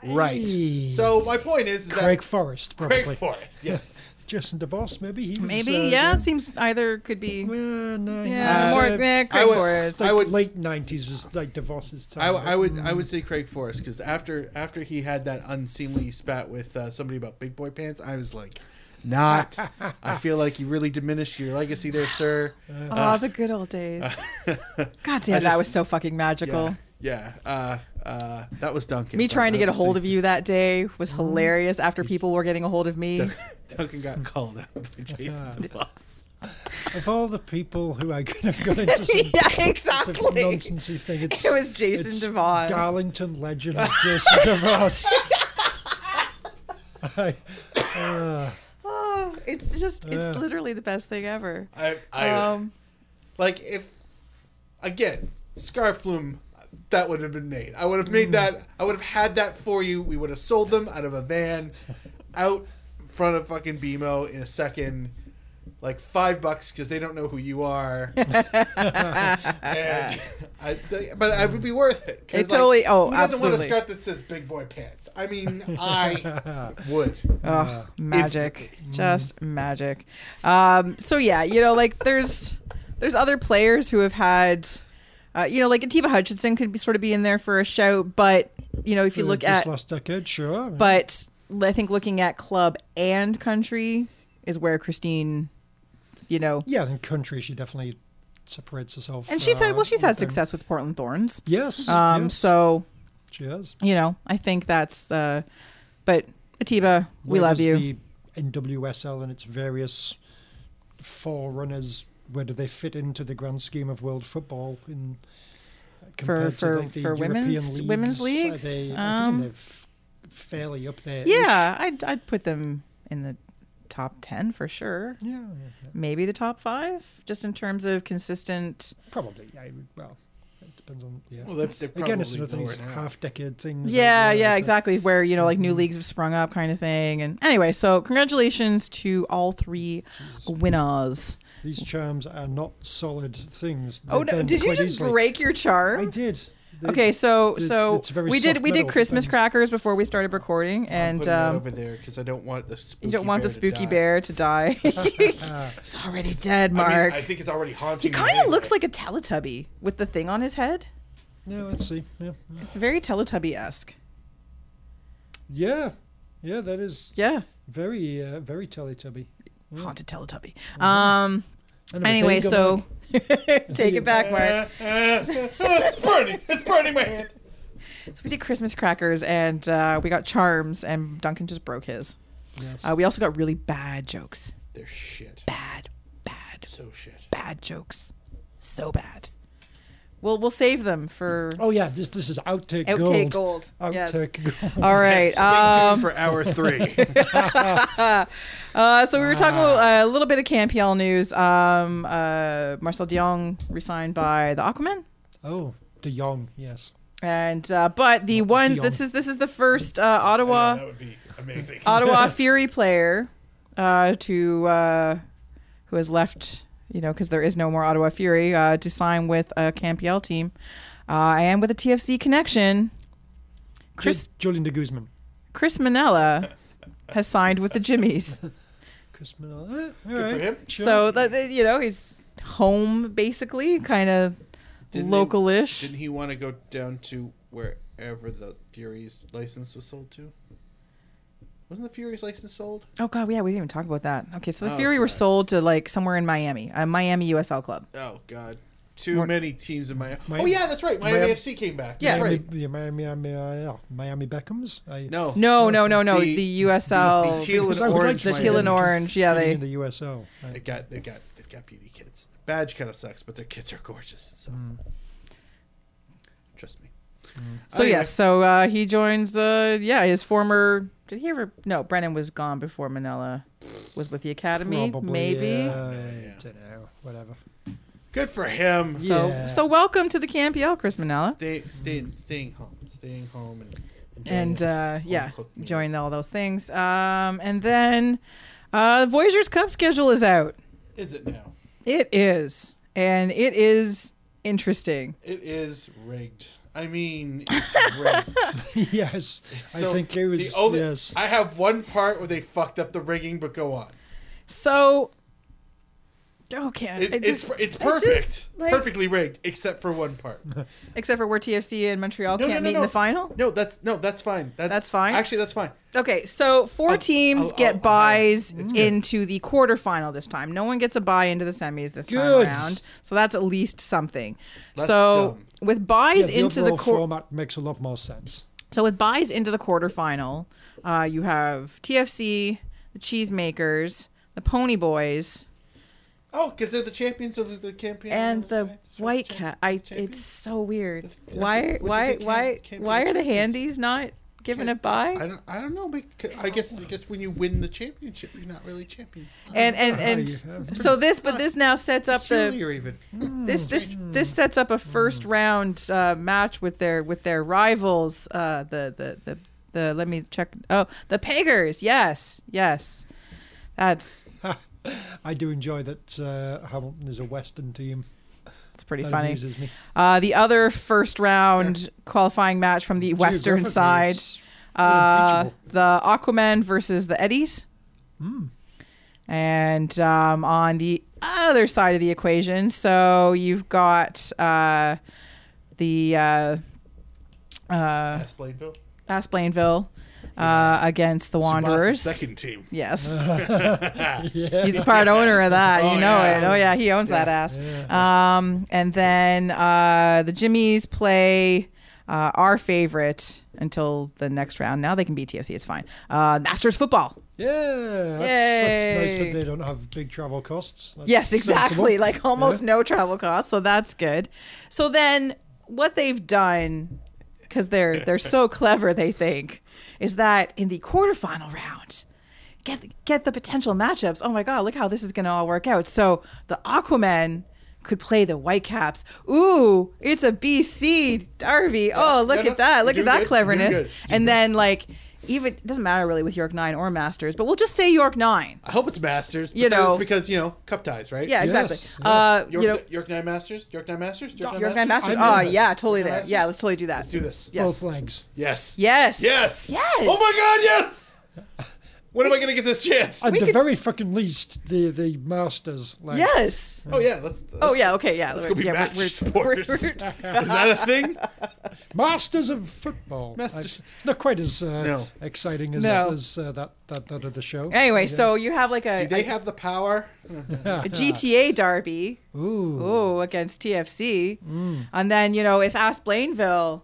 [SPEAKER 1] right.
[SPEAKER 3] Hey.
[SPEAKER 1] So my point is, is
[SPEAKER 3] Craig
[SPEAKER 1] that
[SPEAKER 3] Forrest, probably.
[SPEAKER 1] Craig Forrest, yes.
[SPEAKER 3] Justin DeVos, maybe he was.
[SPEAKER 2] maybe
[SPEAKER 3] uh,
[SPEAKER 2] yeah,
[SPEAKER 3] doing-
[SPEAKER 2] seems either could be.
[SPEAKER 3] Uh, no, he
[SPEAKER 2] Yeah,
[SPEAKER 3] was,
[SPEAKER 2] more
[SPEAKER 3] uh,
[SPEAKER 2] yeah,
[SPEAKER 1] I
[SPEAKER 2] Craig
[SPEAKER 1] was-
[SPEAKER 2] Forrest.
[SPEAKER 1] I would-
[SPEAKER 3] late nineties was like DeVos's time.
[SPEAKER 1] I,
[SPEAKER 3] right?
[SPEAKER 1] I would I would say Craig Forrest because after after he had that unseemly spat with uh, somebody about big boy pants, I was like,
[SPEAKER 3] (laughs)
[SPEAKER 1] not. I feel like you really diminished your legacy there, sir.
[SPEAKER 3] Uh,
[SPEAKER 2] Oh, the good old days. God damn, that
[SPEAKER 1] just-
[SPEAKER 2] was so fucking magical.
[SPEAKER 1] Yeah, yeah. Uh, uh, that was Duncan.
[SPEAKER 2] Me trying to get a hold of you that day was hilarious after people were getting a hold of me.
[SPEAKER 1] Duncan got called out by Jason DeBus.
[SPEAKER 3] Of all the people who I could have got into some
[SPEAKER 2] (laughs) (laughs) yeah,
[SPEAKER 3] sort of
[SPEAKER 2] exactly.
[SPEAKER 3] nonsensey thing, it's,
[SPEAKER 2] It was Jason
[SPEAKER 3] it's
[SPEAKER 2] DeVos.
[SPEAKER 3] Darlington legend Jason (laughs) DeVos. I,
[SPEAKER 2] (laughs) Oh, it's just, it's
[SPEAKER 3] Yeah.
[SPEAKER 2] literally the best thing ever.
[SPEAKER 1] I, I uh,
[SPEAKER 2] Um,
[SPEAKER 1] like if again scarf plume that would have been made i would have made that i would have had that for you we would have sold them out of a van out in front of fucking bemo in a second like five bucks because they don't know who you
[SPEAKER 2] (laughs)
[SPEAKER 1] are and I, but i would be worth it 'cause,
[SPEAKER 2] It totally- oh,
[SPEAKER 1] who doesn't want a
[SPEAKER 2] absolutely.
[SPEAKER 1] scarf that says big boy pants i mean (laughs) i would
[SPEAKER 2] oh, magic. Just magic. Um, so, yeah, you know, like there's, there's other players who have had, uh, you know, like Atiba Hutchinson could be sort of be in there for a shout, but, you know, if you look
[SPEAKER 3] this
[SPEAKER 2] at,
[SPEAKER 3] last decade, sure.
[SPEAKER 2] but I think looking at club and country is where Christine, you know,
[SPEAKER 3] yeah, in country, she definitely separates herself.
[SPEAKER 2] and she's had
[SPEAKER 3] uh,
[SPEAKER 2] well, she's had
[SPEAKER 3] within-
[SPEAKER 2] success with Portland Thorns.
[SPEAKER 3] Yes.
[SPEAKER 2] Um,
[SPEAKER 3] yes,
[SPEAKER 2] so
[SPEAKER 3] she has.
[SPEAKER 2] you know, I think that's. Uh, but Atiba, we
[SPEAKER 3] Where
[SPEAKER 2] love
[SPEAKER 3] does
[SPEAKER 2] you.
[SPEAKER 3] The NWSL and its various forerunners, where do they fit into the grand scheme of world football in uh, compared
[SPEAKER 2] for-
[SPEAKER 3] to like the
[SPEAKER 2] for
[SPEAKER 3] European
[SPEAKER 2] womenens- women's
[SPEAKER 3] leagues? Are
[SPEAKER 2] leagues?
[SPEAKER 3] They,
[SPEAKER 2] Um,
[SPEAKER 3] are fairly up there.
[SPEAKER 2] yeah, I'd I'd put them in the top ten for sure.
[SPEAKER 3] Yeah, yeah, yeah,
[SPEAKER 2] Maybe the top five, just in terms of consistent.
[SPEAKER 3] probably. I would, well, it depends on. Yeah.
[SPEAKER 1] well that's they're probably
[SPEAKER 3] Again, it's another thing.
[SPEAKER 1] lower
[SPEAKER 3] These
[SPEAKER 1] now.
[SPEAKER 3] half-decade things. that, Mm-hmm.
[SPEAKER 2] Yeah,
[SPEAKER 3] you know,
[SPEAKER 2] yeah,
[SPEAKER 3] that-
[SPEAKER 2] exactly. Where you know, like new leagues have sprung up, kind of thing. And anyway, so congratulations to all three winners.
[SPEAKER 3] These charms are not solid things.
[SPEAKER 2] Oh
[SPEAKER 3] They're
[SPEAKER 2] no!
[SPEAKER 3] bent
[SPEAKER 2] Did you
[SPEAKER 3] quite
[SPEAKER 2] just
[SPEAKER 3] easily.
[SPEAKER 2] break your charm?
[SPEAKER 3] I did. They-
[SPEAKER 2] Okay, so
[SPEAKER 3] it's-
[SPEAKER 2] so
[SPEAKER 3] it's very
[SPEAKER 2] we did
[SPEAKER 3] soft
[SPEAKER 2] we did
[SPEAKER 3] metal
[SPEAKER 2] Christmas
[SPEAKER 3] things.
[SPEAKER 2] crackers before we started recording, and
[SPEAKER 1] Putting that
[SPEAKER 2] um,
[SPEAKER 1] over there because i don't want the spooky
[SPEAKER 2] you don't want the
[SPEAKER 1] to
[SPEAKER 2] spooky
[SPEAKER 1] die.
[SPEAKER 2] bear to die.
[SPEAKER 3] (laughs)
[SPEAKER 2] He's already dead,
[SPEAKER 1] I mean,
[SPEAKER 2] Mark.
[SPEAKER 1] I think it's already haunting.
[SPEAKER 2] he
[SPEAKER 1] me
[SPEAKER 2] kind of
[SPEAKER 1] anyway.
[SPEAKER 2] looks like a Teletubby with the thing on his head.
[SPEAKER 3] Yeah, let's see. Yeah.
[SPEAKER 2] It's very Teletubby esque.
[SPEAKER 3] Yeah, yeah, that is
[SPEAKER 2] Yeah,
[SPEAKER 3] very, uh, very Teletubby.
[SPEAKER 2] haunted Teletubby. Um. Anyway,
[SPEAKER 3] Hmm. Mm-hmm. there you go,
[SPEAKER 2] so
[SPEAKER 3] (laughs) Mark.
[SPEAKER 2] take it back, Mark.
[SPEAKER 1] it's burning. It's burning my hand.
[SPEAKER 2] We did Christmas crackers and uh, we got charms, and Duncan just broke his.
[SPEAKER 3] Yes.
[SPEAKER 2] Uh, we also got really bad jokes.
[SPEAKER 1] They're shit.
[SPEAKER 2] Bad, bad,
[SPEAKER 1] So shit.
[SPEAKER 2] bad jokes. So bad. We'll we'll save them for
[SPEAKER 3] oh yeah, this this is outtake,
[SPEAKER 2] outtake
[SPEAKER 3] gold.
[SPEAKER 2] gold. Yes.
[SPEAKER 3] Outtake gold. (laughs)
[SPEAKER 2] All right.
[SPEAKER 1] Stay
[SPEAKER 2] Um,
[SPEAKER 1] tuned for hour
[SPEAKER 2] (laughs)
[SPEAKER 1] three.
[SPEAKER 2] uh, so we were talking about, uh, a little bit of Campiel news. Um, uh, Marcel Dion resigned by the Aquaman,
[SPEAKER 3] Oh, De Jong, yes.
[SPEAKER 2] and uh, but the one
[SPEAKER 3] Dion.
[SPEAKER 2] this is this is the first uh, Ottawa
[SPEAKER 1] that would be amazing. (laughs)
[SPEAKER 2] Ottawa Fury player uh, to uh, who has left, you know, because there is no more Ottawa Fury uh, to sign with a Campiel team. Uh, and with a TFC connection, Chris
[SPEAKER 3] Chris Julian De Guzman.
[SPEAKER 2] Chris Manella has signed with
[SPEAKER 1] (laughs)
[SPEAKER 2] the Jimmies.
[SPEAKER 3] Chris Miller. Eh, all
[SPEAKER 1] for
[SPEAKER 3] right,
[SPEAKER 1] him.
[SPEAKER 3] Sure.
[SPEAKER 2] So that that, you know, he's home basically, kind of
[SPEAKER 1] Didn't they-
[SPEAKER 7] localish.
[SPEAKER 1] Didn't he want to go down to wherever the Fury's license was sold to? Wasn't the Fury's license sold?
[SPEAKER 2] Oh god, yeah, we didn't even talk about that. Okay, so the
[SPEAKER 1] Oh,
[SPEAKER 2] Fury were
[SPEAKER 1] God.
[SPEAKER 2] sold to like somewhere in Miami, a Miami USL club.
[SPEAKER 1] Oh God, too many teams in Miami.
[SPEAKER 3] Miami-
[SPEAKER 1] oh yeah, that's right. Miami
[SPEAKER 3] Miami-
[SPEAKER 1] FC came back.
[SPEAKER 2] Yeah.
[SPEAKER 1] that's
[SPEAKER 3] Miami,
[SPEAKER 1] right.
[SPEAKER 3] the Miami, Miami, uh, Miami Beckhams. I,
[SPEAKER 1] No,
[SPEAKER 2] No, no, no, no.
[SPEAKER 1] Oh, The-
[SPEAKER 2] The, USL,
[SPEAKER 1] the teal
[SPEAKER 3] Because
[SPEAKER 1] and
[SPEAKER 3] I would
[SPEAKER 1] orange.
[SPEAKER 3] like
[SPEAKER 2] the
[SPEAKER 3] to
[SPEAKER 1] Miami.
[SPEAKER 3] see
[SPEAKER 2] teal and
[SPEAKER 3] them
[SPEAKER 2] orange. Yeah,
[SPEAKER 3] getting
[SPEAKER 2] they.
[SPEAKER 3] in the USL. I-
[SPEAKER 1] They got, they got, they've got beauty kids. The badge kind of sucks, but their kids are gorgeous. So,
[SPEAKER 2] Hmm.
[SPEAKER 1] trust me.
[SPEAKER 2] So
[SPEAKER 1] Anyway,
[SPEAKER 2] yeah, so uh, he joins. Uh, yeah, his former. Did he ever? No, Brennan was gone before Manella was with the academy.
[SPEAKER 3] Probably,
[SPEAKER 2] maybe.
[SPEAKER 1] Yeah.
[SPEAKER 3] uh, I don't know. Whatever. (laughs)
[SPEAKER 1] Good for him.
[SPEAKER 2] So
[SPEAKER 3] Yeah.
[SPEAKER 2] so welcome to the CAMPL, Chris Manella.
[SPEAKER 1] Stay, stay, staying home, staying home, and enjoying
[SPEAKER 2] and
[SPEAKER 1] it.
[SPEAKER 2] uh, yeah,
[SPEAKER 1] cooked meals.
[SPEAKER 2] join all those things. Um, and then uh, Voyager's Cup schedule is out.
[SPEAKER 1] is it now?
[SPEAKER 2] It is, and it is interesting.
[SPEAKER 1] It is rigged. I
[SPEAKER 2] (laughs)
[SPEAKER 1] mean, it's rigged.
[SPEAKER 3] yes. I
[SPEAKER 1] So,
[SPEAKER 3] think it was.
[SPEAKER 1] the only-
[SPEAKER 3] yes.
[SPEAKER 1] I have one part where they fucked up the rigging, but go on.
[SPEAKER 2] So okay, I
[SPEAKER 1] It, it's
[SPEAKER 2] just-
[SPEAKER 1] it's
[SPEAKER 2] I just,
[SPEAKER 1] perfect,
[SPEAKER 2] like-
[SPEAKER 1] perfectly rigged, except for one part.
[SPEAKER 2] except for where TFC and Montreal
[SPEAKER 1] No,
[SPEAKER 2] can't
[SPEAKER 1] no, no,
[SPEAKER 2] meet
[SPEAKER 1] no.
[SPEAKER 2] in the final.
[SPEAKER 1] No, that's no, that's fine. That,
[SPEAKER 2] That's fine?
[SPEAKER 1] Actually, that's fine.
[SPEAKER 2] Okay, so 4
[SPEAKER 1] I'll-
[SPEAKER 2] teams
[SPEAKER 1] I'll-
[SPEAKER 2] get
[SPEAKER 1] I'll-
[SPEAKER 2] buys
[SPEAKER 1] I'll- it's good.
[SPEAKER 2] into the quarterfinal this time. No one gets a buy into the semis this
[SPEAKER 3] Good.
[SPEAKER 2] time around. So that's at least something.
[SPEAKER 1] That's
[SPEAKER 2] so
[SPEAKER 1] dumb.
[SPEAKER 2] with buys
[SPEAKER 3] Yeah,
[SPEAKER 2] into the
[SPEAKER 3] overall
[SPEAKER 2] quar-
[SPEAKER 3] format makes a lot more sense.
[SPEAKER 2] so with buys into the quarterfinal, uh, you have TFC, the Cheesemakers, the Pony Boys,
[SPEAKER 1] Oh, because they're the champions of the, the campaign
[SPEAKER 2] and the
[SPEAKER 1] That's right,
[SPEAKER 2] White
[SPEAKER 1] champ-
[SPEAKER 2] Cat. I
[SPEAKER 1] champion.
[SPEAKER 2] it's so weird.
[SPEAKER 1] That's- that's what-
[SPEAKER 2] Why
[SPEAKER 1] what
[SPEAKER 2] why
[SPEAKER 1] they can't-
[SPEAKER 2] why
[SPEAKER 1] can't be
[SPEAKER 2] why
[SPEAKER 1] the
[SPEAKER 2] are the
[SPEAKER 1] champions.
[SPEAKER 2] handies not given a
[SPEAKER 1] Can't-
[SPEAKER 2] buy?
[SPEAKER 1] I don't, I don't know. Because I guess I guess when you win the championship, you're not really champion. (laughs)
[SPEAKER 2] and and
[SPEAKER 3] you
[SPEAKER 2] and
[SPEAKER 3] have-
[SPEAKER 2] so this but this now sets up the
[SPEAKER 1] Peculiar even.
[SPEAKER 2] this
[SPEAKER 3] Hmm.
[SPEAKER 2] this this sets up a first round uh, match with their with their rivals uh, the, the the the let me check oh the Pagers yes yes that's
[SPEAKER 3] I do enjoy that uh, Hamilton is a Western team.
[SPEAKER 2] that's pretty
[SPEAKER 3] That
[SPEAKER 2] funny
[SPEAKER 3] amuses me.
[SPEAKER 2] uh, the other first round qualifying match from the western
[SPEAKER 3] Geographically,
[SPEAKER 2] side
[SPEAKER 3] it's
[SPEAKER 2] uh,
[SPEAKER 3] unimpeachable. Hmm.
[SPEAKER 2] the Aquaman versus the Eddies and um, on the other side of the equation, so you've got uh, the uh, uh,
[SPEAKER 1] Ask Plainville.
[SPEAKER 2] Bass Blainville uh, against the
[SPEAKER 1] Sabas'
[SPEAKER 2] Wanderers.
[SPEAKER 1] second team.
[SPEAKER 2] Yes,
[SPEAKER 1] (laughs)
[SPEAKER 2] he's a part owner of that.
[SPEAKER 1] Oh,
[SPEAKER 2] you know
[SPEAKER 1] yeah.
[SPEAKER 2] it. Oh yeah, he owns that ass. Um, and then uh, the Jimmies play uh, our favorite until the next round. Now they can be TFC. It's fine. Uh, Masters football.
[SPEAKER 3] Yeah, that's, that's nice
[SPEAKER 2] Yay.
[SPEAKER 3] that they don't have big travel costs. That's
[SPEAKER 2] Yes, exactly. (laughs)
[SPEAKER 3] sensible.
[SPEAKER 2] Like almost no travel costs, so that's good. So then, what they've done, because they're
[SPEAKER 1] (laughs)
[SPEAKER 2] they're so clever, they think, is that in the quarterfinal round, get get the potential matchups. Oh my God, look how this is going to all work out. So the Aquaman could play the Whitecaps. Ooh, it's a BC Darby. Oh, look
[SPEAKER 1] no, no,
[SPEAKER 2] at that! Look
[SPEAKER 1] you're
[SPEAKER 2] at that
[SPEAKER 1] doing good. You're doing
[SPEAKER 2] cleverness.
[SPEAKER 1] good. You're doing
[SPEAKER 2] and then like. Even it doesn't matter really with York Nine or Masters, but we'll just say York Nine.
[SPEAKER 1] I hope it's Masters. But
[SPEAKER 2] You
[SPEAKER 1] you
[SPEAKER 2] know.
[SPEAKER 1] know, it's because you know cup ties, right?
[SPEAKER 2] Yeah, exactly.
[SPEAKER 3] Yes,
[SPEAKER 2] Uh,
[SPEAKER 1] York,
[SPEAKER 2] you know,
[SPEAKER 1] York Nine Masters. York Nine Masters.
[SPEAKER 2] You're Grand Masters.
[SPEAKER 3] I'm
[SPEAKER 2] Oh
[SPEAKER 3] in this.
[SPEAKER 2] yeah, totally
[SPEAKER 1] Grand
[SPEAKER 2] there.
[SPEAKER 1] Masters?
[SPEAKER 2] Yeah, let's totally do that.
[SPEAKER 1] Let's do this.
[SPEAKER 2] Yes.
[SPEAKER 3] Both legs.
[SPEAKER 1] Yes.
[SPEAKER 2] Yes.
[SPEAKER 1] Yes.
[SPEAKER 2] Yes.
[SPEAKER 1] Oh my God. Yes. When am I gonna get this chance?
[SPEAKER 3] At the very fucking least, the the masters. Like,
[SPEAKER 2] Yes.
[SPEAKER 1] Oh yeah. Let's, let's
[SPEAKER 2] Oh yeah. Okay. Yeah.
[SPEAKER 1] Let's go be
[SPEAKER 2] yeah, we're-
[SPEAKER 1] Masters
[SPEAKER 2] we're- (laughs)
[SPEAKER 1] supporters.
[SPEAKER 2] we're-
[SPEAKER 1] Is that a thing?
[SPEAKER 3] masters of football.
[SPEAKER 1] Masters-
[SPEAKER 3] That's Not quite as uh,
[SPEAKER 1] No.
[SPEAKER 3] exciting as,
[SPEAKER 2] No.
[SPEAKER 3] as uh, that, that that other show. (laughs)
[SPEAKER 2] anyway, so you have like a,
[SPEAKER 1] Do they have the power?
[SPEAKER 2] a GTA derby.
[SPEAKER 3] Ooh.
[SPEAKER 2] Ooh, against TFC,
[SPEAKER 1] Mm.
[SPEAKER 2] and then you know if Ask Blainville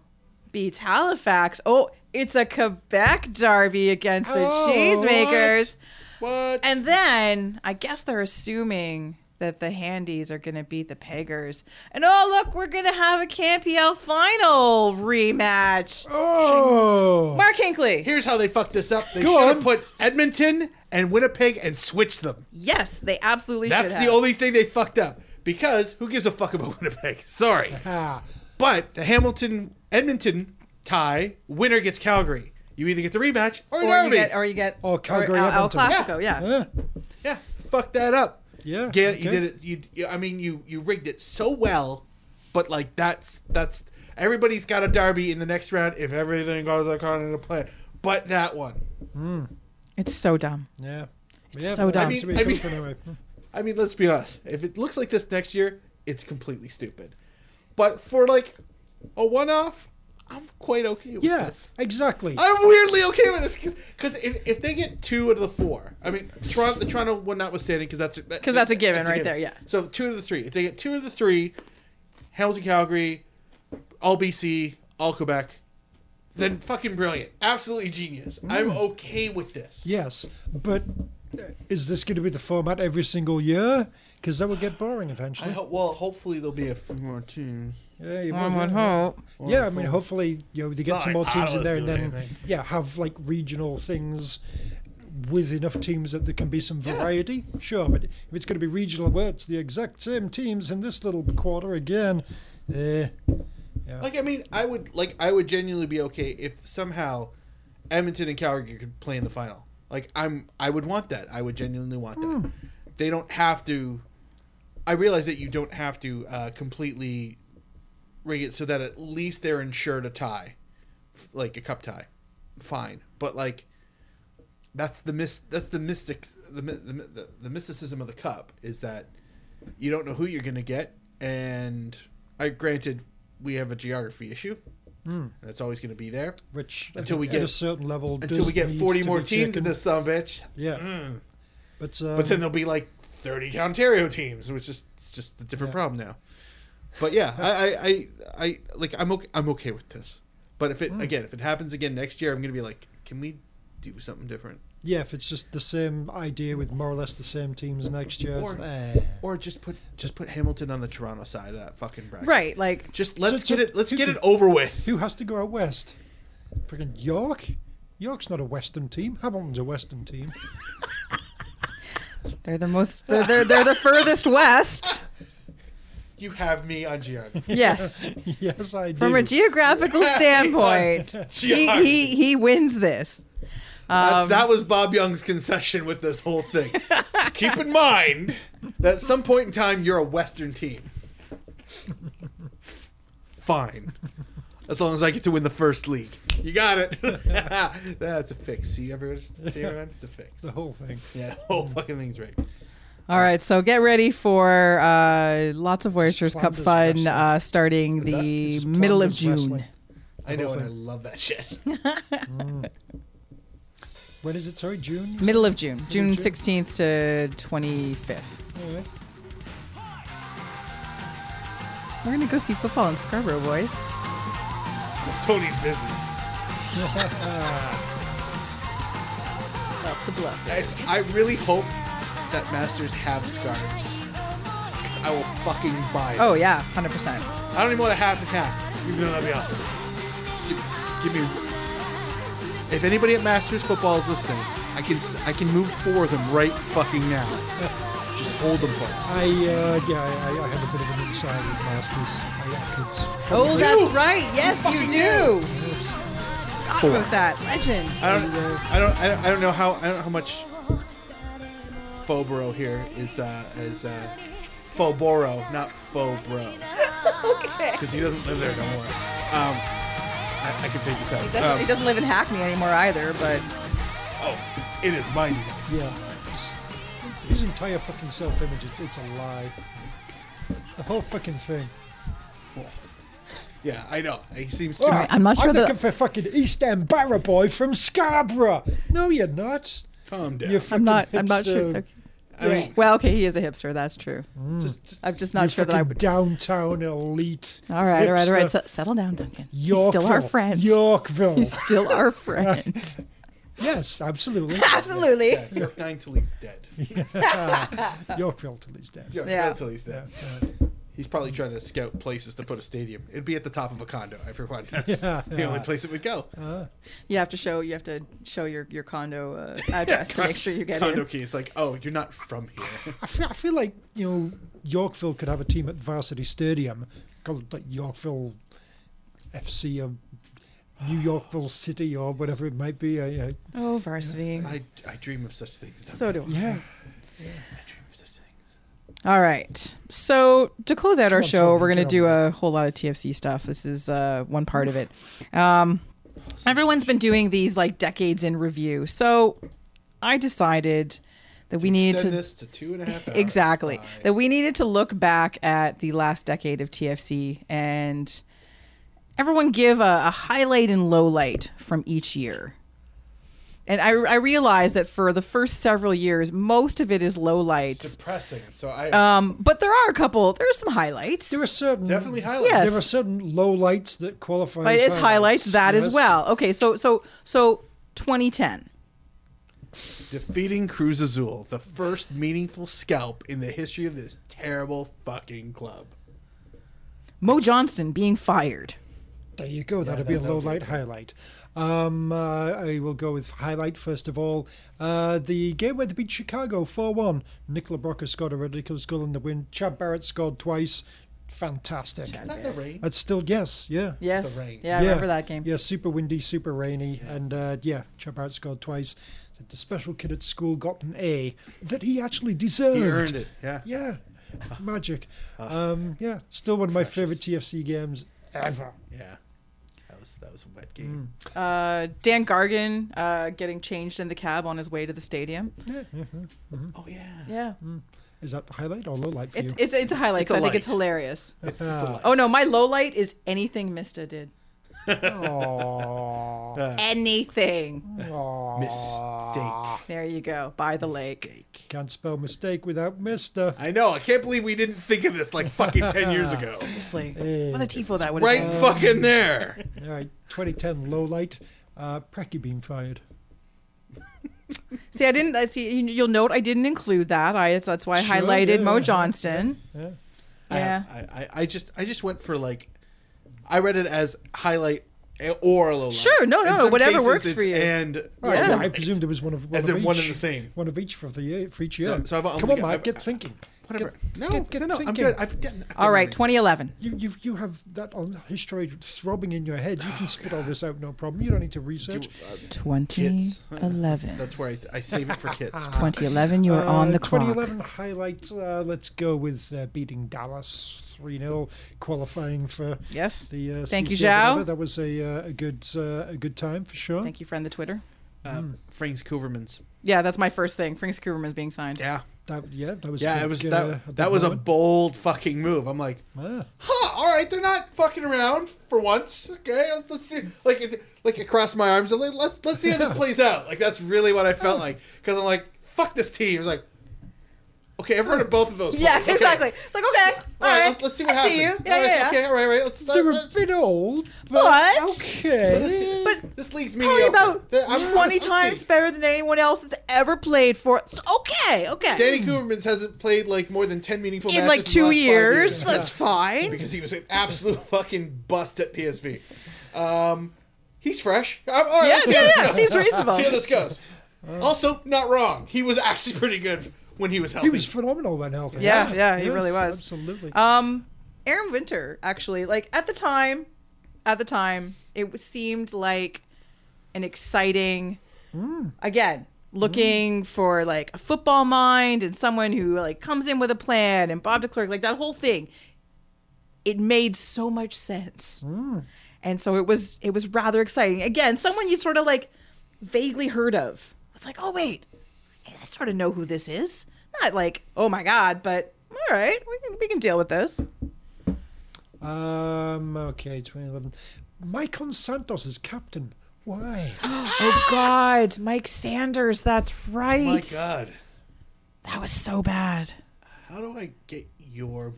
[SPEAKER 2] beats Halifax, oh, it's a Quebec derby against the
[SPEAKER 3] Oh,
[SPEAKER 2] Cheesemakers.
[SPEAKER 1] What?
[SPEAKER 2] And then I guess they're assuming that the handies are going to beat the peggers. And oh, look, we're going to have a Campiel final rematch.
[SPEAKER 3] Oh.
[SPEAKER 2] Mark Hinkley.
[SPEAKER 1] here's how they fucked this up. They
[SPEAKER 3] Go
[SPEAKER 1] should have
[SPEAKER 3] on.
[SPEAKER 1] put Edmonton and Winnipeg and switched them.
[SPEAKER 2] Yes, they absolutely
[SPEAKER 1] That's
[SPEAKER 2] should
[SPEAKER 1] the
[SPEAKER 2] have.
[SPEAKER 1] only thing they fucked up. Because who gives a fuck about (laughs) Winnipeg?
[SPEAKER 3] (laughs)
[SPEAKER 1] Sorry.
[SPEAKER 3] Ah.
[SPEAKER 1] But the Hamilton Edmonton tie winner gets Calgary. You either get the rematch or, you
[SPEAKER 2] Or
[SPEAKER 1] don't.
[SPEAKER 2] you get, or you get,
[SPEAKER 3] Oh, Calgary
[SPEAKER 2] El, El
[SPEAKER 3] Edmonton.
[SPEAKER 2] Clasico, yeah.
[SPEAKER 3] Yeah. Uh-huh.
[SPEAKER 1] yeah, fuck that up.
[SPEAKER 3] Yeah,
[SPEAKER 1] Get, you
[SPEAKER 3] okay.
[SPEAKER 1] did it. You, you- I mean, you you rigged it so well, but like that's that's everybody's got a derby in the next round if everything goes according to plan. But that one.
[SPEAKER 2] It's so dumb.
[SPEAKER 3] Yeah.
[SPEAKER 2] It's so dumb.
[SPEAKER 3] I
[SPEAKER 1] I mean- I mean-
[SPEAKER 3] anyway. Hmm.
[SPEAKER 1] I mean, let's be honest. If it looks like this next year, it's completely stupid. But for like a one off, I'm quite okay with
[SPEAKER 3] Yeah,
[SPEAKER 1] this.
[SPEAKER 3] exactly.
[SPEAKER 1] I'm weirdly okay with this because if, if they get two out of the four, I mean, Toronto, the Toronto one notwithstanding, because that's because
[SPEAKER 2] that's a given right there, yeah.
[SPEAKER 1] So two of the three. If they get two of the three, Hamilton, Calgary, all BC, all Quebec, then fucking brilliant, absolutely genius. I'm
[SPEAKER 2] Mm.
[SPEAKER 1] okay with this.
[SPEAKER 3] Yes, but uh, is this going to be the format every single year? Because that would get boring
[SPEAKER 1] I
[SPEAKER 3] eventually.
[SPEAKER 1] hope. Well, hopefully there'll be a few more teams.
[SPEAKER 3] yeah, you
[SPEAKER 2] One
[SPEAKER 3] would,
[SPEAKER 2] would
[SPEAKER 3] yeah.
[SPEAKER 2] hope.
[SPEAKER 3] Yeah, I mean, hopefully, you know, they get
[SPEAKER 1] Not
[SPEAKER 3] some
[SPEAKER 1] like
[SPEAKER 3] more teams in
[SPEAKER 1] Ottawa's
[SPEAKER 3] there, and
[SPEAKER 1] doing
[SPEAKER 3] then yeah, have like regional things with enough teams that there can be some variety. Sure, but if it's going to be regional, where it's the exact same teams in this little quarter again, eh,
[SPEAKER 1] Like I mean, I would like I would genuinely be okay if somehow Edmonton and Calgary could play in the final. Like I'm I would want that. I would genuinely want that. They don't have to I realize that you don't have to uh, completely rig it so that at least they're insured a tie, F- like a cup tie. Fine, but like that's the mis- that's the mystics the, mi- the, mi- the the mysticism of the cup is that you don't know who you're gonna get, and I granted we have a geography issue.
[SPEAKER 3] Hmm.
[SPEAKER 1] That's always going to be there
[SPEAKER 3] which I
[SPEAKER 1] Until
[SPEAKER 3] think
[SPEAKER 1] we
[SPEAKER 3] at
[SPEAKER 1] get-
[SPEAKER 3] a certain level
[SPEAKER 1] until we
[SPEAKER 3] does
[SPEAKER 1] get
[SPEAKER 3] need
[SPEAKER 1] 40
[SPEAKER 3] to
[SPEAKER 1] more
[SPEAKER 3] be
[SPEAKER 1] teams in
[SPEAKER 3] taken.
[SPEAKER 1] this son of a bitch.
[SPEAKER 3] Yeah, but um,
[SPEAKER 1] But then there'll be like 30 Ontario teams, which is it's just a different problem now. But yeah, I, I, I, I like I'm okay. I'm okay with this. But if it again, if it happens again next year, I'm going to be like, can we do something different,
[SPEAKER 3] yeah, if it's just the same idea with more or less the same teams next year,
[SPEAKER 1] Or-
[SPEAKER 3] eh.
[SPEAKER 1] or just put just put Hamilton on the Toronto side of that fucking bracket?
[SPEAKER 2] Right, like
[SPEAKER 1] Just let's
[SPEAKER 3] So- so
[SPEAKER 1] get it. Let's
[SPEAKER 3] who
[SPEAKER 1] get
[SPEAKER 3] did-
[SPEAKER 1] it over with.
[SPEAKER 3] Who has to go out west? Freaking York? York's not a Western team. Hamilton's a Western team. (laughs)
[SPEAKER 2] they're the most they're they're, they're the furthest (laughs) west.
[SPEAKER 1] You have me on geography.
[SPEAKER 2] Yes.
[SPEAKER 3] yes, I do.
[SPEAKER 2] From a geographical standpoint, he, he he wins this.
[SPEAKER 1] That's that was Bob Young's concession with this whole thing. Keep in mind that at some point in time, you're a Western team. Fine. As long as I get to win the first league. You got it. (laughs) That's a fix. See everyone? See everyone? It's a fix.
[SPEAKER 3] the whole thing.
[SPEAKER 1] Yeah, the whole fucking thing's rigged.
[SPEAKER 2] All right, so get ready for uh, lots of Voyagers Cup
[SPEAKER 3] Flanders
[SPEAKER 2] fun
[SPEAKER 3] wrestling.
[SPEAKER 2] uh, starting
[SPEAKER 3] It's
[SPEAKER 2] the
[SPEAKER 3] just
[SPEAKER 2] middle of
[SPEAKER 3] Flanders
[SPEAKER 2] June.
[SPEAKER 3] wrestling.
[SPEAKER 1] I know, and I love that shit.
[SPEAKER 3] When is it? Sorry, June.
[SPEAKER 2] Middle of June, June
[SPEAKER 3] June.
[SPEAKER 2] sixteenth to twenty fifth.
[SPEAKER 3] Alright.
[SPEAKER 2] We're gonna go see football in Scarborough, boys.
[SPEAKER 1] Tony's busy.
[SPEAKER 2] Up the bluff.
[SPEAKER 1] I, I really hope that Masters have scarves. Because I will fucking buy it.
[SPEAKER 2] Oh yeah, hundred percent.
[SPEAKER 1] I don't even want a half and half, even though that'd be awesome. Give, just give me. If anybody at Masters football is listening, I can s- I can move four of them right fucking (laughs) now. Just hold them for us.
[SPEAKER 3] I uh, yeah, I, I have a bit of an inside with Masters. I, I could s-
[SPEAKER 2] Oh,
[SPEAKER 3] probably-
[SPEAKER 2] that's right. Yes, you do.
[SPEAKER 3] Yes.
[SPEAKER 2] Forgot about that. Legend.
[SPEAKER 1] I don't I don't I don't, I don't know how I don't know how much Foboro here is uh is uh Foboro, not Fobro.
[SPEAKER 2] okay.
[SPEAKER 1] Because he doesn't live there no more. Um I, I can figure this out.
[SPEAKER 2] Definitely
[SPEAKER 1] Um,
[SPEAKER 2] doesn't live in Hackney anymore either, but
[SPEAKER 1] oh, it is mine.
[SPEAKER 3] Yeah. It's- his entire fucking self-image, it's, it's a lie. The whole fucking thing.
[SPEAKER 1] Yeah, I know. He seems
[SPEAKER 3] Ah,
[SPEAKER 1] super
[SPEAKER 2] I'm not sure
[SPEAKER 3] I'm
[SPEAKER 2] that-
[SPEAKER 3] looking for fucking East End barra boy from Scarborough. No, you're not.
[SPEAKER 1] calm down.
[SPEAKER 3] You're
[SPEAKER 2] I'm
[SPEAKER 3] fucking
[SPEAKER 2] not. I'm not
[SPEAKER 3] hipster.
[SPEAKER 2] sure. that-
[SPEAKER 1] I mean,
[SPEAKER 2] Well, okay, he is a hipster. That's true.
[SPEAKER 1] just, just
[SPEAKER 2] I'm just not
[SPEAKER 3] you
[SPEAKER 2] sure that I
[SPEAKER 3] fucking
[SPEAKER 2] would.
[SPEAKER 3] Downtown elite.
[SPEAKER 2] All right, all right, all right.
[SPEAKER 3] hipster.
[SPEAKER 2] Se- settle down, Duncan. He's
[SPEAKER 3] Yorkville.
[SPEAKER 2] still our friend.
[SPEAKER 3] Yorkville.
[SPEAKER 2] He's still our friend.
[SPEAKER 3] (laughs) yes, absolutely.
[SPEAKER 2] (laughs) Absolutely.
[SPEAKER 1] (laughs) You're dying till he's dead.
[SPEAKER 3] Yorkville till he's dead.
[SPEAKER 1] You're
[SPEAKER 2] Yeah.
[SPEAKER 1] dying till he's dead. He's probably trying to scout places to put a stadium. It'd be at the top of a condo, everyone. That's
[SPEAKER 3] Yeah.
[SPEAKER 1] the only place it would go.
[SPEAKER 2] You have to show. You have to show your your condo uh, address (laughs) to make sure you get
[SPEAKER 1] condo
[SPEAKER 2] in.
[SPEAKER 1] key. It's like, oh, you're not from here.
[SPEAKER 3] I feel, I feel like you know Yorkville could have a team at Varsity Stadium called like Yorkville FC or New Yorkville City or whatever it might be. I, I,
[SPEAKER 2] Oh, varsity.
[SPEAKER 1] I, I dream of such things. Duncan.
[SPEAKER 2] So do I.
[SPEAKER 3] yeah,
[SPEAKER 1] I dream of such things.
[SPEAKER 2] All right. So to close out our
[SPEAKER 3] on,
[SPEAKER 2] show,
[SPEAKER 3] Toby,
[SPEAKER 2] we're going to
[SPEAKER 3] get
[SPEAKER 2] do a whole lot of TFC stuff. This is uh, one part of it. Um, everyone's been doing these like decades in review. So I decided that we needed to
[SPEAKER 1] Extend this to two and a half hours.
[SPEAKER 2] exactly
[SPEAKER 1] Fine.
[SPEAKER 2] that we needed to look back at the last decade of TFC and everyone give a, a highlight and low light from each year. And I, I realized that for the first several years, most of it is low lights.
[SPEAKER 1] depressing. So I
[SPEAKER 2] Um, but there are a couple. There are some highlights.
[SPEAKER 3] There are certain
[SPEAKER 1] definitely highlight.
[SPEAKER 2] Yeah.
[SPEAKER 3] There are
[SPEAKER 2] Yes.
[SPEAKER 3] certain low lights that qualify.
[SPEAKER 2] but it
[SPEAKER 3] as
[SPEAKER 2] is highlights that
[SPEAKER 3] yes.
[SPEAKER 2] as well. Okay, so so so 2010.
[SPEAKER 1] Defeating Cruz Azul, the first meaningful scalp in the history of this terrible fucking club.
[SPEAKER 2] Mo Johnston being fired.
[SPEAKER 3] There you go. That'll be a
[SPEAKER 1] that-
[SPEAKER 3] low
[SPEAKER 1] that'll
[SPEAKER 3] light highlight. Um, uh, I will go with highlight first of all. Uh, the game where they beat Chicago 4 1. Nick LaBrocca scored a ridiculous goal in the win. Chad Barrett scored twice. Fantastic.
[SPEAKER 1] Is that the rain?
[SPEAKER 3] That's still, yes, yeah.
[SPEAKER 2] Yes.
[SPEAKER 1] The rain.
[SPEAKER 2] Yeah, I remember that game.
[SPEAKER 3] Yeah, super windy, super rainy. And uh, yeah, Chad Barrett scored twice. Said The special kid at school got an A that he actually deserved.
[SPEAKER 1] He earned it. Yeah. Ah.
[SPEAKER 3] Yeah, magic. Um, yeah, still one of my favorite TFC games ever.
[SPEAKER 1] Yeah. That was that was a wet game.
[SPEAKER 2] Uh, Dan Gargan uh, getting changed in the cab on his way to the stadium.
[SPEAKER 1] Oh yeah.
[SPEAKER 2] Yeah.
[SPEAKER 3] Is that the highlight or low light for
[SPEAKER 2] It's
[SPEAKER 3] you?
[SPEAKER 2] it's it's a highlight.
[SPEAKER 1] It's
[SPEAKER 2] so
[SPEAKER 1] a
[SPEAKER 2] I think Mm. it's
[SPEAKER 1] light.
[SPEAKER 2] hilarious.
[SPEAKER 1] It's, it's a lot.
[SPEAKER 2] Oh no, my low light is anything Mista did.
[SPEAKER 3] Aw,
[SPEAKER 2] Anything.
[SPEAKER 3] aw.
[SPEAKER 1] Mistake.
[SPEAKER 2] There you go. By the lake.
[SPEAKER 3] Can't spell mistake without Mister.
[SPEAKER 1] I know. I can't believe we didn't think of this like fucking (laughs) ten years ago.
[SPEAKER 2] Seriously, what a tifo that would have
[SPEAKER 1] Right
[SPEAKER 2] been.
[SPEAKER 1] fucking
[SPEAKER 2] (laughs)
[SPEAKER 1] there.
[SPEAKER 3] All right, 2010 low light. Uh, Preki being fired.
[SPEAKER 2] See, I didn't. I see. you- You'll note I didn't include that. I it's, that's why I
[SPEAKER 3] Sure,
[SPEAKER 2] highlighted
[SPEAKER 3] yeah,
[SPEAKER 2] Mo
[SPEAKER 3] yeah,
[SPEAKER 2] Johnston.
[SPEAKER 1] I have- I, I, I just I just went for like I read it as highlight or a low light.
[SPEAKER 2] Sure, no,
[SPEAKER 1] In
[SPEAKER 2] no,
[SPEAKER 1] some
[SPEAKER 2] whatever
[SPEAKER 1] cases,
[SPEAKER 2] works
[SPEAKER 1] it's
[SPEAKER 2] for you.
[SPEAKER 1] And
[SPEAKER 3] Right,
[SPEAKER 2] Yeah.
[SPEAKER 3] well, I presumed it was one of one
[SPEAKER 1] As
[SPEAKER 3] of
[SPEAKER 1] in
[SPEAKER 3] each,
[SPEAKER 1] one and the same.
[SPEAKER 3] One of each for the year, for each year.
[SPEAKER 1] so I've only
[SPEAKER 3] Come on,
[SPEAKER 1] got-
[SPEAKER 3] Mike,
[SPEAKER 1] I've-
[SPEAKER 3] get thinking.
[SPEAKER 1] whatever.
[SPEAKER 3] Get-
[SPEAKER 1] no,
[SPEAKER 3] get- get
[SPEAKER 1] no, no, I'm
[SPEAKER 3] thinking.
[SPEAKER 1] good. I've done. I've done
[SPEAKER 2] All
[SPEAKER 1] my
[SPEAKER 2] right,
[SPEAKER 1] research.
[SPEAKER 2] 2011.
[SPEAKER 3] You, you, you have that on history throbbing in your head. You
[SPEAKER 1] Oh,
[SPEAKER 3] can spit all this out, no problem. You don't need to research.
[SPEAKER 1] Kids.
[SPEAKER 2] 2011.
[SPEAKER 1] That's where I, I save
[SPEAKER 2] (laughs)
[SPEAKER 1] it for kids.
[SPEAKER 2] 2011. You are
[SPEAKER 3] Uh,
[SPEAKER 2] on the clock.
[SPEAKER 3] 2011 highlights. Uh, let's go with uh, beating Dallas 3 0, qualifying for
[SPEAKER 2] Yes.
[SPEAKER 3] the. Uh,
[SPEAKER 2] Thank you,
[SPEAKER 3] CC or whatever.
[SPEAKER 2] Zhao.
[SPEAKER 3] That was a, uh, a good uh, a good time for sure.
[SPEAKER 2] Thank you, friend. The Twitter.
[SPEAKER 1] Um, Frank's Cooverman's.
[SPEAKER 2] Yeah, that's my first thing. Frank Cooperman's being signed.
[SPEAKER 1] Yeah,
[SPEAKER 3] That, yeah, that was a
[SPEAKER 1] yeah.
[SPEAKER 3] big,
[SPEAKER 1] It was
[SPEAKER 3] uh,
[SPEAKER 1] that.
[SPEAKER 3] a big
[SPEAKER 1] That was a
[SPEAKER 3] moment.
[SPEAKER 1] bold fucking move. I'm like,
[SPEAKER 3] Ah.
[SPEAKER 1] huh. All right, they're not fucking around for once. Okay, let's see. Like, it, like across my arms. I'm like, let's let's see how this plays out. Like that's really what I felt like because I'm like, fuck this team. It's like, okay, I've heard of both of those.
[SPEAKER 2] Yeah,
[SPEAKER 1] players. Okay.
[SPEAKER 2] exactly. It's like okay,
[SPEAKER 1] All right, let's, let's see what
[SPEAKER 2] (laughs) I
[SPEAKER 1] happens.
[SPEAKER 2] See you. Yeah,
[SPEAKER 1] all right,
[SPEAKER 2] yeah, yeah.
[SPEAKER 1] Okay, all right, all right. Let's.
[SPEAKER 3] They were
[SPEAKER 1] let's-
[SPEAKER 3] a bit old, but
[SPEAKER 2] But-
[SPEAKER 3] okay.
[SPEAKER 1] But this league's
[SPEAKER 2] Probably
[SPEAKER 1] mediocre.
[SPEAKER 2] about
[SPEAKER 1] Th- I'm-
[SPEAKER 2] 20
[SPEAKER 1] let's
[SPEAKER 2] times
[SPEAKER 1] see.
[SPEAKER 2] better than anyone else has ever played for. It's okay, okay.
[SPEAKER 1] Danny Cooverman's hasn't played like more than ten meaningful
[SPEAKER 2] in
[SPEAKER 1] matches
[SPEAKER 2] like
[SPEAKER 1] the
[SPEAKER 2] two
[SPEAKER 1] last
[SPEAKER 2] years,
[SPEAKER 1] five
[SPEAKER 2] (laughs) that's fine.
[SPEAKER 1] because he was an absolute (laughs) fucking bust at PSV. Um, he's fresh. I'm, all right,
[SPEAKER 2] Yeah,
[SPEAKER 1] let's see
[SPEAKER 2] yeah,
[SPEAKER 1] how this
[SPEAKER 2] yeah.
[SPEAKER 1] goes.
[SPEAKER 2] Seems reasonable.
[SPEAKER 1] See how this goes. Also, not wrong. He was actually pretty good when he was healthy.
[SPEAKER 3] He was phenomenal when healthy.
[SPEAKER 2] Yeah, yeah, he really was.
[SPEAKER 3] Absolutely.
[SPEAKER 2] Um, Aaron Winter actually, like at the time, at the time, it was- seemed like an exciting, again, looking for like a football mind and someone who like comes in with a plan and Bob DeClerc, like that whole thing. It made so much sense. and so it was it was rather exciting again someone you sort of like vaguely heard of I was like oh wait i sort of know who this is not like oh my god but all right we can, we can deal with this
[SPEAKER 3] Um, okay, 2011. Mike Santos is captain. Why?
[SPEAKER 2] oh god mike sanders that's right
[SPEAKER 1] Oh, My God,
[SPEAKER 2] that was so bad
[SPEAKER 1] how do I get your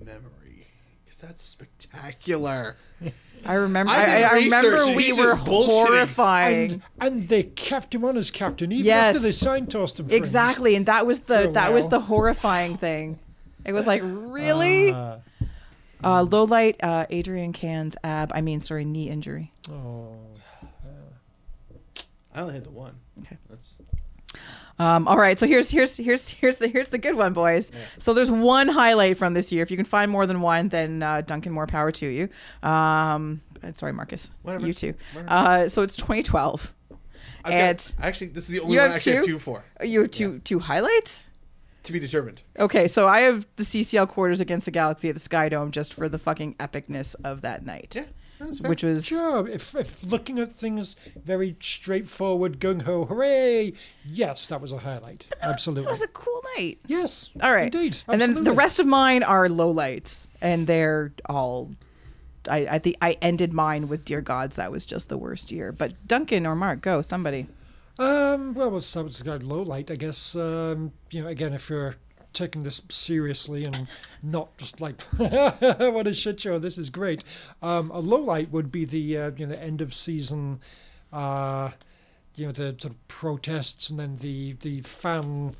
[SPEAKER 1] memory? Because that's spectacular.
[SPEAKER 2] i remember
[SPEAKER 1] I
[SPEAKER 2] i,
[SPEAKER 1] did
[SPEAKER 2] I, remember
[SPEAKER 1] research,
[SPEAKER 2] we
[SPEAKER 1] he's
[SPEAKER 2] were
[SPEAKER 1] just bullshitting.
[SPEAKER 2] horrifying
[SPEAKER 3] And, and they kept him on as captain even
[SPEAKER 2] Yes.
[SPEAKER 3] after they signed tossed him.
[SPEAKER 2] exactly and that was
[SPEAKER 3] For
[SPEAKER 2] the
[SPEAKER 3] a
[SPEAKER 2] that was
[SPEAKER 3] while.
[SPEAKER 2] the horrifying thing it was like really uh, low light uh, adrian Can's ab i mean sorry knee injury Oh.
[SPEAKER 1] I only had the one. Okay, that's
[SPEAKER 2] Um, all right, so here's here's here's here's the here's the good one, boys. So there's one highlight from this year. If you can find more than one, then uh, Duncan, more power to you. Um, uh, sorry, Marcus,
[SPEAKER 1] Whatever.
[SPEAKER 2] you too.
[SPEAKER 1] Whatever.
[SPEAKER 2] Uh, so it's 2012.
[SPEAKER 1] I've
[SPEAKER 2] And-
[SPEAKER 1] got, actually this is the only
[SPEAKER 2] You
[SPEAKER 1] one I
[SPEAKER 2] have
[SPEAKER 1] actually have
[SPEAKER 2] two?
[SPEAKER 1] two for
[SPEAKER 2] You have two two highlights.
[SPEAKER 1] to be determined.
[SPEAKER 2] Okay, so I have the CCL quarters against the Galaxy at the Sky Dome just for the fucking epicness of that night.
[SPEAKER 1] Yeah,
[SPEAKER 2] which was
[SPEAKER 3] Sure, if, if looking at things very straightforward, gung ho, hooray! Yes, that was a highlight. Absolutely.
[SPEAKER 2] (laughs) that was a cool night.
[SPEAKER 3] yes.
[SPEAKER 2] All right.
[SPEAKER 3] Indeed.
[SPEAKER 2] And then the
[SPEAKER 3] absolutely.
[SPEAKER 2] rest of mine are lowlights, and they're all. I, I think I ended mine with "Dear Gods." That was just the worst year. But Duncan or Mark, go somebody.
[SPEAKER 3] Um, well, it's, it's got low light, I guess. Um, you know, again, if you're taking this seriously and not just like, (laughs) what a shit show, this is great. Um, a low light would be the uh, you know the end of season, uh, you know the, the protests and then the the fan,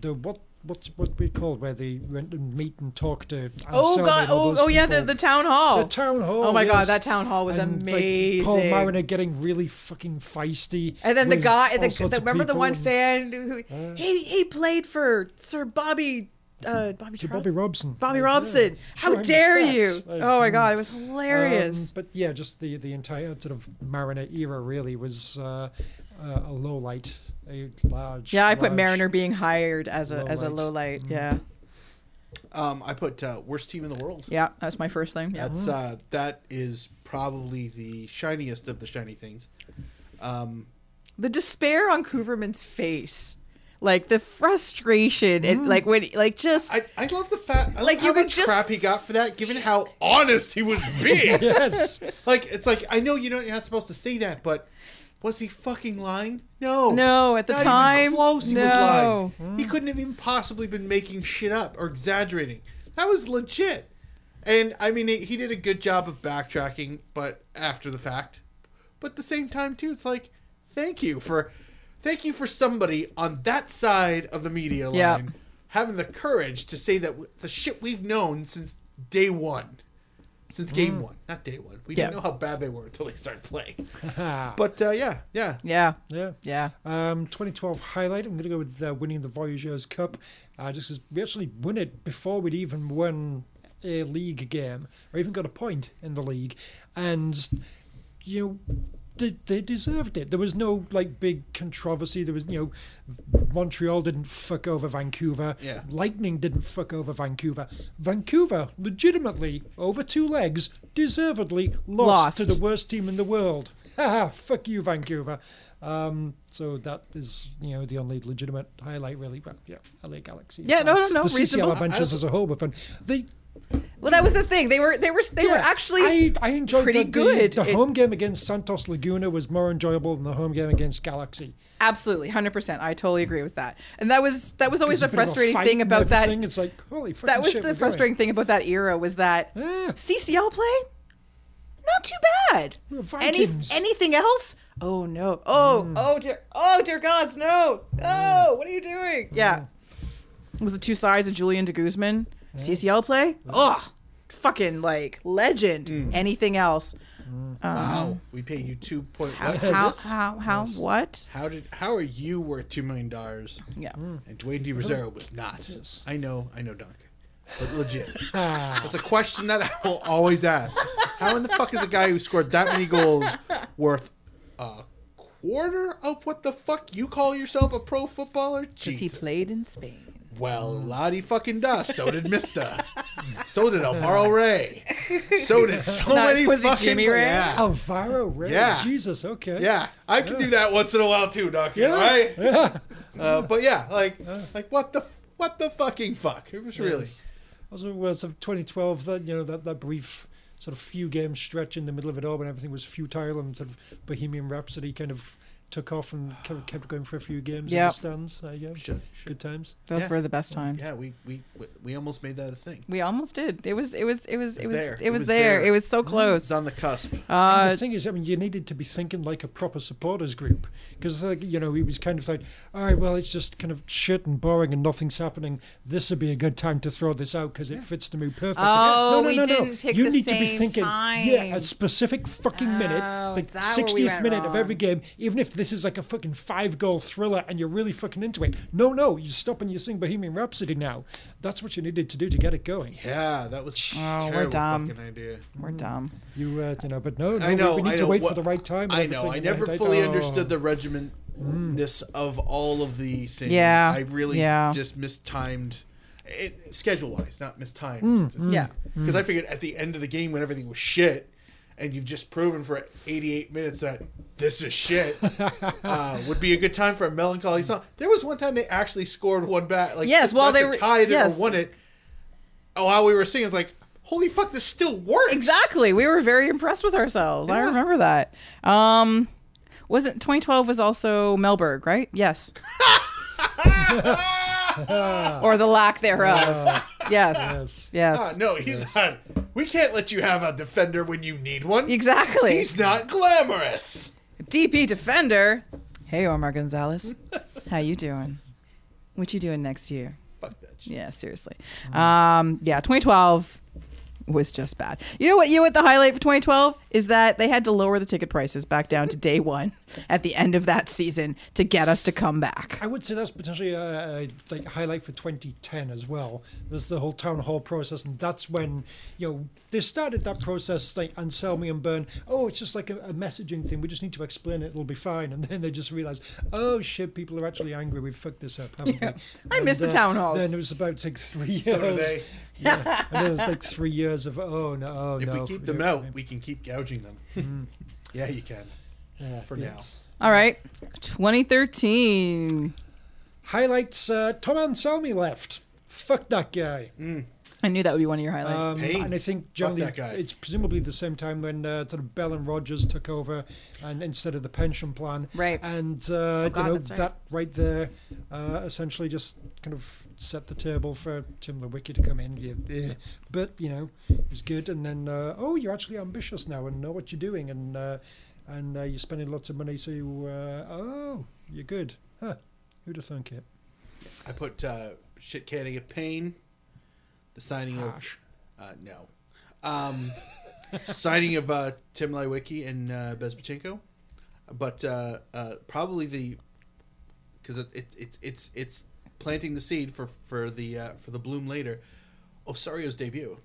[SPEAKER 3] the what. What's what we called where they went and meet and talk to? Anselm
[SPEAKER 7] Oh god!
[SPEAKER 3] and all
[SPEAKER 7] Oh,
[SPEAKER 3] those
[SPEAKER 7] oh yeah, the,
[SPEAKER 3] people.
[SPEAKER 7] the town hall.
[SPEAKER 3] The town hall.
[SPEAKER 7] Oh my god,
[SPEAKER 3] yes.
[SPEAKER 7] that town hall was
[SPEAKER 3] And, like,
[SPEAKER 7] amazing.
[SPEAKER 3] Paul Mariner getting really fucking feisty.
[SPEAKER 7] And then the
[SPEAKER 3] with
[SPEAKER 7] guy,
[SPEAKER 3] all
[SPEAKER 7] the,
[SPEAKER 3] sorts
[SPEAKER 7] the,
[SPEAKER 3] of
[SPEAKER 7] remember the
[SPEAKER 3] people
[SPEAKER 7] one
[SPEAKER 3] and-
[SPEAKER 7] fan who he he played for Sir Bobby, uh, Bobby,
[SPEAKER 3] Sir
[SPEAKER 7] Charles-
[SPEAKER 3] Bobby Robson.
[SPEAKER 7] Bobby
[SPEAKER 3] Yeah,
[SPEAKER 7] Robson.
[SPEAKER 3] yeah.
[SPEAKER 7] How
[SPEAKER 3] Showing
[SPEAKER 7] dare
[SPEAKER 3] respect.
[SPEAKER 7] you?
[SPEAKER 3] Like,
[SPEAKER 7] oh my
[SPEAKER 3] mm.
[SPEAKER 7] god, it was
[SPEAKER 3] Um,
[SPEAKER 7] hilarious.
[SPEAKER 3] but yeah, just the the entire sort of Mariner era really was uh, uh, a low light, a large.
[SPEAKER 7] yeah, I put
[SPEAKER 3] large-
[SPEAKER 7] Mariner being hired as a as a
[SPEAKER 3] lowlight.
[SPEAKER 7] low light.
[SPEAKER 3] Mm.
[SPEAKER 7] Yeah,
[SPEAKER 1] Um, I put uh, worst team in the world.
[SPEAKER 2] Yeah, that's my first thing. Yeah.
[SPEAKER 1] That's uh, that is probably the shiniest of the shiny things.
[SPEAKER 7] the despair on Cooverman's face, like the frustration,
[SPEAKER 3] Mm.
[SPEAKER 7] and like when like just
[SPEAKER 1] I, I love the fact I
[SPEAKER 7] Like,
[SPEAKER 1] like
[SPEAKER 7] you
[SPEAKER 1] how
[SPEAKER 7] could
[SPEAKER 1] much
[SPEAKER 7] just-
[SPEAKER 1] crap he got for that, given how honest he was being.
[SPEAKER 3] (laughs) Yes.
[SPEAKER 1] Like it's like I know you know you're not supposed to say that, but was he fucking lying? No,
[SPEAKER 7] No, at the
[SPEAKER 1] Not
[SPEAKER 7] time,
[SPEAKER 1] even close. He was
[SPEAKER 7] no.
[SPEAKER 1] lying. He couldn't have even possibly been making shit up or exaggerating. That was legit. And I mean, he did a good job of backtracking, but after the fact. But at the same time, too, it's like, thank you for, thank you for somebody on that side of the media line
[SPEAKER 2] Yeah.
[SPEAKER 1] having the courage to say that w- the shit we've known since day one, since game one, not day one. We
[SPEAKER 2] Mm. Yeah.
[SPEAKER 1] didn't know how bad they were until they started playing. but uh, yeah, yeah,
[SPEAKER 2] Yeah.
[SPEAKER 3] yeah.
[SPEAKER 2] Yeah.
[SPEAKER 3] Um, 2012 highlight. I'm going to go with uh, winning the Voyageurs Cup. Uh, just 'cause we actually won it before we'd even won a league game or even got a point in the league, and you know they, they deserved it. There was no like big controversy. There was you know Montreal didn't fuck over Vancouver.
[SPEAKER 1] Yeah.
[SPEAKER 3] Lightning didn't fuck over Vancouver. Vancouver legitimately over two legs, deservedly lost, to
[SPEAKER 2] Lost.
[SPEAKER 3] the worst team in the world. (laughs) Haha, fuck you, Vancouver. Um, so that is, you know, the only legitimate highlight, really. But yeah, LA Galaxy. is
[SPEAKER 2] Yeah,
[SPEAKER 3] fine.
[SPEAKER 2] no, no, no,
[SPEAKER 3] The
[SPEAKER 2] reasonable.
[SPEAKER 3] CCL Adventures
[SPEAKER 1] I-
[SPEAKER 3] as a whole were fun. They,
[SPEAKER 2] Well, that was the thing. They were they were they were
[SPEAKER 3] yeah,
[SPEAKER 2] actually
[SPEAKER 3] I, I enjoyed
[SPEAKER 2] pretty
[SPEAKER 3] that the-
[SPEAKER 2] good.
[SPEAKER 3] The,
[SPEAKER 2] It-
[SPEAKER 3] home game against Santos Laguna was more enjoyable than the home game against Galaxy.
[SPEAKER 2] absolutely 100%. I totally agree with that. And that was that was always
[SPEAKER 3] There's a
[SPEAKER 2] the
[SPEAKER 3] bit of a
[SPEAKER 2] frustrating
[SPEAKER 3] fight
[SPEAKER 2] thing
[SPEAKER 3] and
[SPEAKER 2] about that
[SPEAKER 3] everything. It's like holy fucking
[SPEAKER 2] that was
[SPEAKER 3] shit, we're
[SPEAKER 2] the
[SPEAKER 3] going.
[SPEAKER 2] frustrating thing about that era was that
[SPEAKER 3] Yeah.
[SPEAKER 2] CCL play, not too bad.
[SPEAKER 3] were
[SPEAKER 2] Any
[SPEAKER 3] Vikings. Mm.
[SPEAKER 2] anything else? Oh no! Oh oh dear! Oh dear gods! No! Oh, what are you
[SPEAKER 3] Mm.
[SPEAKER 2] doing? Yeah, it was the two sides of Julian de Guzman CCL play. Ugh, fucking like legend.
[SPEAKER 3] Mm.
[SPEAKER 2] Anything else?
[SPEAKER 1] Wow, we paid you two point.
[SPEAKER 2] How
[SPEAKER 1] what?
[SPEAKER 2] how how, how what?
[SPEAKER 1] How did how are you worth two million dollars?
[SPEAKER 2] Yeah.
[SPEAKER 1] And Dwayne
[SPEAKER 2] (laughs)
[SPEAKER 1] D. Rosario was not. I know, I know, Doc. But
[SPEAKER 2] (laughs)
[SPEAKER 1] legit.
[SPEAKER 2] Ah.
[SPEAKER 1] That's a question that I will always ask. How in the fuck is a guy who scored that many goals worth a quarter of what the fuck you call yourself a pro footballer?
[SPEAKER 2] Because he
[SPEAKER 1] Jesus.
[SPEAKER 2] played in Spain.
[SPEAKER 1] Well, Lottie fucking does. So did Mista. so did Alvaro Ray. So did so
[SPEAKER 2] Not-
[SPEAKER 1] many
[SPEAKER 2] was he
[SPEAKER 1] fucking
[SPEAKER 2] Jimmy Ray?
[SPEAKER 1] Yeah.
[SPEAKER 3] Alvaro Ray.
[SPEAKER 1] Yeah.
[SPEAKER 3] Jesus. Okay.
[SPEAKER 1] Yeah, I can do that once in a while too, Doc. Yeah. Right? Uh, but yeah, like, like what the f- what the fucking fuck? It was really
[SPEAKER 3] Also, was of 2012, that you know that, that brief sort of few game stretch in the middle of it all when everything was futile and sort of Bohemian Rhapsody kind of took off and kept, kept going for a few games in
[SPEAKER 2] Yep.
[SPEAKER 3] the stands. Uh, yeah, good times.
[SPEAKER 2] Those
[SPEAKER 1] Yeah.
[SPEAKER 2] were the best times.
[SPEAKER 1] yeah. We we we almost made that a thing.
[SPEAKER 2] We almost did. It was it was it was it was
[SPEAKER 1] there.
[SPEAKER 2] it was there. It was so
[SPEAKER 1] It's
[SPEAKER 2] close. Uh,
[SPEAKER 1] on the cusp.
[SPEAKER 3] And the thing is, I mean, you needed to be thinking like a proper supporters group because, like, you know, he was kind of like, all right, well, it's just kind of shit and boring and nothing's happening. This would be a good time to throw this out because it fits the mood perfectly.
[SPEAKER 2] Oh, we didn't pick
[SPEAKER 3] you
[SPEAKER 2] the
[SPEAKER 3] need to
[SPEAKER 2] same
[SPEAKER 3] be thinking, yeah,
[SPEAKER 2] time.
[SPEAKER 3] a specific fucking
[SPEAKER 2] Oh,
[SPEAKER 3] minute,
[SPEAKER 2] is
[SPEAKER 3] like
[SPEAKER 2] that where we
[SPEAKER 3] 60th
[SPEAKER 2] went
[SPEAKER 3] minute of
[SPEAKER 2] wrong?
[SPEAKER 3] every game, even if this is like a fucking five goal thriller and you're really fucking into it. No, no, you stop and you sing Bohemian Rhapsody now. That's what you needed to do to get it going.
[SPEAKER 1] Yeah, that was a
[SPEAKER 2] Oh, we're
[SPEAKER 1] terrible
[SPEAKER 2] dumb.
[SPEAKER 1] fucking idea.
[SPEAKER 2] We're dumb.
[SPEAKER 3] You, uh, you know, but no, no
[SPEAKER 1] I know.
[SPEAKER 3] we, we need
[SPEAKER 1] I know.
[SPEAKER 3] to wait
[SPEAKER 1] what-
[SPEAKER 3] for the right time. and
[SPEAKER 1] I know.
[SPEAKER 3] everything,
[SPEAKER 1] I
[SPEAKER 3] and
[SPEAKER 1] never
[SPEAKER 3] I-
[SPEAKER 1] fully
[SPEAKER 3] oh.
[SPEAKER 1] understood the regimentness of all of the things.
[SPEAKER 2] Yeah,
[SPEAKER 1] I really
[SPEAKER 2] yeah.
[SPEAKER 1] just mistimed. It, schedule wise, not mistimed.
[SPEAKER 2] Yeah.
[SPEAKER 3] Hmm,
[SPEAKER 1] Because I figured at the end of the game when everything was shit, and you've just proven for 88 minutes that this is shit,
[SPEAKER 3] (laughs)
[SPEAKER 1] uh, would be a good time for a melancholy song. There was one time they actually scored one back. Like
[SPEAKER 2] Yes, while
[SPEAKER 1] not
[SPEAKER 2] they
[SPEAKER 1] to
[SPEAKER 2] were-
[SPEAKER 1] tie them
[SPEAKER 2] yes.
[SPEAKER 1] or won it. Oh, while we were singing, it's like, holy fuck, this still works.
[SPEAKER 2] Exactly. We were very impressed with ourselves. I
[SPEAKER 1] Yeah.
[SPEAKER 2] remember that. Um, wasn't 2012 was also Melberg, right?
[SPEAKER 1] (laughs)
[SPEAKER 2] Yes. or the lack thereof. Yes.
[SPEAKER 3] Yes.
[SPEAKER 2] Yes.
[SPEAKER 1] Ah, no, he's not. We can't let you have a defender when you need one.
[SPEAKER 2] Exactly.
[SPEAKER 1] He's not glamorous.
[SPEAKER 2] DP defender. Hey, Omar Gonzalez. How you doing? What you doing next year?
[SPEAKER 1] Fuck that shit.
[SPEAKER 2] Yeah, seriously. Um, yeah, 2012 was just bad. You know what? You know what the highlight for 2012 is that they had to lower the ticket prices back down to day one at the end of that season to get us to come back.
[SPEAKER 3] I would say that's potentially a, a like highlight for 2010 as well. There's the whole town hall process, and that's when you know they started that process like Anselmi and Byrne. Oh, it's just like a, a messaging thing. We just need to explain it; it'll be fine. And then they just realized, oh shit, people are actually angry. We fucked this up, haven't we?
[SPEAKER 2] I miss
[SPEAKER 3] And, uh,
[SPEAKER 2] the town halls.
[SPEAKER 3] Then it was about like three years.
[SPEAKER 1] So do they.
[SPEAKER 3] (laughs) yeah. And then it was like three years of oh no, oh
[SPEAKER 1] If
[SPEAKER 3] no.
[SPEAKER 1] we keep them
[SPEAKER 3] yeah,
[SPEAKER 1] out, we can keep gouging them. (laughs) yeah, you can.
[SPEAKER 3] yeah,
[SPEAKER 1] for
[SPEAKER 3] yes.
[SPEAKER 2] All right, 2013.
[SPEAKER 3] Highlights: uh, Tom Anselmi left. Fuck that guy.
[SPEAKER 2] I knew that would be one of your highlights.
[SPEAKER 3] Um,
[SPEAKER 1] pain.
[SPEAKER 3] And I think
[SPEAKER 1] Fuck
[SPEAKER 3] generally
[SPEAKER 1] that guy.
[SPEAKER 3] it's presumably the same time when uh, sort of Bell and Rogers took over, and instead of the pension plan,
[SPEAKER 2] Right. Oh,
[SPEAKER 3] And uh,
[SPEAKER 2] God,
[SPEAKER 3] you know
[SPEAKER 2] that's right.
[SPEAKER 3] that right there, uh, essentially just kind of set the table for Tim Lewicki to come in. Yeah, eh. But you know it was good, and then uh, oh, you're actually ambitious now and know what you're doing, and uh, and uh, you're spending lots of money, so you uh, oh, you're good. Huh. Who'd have thunk it?
[SPEAKER 1] I put uh, shit canning of pain, the signing of uh, no, um, signing of uh, Tim Lywicki and uh, Bezpachenko, but uh, uh, probably the because it, it, it's it's it's planting the seed for for the uh, for the bloom later. Osario's debut.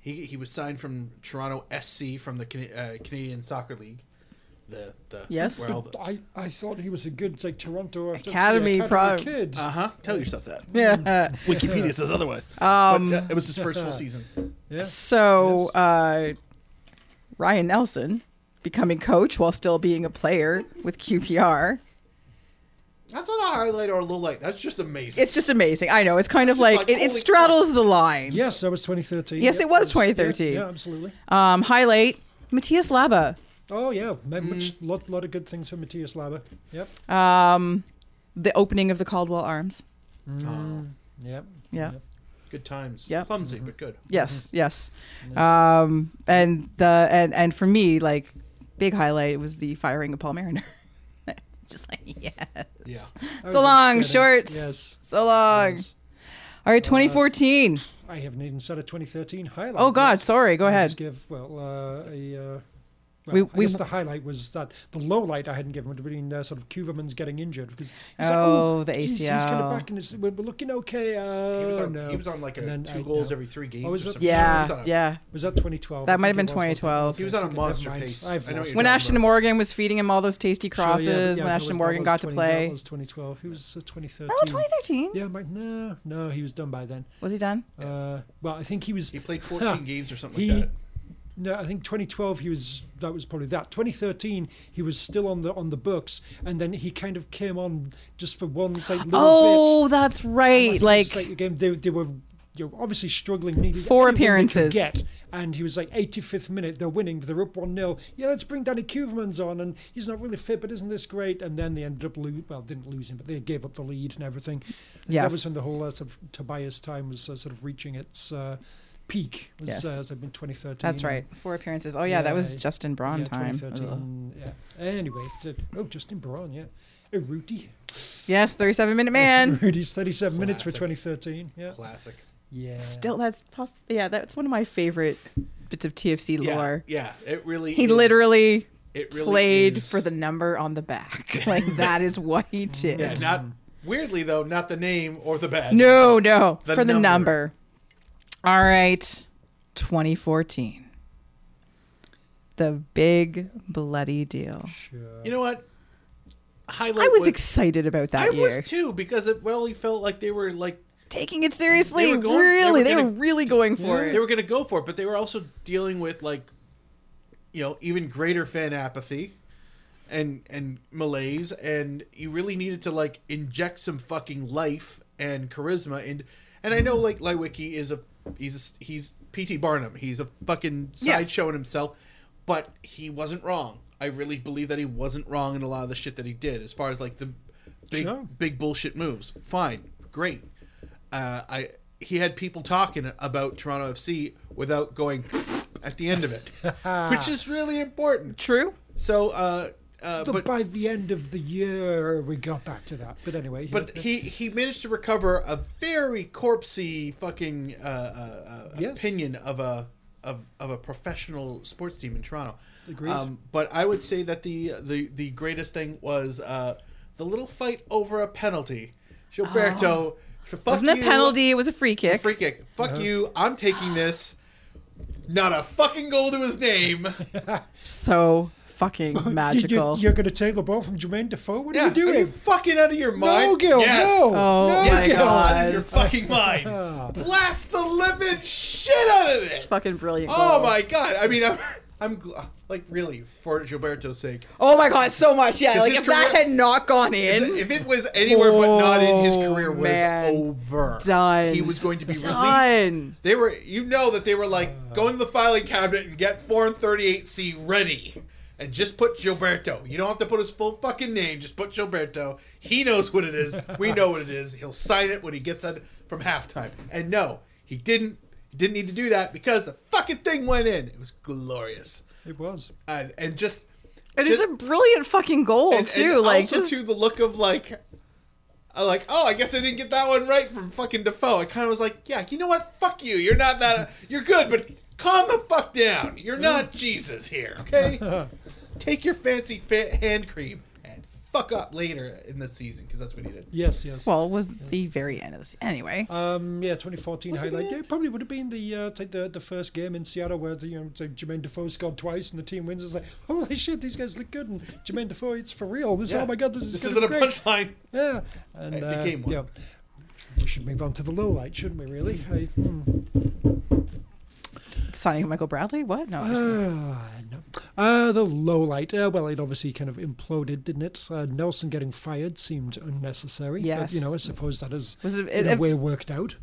[SPEAKER 1] He he was signed from Toronto SC from the Cana- uh, Canadian Soccer League. The the
[SPEAKER 2] Yes.
[SPEAKER 1] where all the,
[SPEAKER 3] I, I thought he was a good like Toronto FC
[SPEAKER 2] Academy prob-
[SPEAKER 3] kid.
[SPEAKER 1] uh-huh. Tell yourself that.
[SPEAKER 2] yeah. uh,
[SPEAKER 1] Wikipedia says
[SPEAKER 2] (laughs)
[SPEAKER 1] otherwise. Um, but, uh, it was his first full season.
[SPEAKER 3] Yeah.
[SPEAKER 2] So uh, Ryan Nelson becoming coach while still being a player with QPR.
[SPEAKER 1] That's not a highlight or a low light. That's just amazing.
[SPEAKER 2] It's just amazing. I know. It's kind of like,
[SPEAKER 1] like,
[SPEAKER 2] it,
[SPEAKER 1] holy
[SPEAKER 2] it
[SPEAKER 1] fuck.
[SPEAKER 2] straddles the line.
[SPEAKER 3] Yes, that was 2013.
[SPEAKER 2] Yes,
[SPEAKER 3] Yeah,
[SPEAKER 2] it was
[SPEAKER 3] that's-
[SPEAKER 2] 2013.
[SPEAKER 3] Yeah, yeah, absolutely.
[SPEAKER 2] Um, highlight Matthias Laba.
[SPEAKER 3] Oh yeah, ma- much
[SPEAKER 2] Mm.
[SPEAKER 3] lot lot of good things for Matthias Laber. Yep,
[SPEAKER 2] Um, the opening of the Caldwell Arms.
[SPEAKER 1] Oh,
[SPEAKER 3] yep.
[SPEAKER 2] Yeah.
[SPEAKER 1] good times.
[SPEAKER 2] Yeah.
[SPEAKER 1] Clumsy, but good.
[SPEAKER 2] Yes.
[SPEAKER 3] Mm-hmm.
[SPEAKER 2] Yes. Um, and the and and for me, like big highlight was the firing of Paul Mariner. (laughs) Just like yes.
[SPEAKER 1] Yeah.
[SPEAKER 3] was
[SPEAKER 2] So long,
[SPEAKER 3] upsetting.
[SPEAKER 2] shorts.
[SPEAKER 3] Yes.
[SPEAKER 2] So long.
[SPEAKER 3] Yes. Uh, oh,
[SPEAKER 2] All right, 2014.
[SPEAKER 3] I haven't even said a 2013 highlight.
[SPEAKER 2] Oh
[SPEAKER 3] yet.
[SPEAKER 2] God, sorry. Go
[SPEAKER 3] I
[SPEAKER 2] ahead.
[SPEAKER 3] Just give well uh, a. Uh, well,
[SPEAKER 2] We-
[SPEAKER 3] I
[SPEAKER 2] we-
[SPEAKER 3] guess the highlight was that the low light I hadn't given would have been uh, sort of Cuverman's getting injured because he's like,
[SPEAKER 2] Oh, the
[SPEAKER 3] he's, he's kind
[SPEAKER 2] ACL.
[SPEAKER 3] of back and it's, we're we're looking okay. Uh,
[SPEAKER 1] He was on,
[SPEAKER 3] no.
[SPEAKER 1] he was on like a
[SPEAKER 3] And then
[SPEAKER 1] two
[SPEAKER 3] I-
[SPEAKER 1] goals
[SPEAKER 3] no.
[SPEAKER 1] every three games.
[SPEAKER 3] Oh, is
[SPEAKER 1] or
[SPEAKER 3] it-
[SPEAKER 1] something.
[SPEAKER 2] Yeah.
[SPEAKER 1] He was on a,
[SPEAKER 2] yeah.
[SPEAKER 3] Was that 2012?
[SPEAKER 2] That
[SPEAKER 3] I
[SPEAKER 2] might have
[SPEAKER 3] think
[SPEAKER 2] been
[SPEAKER 3] it was, wasn't it?
[SPEAKER 2] 2012.
[SPEAKER 1] He was on a
[SPEAKER 3] Never
[SPEAKER 1] monster
[SPEAKER 3] mind.
[SPEAKER 1] pace.
[SPEAKER 3] I've
[SPEAKER 1] I know
[SPEAKER 3] lost
[SPEAKER 1] what
[SPEAKER 2] When
[SPEAKER 1] Yeah,
[SPEAKER 3] it.
[SPEAKER 2] Ashton
[SPEAKER 1] but-
[SPEAKER 2] Morgan was feeding him all those tasty
[SPEAKER 3] Sure, yeah, but
[SPEAKER 2] crosses,
[SPEAKER 3] yeah,
[SPEAKER 2] when
[SPEAKER 3] that
[SPEAKER 2] Ashton
[SPEAKER 3] was- that
[SPEAKER 2] Morgan
[SPEAKER 3] was
[SPEAKER 2] got to
[SPEAKER 3] 20
[SPEAKER 2] play.
[SPEAKER 3] That was 2012. He was uh, 2013.
[SPEAKER 2] oh, 2013.
[SPEAKER 3] Yeah, my, no, no, he was done by then.
[SPEAKER 2] Was he done?
[SPEAKER 3] Uh, well, I think he was.
[SPEAKER 1] He
[SPEAKER 3] (laughs)
[SPEAKER 1] played 14 games or something
[SPEAKER 3] He-
[SPEAKER 1] like that.
[SPEAKER 3] No, I think 2012 he was. That was probably that. 2013 he was still on the on the books, and then he kind of came on just for one like, little bit.
[SPEAKER 2] Oh, that's
[SPEAKER 3] And I
[SPEAKER 2] right.
[SPEAKER 3] think
[SPEAKER 2] Like,
[SPEAKER 3] it's again, they they were. You know, obviously struggling, needed
[SPEAKER 2] Four
[SPEAKER 3] anyone they could
[SPEAKER 2] appearances.
[SPEAKER 3] Get. And he was like 85th minute, they're winning, they're up 1 0. Yeah, let's bring Danny Kuverman's on, and he's not really fit, but isn't this great? And then they ended up losing, well, didn't lose him, but they gave up the lead and everything. And
[SPEAKER 2] Yeah.
[SPEAKER 3] That was when the whole uh, sort of Tobias time was uh, sort of reaching its uh, peak, was
[SPEAKER 2] Yes.
[SPEAKER 3] uh, sort of in 2013.
[SPEAKER 2] that's right. Four appearances. Oh yeah, that was
[SPEAKER 3] Yeah.
[SPEAKER 2] Justin Braun
[SPEAKER 3] yeah,
[SPEAKER 2] time. Ugh.
[SPEAKER 3] 2013. Yeah. Anyway, th- oh, Justin Braun, yeah. Uh, Rudy.
[SPEAKER 2] Yes, 37
[SPEAKER 1] (laughs)
[SPEAKER 2] minute man.
[SPEAKER 3] (laughs) Rudy's 37 minutes for
[SPEAKER 1] Classic.
[SPEAKER 3] 2013. Yeah.
[SPEAKER 1] Classic.
[SPEAKER 3] Yeah.
[SPEAKER 2] Still, that's poss- yeah, that's one of my favorite bits of TFC
[SPEAKER 1] Yeah,
[SPEAKER 2] lore.
[SPEAKER 1] yeah. It really.
[SPEAKER 2] He
[SPEAKER 1] is-
[SPEAKER 2] literally
[SPEAKER 1] it really
[SPEAKER 2] played
[SPEAKER 1] is-
[SPEAKER 2] for the number on
[SPEAKER 1] (laughs)
[SPEAKER 2] the back. like that is what he did.
[SPEAKER 1] Yeah, not weirdly though, not the name or the badge.
[SPEAKER 2] no, no,
[SPEAKER 1] The
[SPEAKER 2] for the number.
[SPEAKER 1] number.
[SPEAKER 2] All right, 2014. The big bloody deal.
[SPEAKER 3] Sure.
[SPEAKER 1] You know what? Highlight.
[SPEAKER 2] I was
[SPEAKER 1] would-
[SPEAKER 2] excited about
[SPEAKER 1] I
[SPEAKER 2] that year.
[SPEAKER 1] was too because it really felt like they were like
[SPEAKER 2] taking it seriously.
[SPEAKER 1] They were going- they
[SPEAKER 2] really,
[SPEAKER 1] were
[SPEAKER 2] they were,
[SPEAKER 1] gonna-
[SPEAKER 2] really going for
[SPEAKER 1] They
[SPEAKER 2] it.
[SPEAKER 1] were going to go for it, but they were also dealing with like, you know, even greater fan apathy, and and malaise, and you really needed to like inject some fucking life and charisma. And and I know like Lywicki is a he's a, he's P.T. Barnum. He's a fucking
[SPEAKER 2] Yes.
[SPEAKER 1] sideshowing himself, but he wasn't wrong. I really believe that he wasn't wrong in a lot of the shit that he did, as far as like the big
[SPEAKER 3] Sure.
[SPEAKER 1] big bullshit moves. Fine, great. Uh, I he had people talking about Toronto FC without going (laughs) at the end of
[SPEAKER 3] (laughs)
[SPEAKER 1] it, which is really important.
[SPEAKER 2] True.
[SPEAKER 1] So, uh, uh,
[SPEAKER 3] But,
[SPEAKER 1] but
[SPEAKER 3] by the end of the year, we got back to that. But anyway,
[SPEAKER 1] but
[SPEAKER 3] yeah,
[SPEAKER 1] he he managed to recover a very corpsey fucking uh, uh, uh,
[SPEAKER 3] Yes.
[SPEAKER 1] opinion of a of, of a professional sports team in Toronto. Um,
[SPEAKER 3] Agreed.
[SPEAKER 1] but I would say that the the the greatest thing was uh, the little fight over a penalty. Gilberto, fuck
[SPEAKER 2] It Oh. wasn't a
[SPEAKER 1] you.
[SPEAKER 2] penalty. It was a free kick.
[SPEAKER 1] Free kick. Fuck you. I'm taking this. Not a fucking goal to his name.
[SPEAKER 3] (laughs)
[SPEAKER 2] So
[SPEAKER 1] (laughs)
[SPEAKER 2] fucking magical.
[SPEAKER 3] You, are going to take the ball from Jermaine Defoe? What
[SPEAKER 1] Yeah,
[SPEAKER 3] are you doing?
[SPEAKER 1] Are you fucking out of your mind?
[SPEAKER 3] No, Gil,
[SPEAKER 1] Yes.
[SPEAKER 3] no.
[SPEAKER 2] Oh
[SPEAKER 3] no,
[SPEAKER 1] Yes,
[SPEAKER 2] my
[SPEAKER 3] Gil.
[SPEAKER 1] Gil, out of your
[SPEAKER 2] god.
[SPEAKER 1] fucking
[SPEAKER 3] (laughs)
[SPEAKER 1] mind. Blast the living shit out of it.
[SPEAKER 2] Fucking brilliant.
[SPEAKER 1] Oh
[SPEAKER 2] goal.
[SPEAKER 1] my god. I mean, I'm, I'm gl- like really for Gilberto's sake.
[SPEAKER 2] Oh my god, so much. Yeah,
[SPEAKER 1] 'Cause
[SPEAKER 2] like
[SPEAKER 1] his
[SPEAKER 2] if that
[SPEAKER 1] career-
[SPEAKER 2] had not gone
[SPEAKER 1] If,
[SPEAKER 2] in.
[SPEAKER 1] if it was anywhere but not in, his
[SPEAKER 2] Oh,
[SPEAKER 1] career was
[SPEAKER 2] man.
[SPEAKER 1] over.
[SPEAKER 2] Done.
[SPEAKER 1] He was going to be released.
[SPEAKER 2] Done.
[SPEAKER 1] They were, you know, that they were like go into the filing cabinet and get Form 38C ready, and just put Gilberto. You don't have to put his full fucking name. Just put Gilberto. He knows what it is. We know what it is. He'll sign it when he gets on from halftime. And no, he didn't. He didn't need to do that because the fucking thing went in. It was glorious,
[SPEAKER 3] It was.
[SPEAKER 1] and and just
[SPEAKER 2] And
[SPEAKER 1] just-
[SPEAKER 2] it's a brilliant fucking goal
[SPEAKER 1] and,
[SPEAKER 2] too.
[SPEAKER 1] and
[SPEAKER 2] like
[SPEAKER 1] also
[SPEAKER 2] just
[SPEAKER 1] too the look of like I like oh I guess I didn't get that one right from fucking Defoe. I kind of was like yeah you know what fuck you you're not that you're good but calm the fuck down you're (laughs) not Jesus here (laughs) okay take your fancy fa- hand cream and fuck up later in the season because that's what he did.
[SPEAKER 3] Yes, yes.
[SPEAKER 2] well, it was the very end of this. Anyway,
[SPEAKER 1] Uh,
[SPEAKER 3] Um, yeah, 2014 highlight. Yeah, it probably would have been the uh, take the the first game in Seattle where the, you know like Jermaine Defoe scored twice and the team wins. It's like holy shit, these guys look good. And Jermaine Defoe, it's for real. This,
[SPEAKER 1] Yeah.
[SPEAKER 3] oh my god, this is
[SPEAKER 1] This
[SPEAKER 3] gonna
[SPEAKER 1] isn't a
[SPEAKER 3] be great.
[SPEAKER 1] punchline.
[SPEAKER 3] Yeah, and
[SPEAKER 1] It
[SPEAKER 3] uh,
[SPEAKER 1] became one.
[SPEAKER 3] yeah, we should move on to the low light, shouldn't we? Really? I, hmm.
[SPEAKER 2] signing Michael Bradley? What? No. I'm
[SPEAKER 1] (sighs)
[SPEAKER 2] just kidding.
[SPEAKER 3] Ah, no. Uh, the low light. Uh, well, it obviously kind of imploded, didn't it? Uh, Nelson getting fired seemed unnecessary. but,
[SPEAKER 2] Yes.
[SPEAKER 3] you know, I suppose that is
[SPEAKER 2] Was it-
[SPEAKER 3] in a
[SPEAKER 2] it-
[SPEAKER 3] way worked out.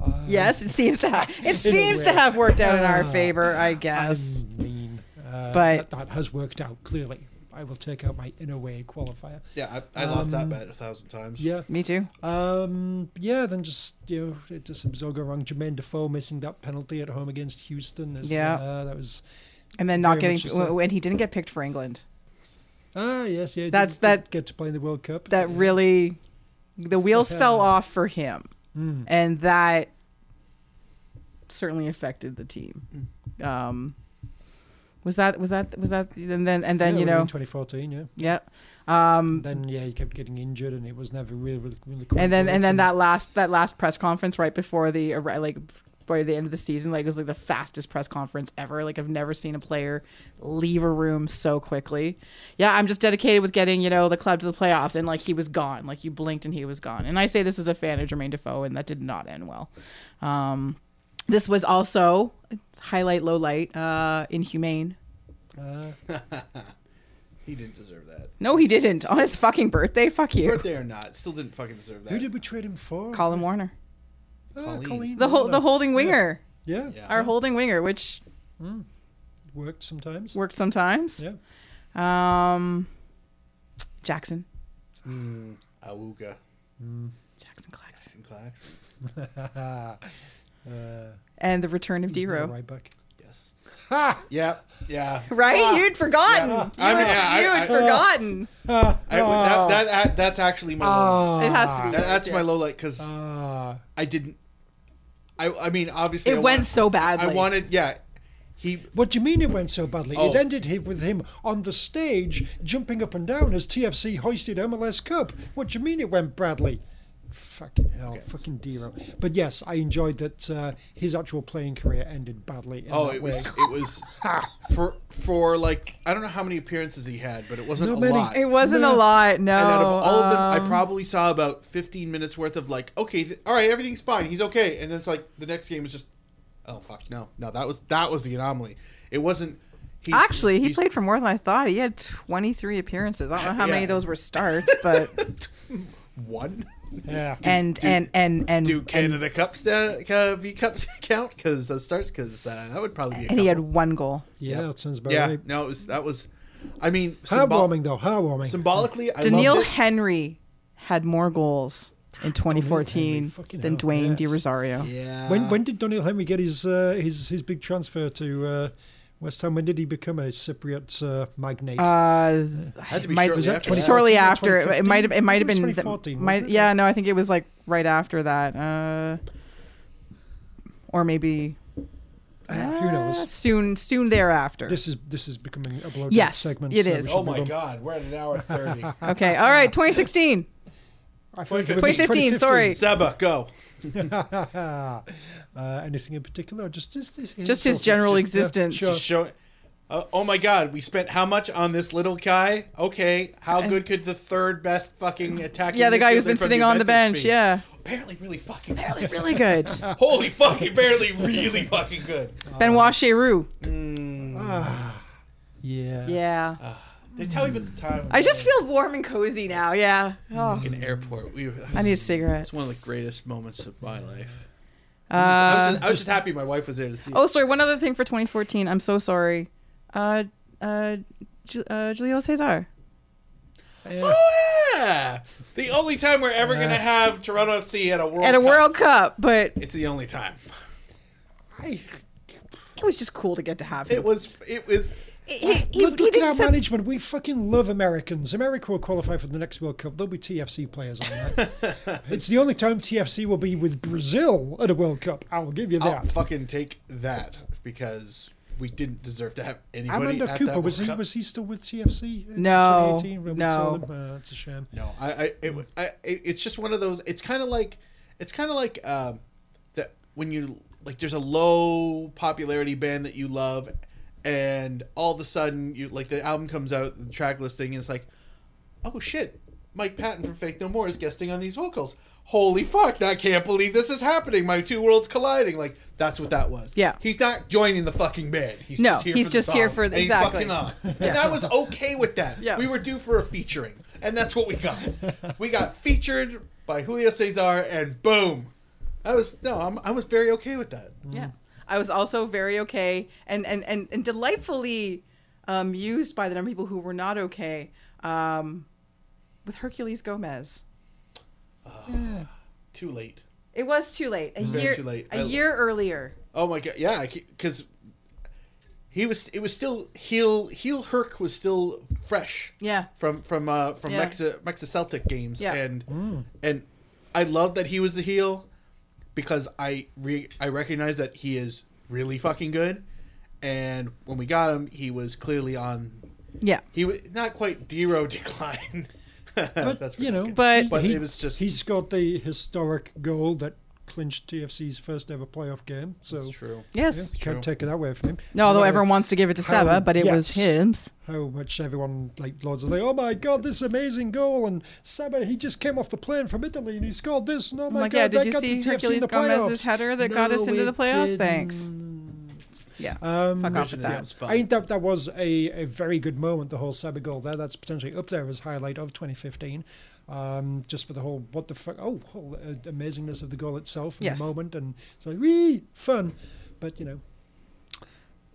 [SPEAKER 3] Ah,
[SPEAKER 2] yes, it seems to
[SPEAKER 1] (laughs)
[SPEAKER 2] have it seems to
[SPEAKER 3] way.
[SPEAKER 2] have worked out
[SPEAKER 1] (sighs)
[SPEAKER 2] in our
[SPEAKER 3] Ah,
[SPEAKER 2] favor, I guess.
[SPEAKER 3] I mean, uh,
[SPEAKER 2] But-
[SPEAKER 3] that, that has worked out clearly. I will take out my inner way qualifier.
[SPEAKER 1] Yeah, I, I lost that bet a thousand times.
[SPEAKER 3] Yeah.
[SPEAKER 2] Me too.
[SPEAKER 3] Um, yeah, then just, you know, it just all go wrong. Jermaine Defoe missing that penalty at home against Houston. Is,
[SPEAKER 2] Yeah.
[SPEAKER 3] Uh, that was.
[SPEAKER 2] And then not
[SPEAKER 3] very
[SPEAKER 2] getting
[SPEAKER 3] much so.
[SPEAKER 2] when he didn't get picked for England.
[SPEAKER 3] Ah, yes, yeah.
[SPEAKER 2] That's
[SPEAKER 3] didn't get-
[SPEAKER 2] that-
[SPEAKER 3] Get to play in the World Cup.
[SPEAKER 2] That really the wheels fell off for him. And that certainly affected the team. Um was that was that was that and then and then
[SPEAKER 3] Yeah,
[SPEAKER 2] you
[SPEAKER 3] it would've been
[SPEAKER 2] know
[SPEAKER 3] 2014, yeah.
[SPEAKER 2] yep um
[SPEAKER 3] then yeah, he kept getting injured, and it was never really, really, really cool.
[SPEAKER 2] and then and then that last that last press conference right before the arri- like by the end of the season like it was like the fastest press conference ever like i've never seen a player leave a room so quickly yeah i'm just dedicated with getting you know the club to the playoffs and like he was gone like you blinked and he was gone and i say this as a fan of jermaine defoe and that did not end well um this was also highlight low light uh inhumane
[SPEAKER 1] He didn't deserve that.
[SPEAKER 2] no he didn't on his fucking birthday fuck you
[SPEAKER 1] Birthday or not, still didn't fucking deserve that.
[SPEAKER 3] who did we trade him for?
[SPEAKER 2] colin warner
[SPEAKER 3] Ah,
[SPEAKER 1] Colleen.
[SPEAKER 2] the whole the holding winger
[SPEAKER 3] Yeah,
[SPEAKER 1] Yeah.
[SPEAKER 2] our holding winger which
[SPEAKER 3] worked sometimes.
[SPEAKER 2] worked sometimes
[SPEAKER 3] Yeah,
[SPEAKER 2] Um, Jackson.
[SPEAKER 1] Awuga
[SPEAKER 2] Jackson Claxton.
[SPEAKER 1] and Clax.
[SPEAKER 2] And the return of
[SPEAKER 3] He's now
[SPEAKER 2] Dero. Right?
[SPEAKER 3] right back.
[SPEAKER 1] Yes. Yeah. Yeah.
[SPEAKER 2] You'd forgotten.
[SPEAKER 1] I
[SPEAKER 2] You
[SPEAKER 1] mean,
[SPEAKER 2] had-
[SPEAKER 1] Ah. yeah, I-
[SPEAKER 2] you had
[SPEAKER 1] I-
[SPEAKER 2] forgotten.
[SPEAKER 1] I,
[SPEAKER 2] Oh.
[SPEAKER 1] that, that, that's actually my. low light.
[SPEAKER 2] it has to be.
[SPEAKER 1] That, that's
[SPEAKER 2] yeah.
[SPEAKER 1] my low light because
[SPEAKER 3] Ah,
[SPEAKER 1] I didn't. I I mean, obviously,
[SPEAKER 2] It
[SPEAKER 1] I
[SPEAKER 2] went
[SPEAKER 1] want-
[SPEAKER 2] so badly.
[SPEAKER 1] I wanted, yeah. He
[SPEAKER 3] what do you mean it went so badly?
[SPEAKER 1] Oh.
[SPEAKER 3] It ended hi- with him on the stage jumping up and down as TFC hoisted MLS Cup. What do you mean it went badly? Fucking hell, fucking Dero. But yes, I enjoyed that uh, his actual playing career ended badly. In
[SPEAKER 1] Oh,
[SPEAKER 3] that
[SPEAKER 1] it
[SPEAKER 3] way.
[SPEAKER 1] was it
[SPEAKER 2] (laughs)
[SPEAKER 1] was for for like I don't know how many appearances he had, but it wasn't
[SPEAKER 3] Not
[SPEAKER 1] a
[SPEAKER 3] many.
[SPEAKER 1] lot.
[SPEAKER 2] It wasn't a lot, no.
[SPEAKER 1] and out of all of
[SPEAKER 2] uh,
[SPEAKER 1] them, I probably saw about 15 minutes worth of like, okay, th- all right, everything's fine, he's okay, and then it's like the next game was just, oh fuck, no, no, that was that was the anomaly. It wasn't. He's,
[SPEAKER 2] actually, he
[SPEAKER 1] he's-
[SPEAKER 2] played for more than I thought. He had 23 appearances. I don't know how many
[SPEAKER 1] Yeah.
[SPEAKER 2] of those were starts,
[SPEAKER 1] (laughs)
[SPEAKER 2] but
[SPEAKER 1] one. (laughs)
[SPEAKER 3] yeah.
[SPEAKER 2] and and and and
[SPEAKER 1] Do
[SPEAKER 2] and,
[SPEAKER 1] Canada Cups uh, uh, V Cups (laughs) count because uh, starts because uh, that would probably be. A
[SPEAKER 2] and he had
[SPEAKER 1] couple.
[SPEAKER 2] one goal.
[SPEAKER 3] yeah, that sounds about
[SPEAKER 1] yeah,
[SPEAKER 3] right.
[SPEAKER 1] no, it was that was, I mean, symbol-
[SPEAKER 3] Heartwarming though, heartwarming.
[SPEAKER 1] symbolically, I
[SPEAKER 2] Daniil
[SPEAKER 1] loved it.
[SPEAKER 2] Henry had more goals in 2014
[SPEAKER 3] fucking
[SPEAKER 2] than
[SPEAKER 3] hell,
[SPEAKER 2] Dwayne
[SPEAKER 3] yes.
[SPEAKER 2] De Rosario.
[SPEAKER 1] Yeah.
[SPEAKER 2] Uh,
[SPEAKER 3] when when did Daniel Henry get his uh, his his big transfer to uh, West Ham? When did he become a Cypriot uh, magnate?
[SPEAKER 2] Uh,
[SPEAKER 1] Had to be
[SPEAKER 2] might-
[SPEAKER 1] shortly
[SPEAKER 3] Was that
[SPEAKER 1] after
[SPEAKER 3] 2014
[SPEAKER 2] shortly
[SPEAKER 3] or
[SPEAKER 2] after it, it
[SPEAKER 3] 2015?
[SPEAKER 2] might have it might have
[SPEAKER 3] I think it
[SPEAKER 2] been
[SPEAKER 3] was
[SPEAKER 2] the-
[SPEAKER 3] 2014,
[SPEAKER 2] might-
[SPEAKER 3] wasn't it?
[SPEAKER 2] yeah no I think it was like right after that uh, or maybe
[SPEAKER 3] Who
[SPEAKER 2] uh,
[SPEAKER 3] knows?
[SPEAKER 2] soon soon thereafter.
[SPEAKER 3] This is this is becoming a bloated
[SPEAKER 2] Yes,
[SPEAKER 3] segment.
[SPEAKER 2] it
[SPEAKER 3] so we
[SPEAKER 2] is.
[SPEAKER 3] should
[SPEAKER 1] Oh my
[SPEAKER 3] move on.
[SPEAKER 1] God, we're at an hour thirty.
[SPEAKER 3] (laughs)
[SPEAKER 2] okay, all right, 2016,
[SPEAKER 3] I think it
[SPEAKER 1] 2015.
[SPEAKER 3] would be
[SPEAKER 2] 2015,
[SPEAKER 1] (laughs)
[SPEAKER 2] sorry.
[SPEAKER 1] Seba, go.
[SPEAKER 3] uh, anything in particular? or Just just, just,
[SPEAKER 2] Just his general
[SPEAKER 3] yeah,
[SPEAKER 2] existence.
[SPEAKER 3] sure.
[SPEAKER 1] Show. Uh, oh my God, we spent how much on this little guy? Okay, how good could the third best fucking attacking?
[SPEAKER 2] Yeah, the guy who's
[SPEAKER 1] midfielder
[SPEAKER 2] been
[SPEAKER 1] from
[SPEAKER 2] sitting on the
[SPEAKER 1] Juventus
[SPEAKER 2] bench,
[SPEAKER 1] be?
[SPEAKER 2] yeah.
[SPEAKER 1] Apparently, really fucking.
[SPEAKER 2] really really good.
[SPEAKER 1] Holy fucking, barely, really fucking good.
[SPEAKER 2] Benoit Cheru.
[SPEAKER 3] Yeah.
[SPEAKER 2] Yeah,
[SPEAKER 1] Uh, They tell me about the time.
[SPEAKER 2] I just feel warm and cozy now. Yeah, oh,
[SPEAKER 1] an airport. We. Were,
[SPEAKER 2] I need a cigarette.
[SPEAKER 1] It's one of the greatest moments of my life. I,
[SPEAKER 2] Uh,
[SPEAKER 1] was just, I was just happy my wife was there to see. it.
[SPEAKER 2] Oh, sorry. One other thing for 2014. I'm so sorry. Uh, uh, Ju- uh, Julio Cesar.
[SPEAKER 3] uh,
[SPEAKER 2] (gasps)
[SPEAKER 1] Oh, yeah. The only time we're ever gonna have Toronto FC at a World
[SPEAKER 2] At a
[SPEAKER 1] Cup.
[SPEAKER 2] World Cup, but
[SPEAKER 1] It's the only time.
[SPEAKER 3] I,
[SPEAKER 2] it was just cool to get to have him.
[SPEAKER 1] It was. It was.
[SPEAKER 2] he, he- he
[SPEAKER 3] look, look
[SPEAKER 2] did
[SPEAKER 3] at our
[SPEAKER 2] some-
[SPEAKER 3] management. We fucking love Americans. America will qualify for the next World Cup. There'll be TFC players on
[SPEAKER 1] (laughs)
[SPEAKER 3] that. it's the only time TFC will be with Brazil at a World Cup. I'll give you
[SPEAKER 1] I'll
[SPEAKER 3] that.
[SPEAKER 1] fucking take that because we didn't deserve to have anybody.
[SPEAKER 3] Amanda
[SPEAKER 1] at
[SPEAKER 3] Cooper
[SPEAKER 1] that
[SPEAKER 3] was
[SPEAKER 1] World
[SPEAKER 3] he
[SPEAKER 1] Cup.
[SPEAKER 3] was he still with TFC? in
[SPEAKER 2] No,
[SPEAKER 3] 2018 when we
[SPEAKER 2] no.
[SPEAKER 3] saw them? Uh, it's a shame.
[SPEAKER 1] No, I, I, it, w- I, it- it's just one of those. It's kind of like, it's kind of like um, that when you like, there's a low popularity band that you love, and all of a sudden you like the album comes out, the track listing, and it's like, oh shit, Mike Patton from Faith No More is guesting on these vocals. Holy fuck! I can't believe this is happening. My two worlds colliding. Like that's what that was.
[SPEAKER 2] Yeah.
[SPEAKER 1] he's not joining the fucking band. He's
[SPEAKER 2] No,
[SPEAKER 1] just here
[SPEAKER 2] he's
[SPEAKER 1] for
[SPEAKER 2] just
[SPEAKER 1] the
[SPEAKER 2] here
[SPEAKER 1] song,
[SPEAKER 2] for the-
[SPEAKER 1] and he's
[SPEAKER 2] exactly.
[SPEAKER 1] fucking on. And I was okay with that.
[SPEAKER 2] Yeah.
[SPEAKER 1] We were due for a featuring, and that's what we got. we got featured by Julio Cesar, and boom. I was no, I'm, I was very okay with that.
[SPEAKER 2] Yeah, I was also very okay and and and, and delightfully um, used by the number of people who were not okay um, with Hercules Gomez.
[SPEAKER 1] Too late.
[SPEAKER 2] It was too late. A
[SPEAKER 1] very
[SPEAKER 2] year
[SPEAKER 1] too late.
[SPEAKER 2] A
[SPEAKER 1] I-
[SPEAKER 2] year earlier.
[SPEAKER 1] Oh my god, yeah, because he was. It was still heel. Heel Herc was still fresh.
[SPEAKER 2] Yeah.
[SPEAKER 1] From from uh from
[SPEAKER 2] Yeah.
[SPEAKER 1] Mexa Mexa Celtic games.
[SPEAKER 2] Yeah.
[SPEAKER 1] And
[SPEAKER 3] Mm.
[SPEAKER 1] and I love that he was the heel because I re I recognize that he is really fucking good. And when we got him, he was clearly on.
[SPEAKER 2] Yeah.
[SPEAKER 1] He was not quite Dero (laughs) decline.
[SPEAKER 3] But you know,
[SPEAKER 2] But-
[SPEAKER 1] But
[SPEAKER 3] he-
[SPEAKER 1] it was just-
[SPEAKER 3] he scored the historic goal that clinched TFC's first ever playoff game. So
[SPEAKER 1] That's true.
[SPEAKER 3] Yeah,
[SPEAKER 2] Yes.
[SPEAKER 3] can't take it that away from him.
[SPEAKER 2] No, although
[SPEAKER 3] matter
[SPEAKER 2] everyone wants to give it to
[SPEAKER 3] how-
[SPEAKER 2] Seba, but it was
[SPEAKER 3] yes.
[SPEAKER 2] his.
[SPEAKER 3] How much everyone like loads of like, oh my god, this amazing goal! And Seba, he just came off the plane from Italy and he scored this. And oh
[SPEAKER 2] I'm
[SPEAKER 3] my
[SPEAKER 2] like,
[SPEAKER 3] god,
[SPEAKER 2] yeah, did
[SPEAKER 3] that
[SPEAKER 2] you
[SPEAKER 3] got
[SPEAKER 2] see
[SPEAKER 3] the TFC in
[SPEAKER 2] Hercules
[SPEAKER 3] the
[SPEAKER 2] Gomez's
[SPEAKER 3] playoffs."
[SPEAKER 2] header that got
[SPEAKER 3] No,
[SPEAKER 2] us into the
[SPEAKER 3] it
[SPEAKER 2] playoffs?
[SPEAKER 3] didn't.
[SPEAKER 2] Thanks. Yeah.
[SPEAKER 3] Um,
[SPEAKER 2] Fuck off with
[SPEAKER 1] That
[SPEAKER 2] that.
[SPEAKER 1] was fun.
[SPEAKER 3] I think that, that was a, a very good moment, the whole Seba goal there. That's potentially up there as highlight of 2015. Um, just for the whole, what the fuck, oh, whole uh, amazingness of the goal itself in
[SPEAKER 2] Yes.
[SPEAKER 3] the moment. And it's like, wee, fun. But, you know,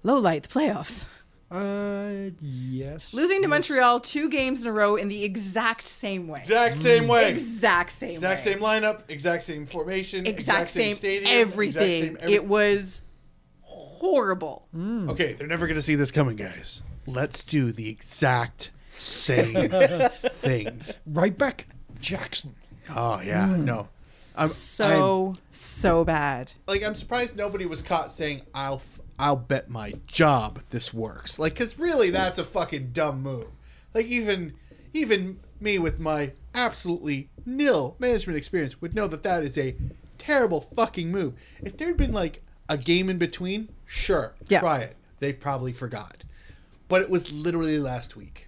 [SPEAKER 2] Low light, the playoffs.
[SPEAKER 3] uh, yes.
[SPEAKER 2] Losing to
[SPEAKER 3] yes.
[SPEAKER 2] Montreal two games in a row in the exact same way.
[SPEAKER 1] Exact same
[SPEAKER 3] Mm.
[SPEAKER 1] way.
[SPEAKER 2] Exact same
[SPEAKER 1] Exact
[SPEAKER 2] way.
[SPEAKER 1] same lineup, exact same formation,
[SPEAKER 2] Exact, same,
[SPEAKER 1] stadium,
[SPEAKER 2] everything.
[SPEAKER 1] exact same every-
[SPEAKER 2] It was horrible.
[SPEAKER 1] Okay, they're never going to see this coming, guys. Let's do the exact
[SPEAKER 2] (laughs)
[SPEAKER 1] same thing.
[SPEAKER 3] Right back, Jackson.
[SPEAKER 1] Oh yeah, no. I'm
[SPEAKER 2] So, so bad.
[SPEAKER 1] I'm- like I'm surprised nobody was caught saying I'll f- I'll bet my job this works. Like cuz really that's a fucking dumb move. Like even even me with my absolutely nil management experience would know that that is a terrible fucking move. If there'd been like a game in between, sure,
[SPEAKER 2] Yeah.
[SPEAKER 1] try it. They probably forgot. But it was literally last week.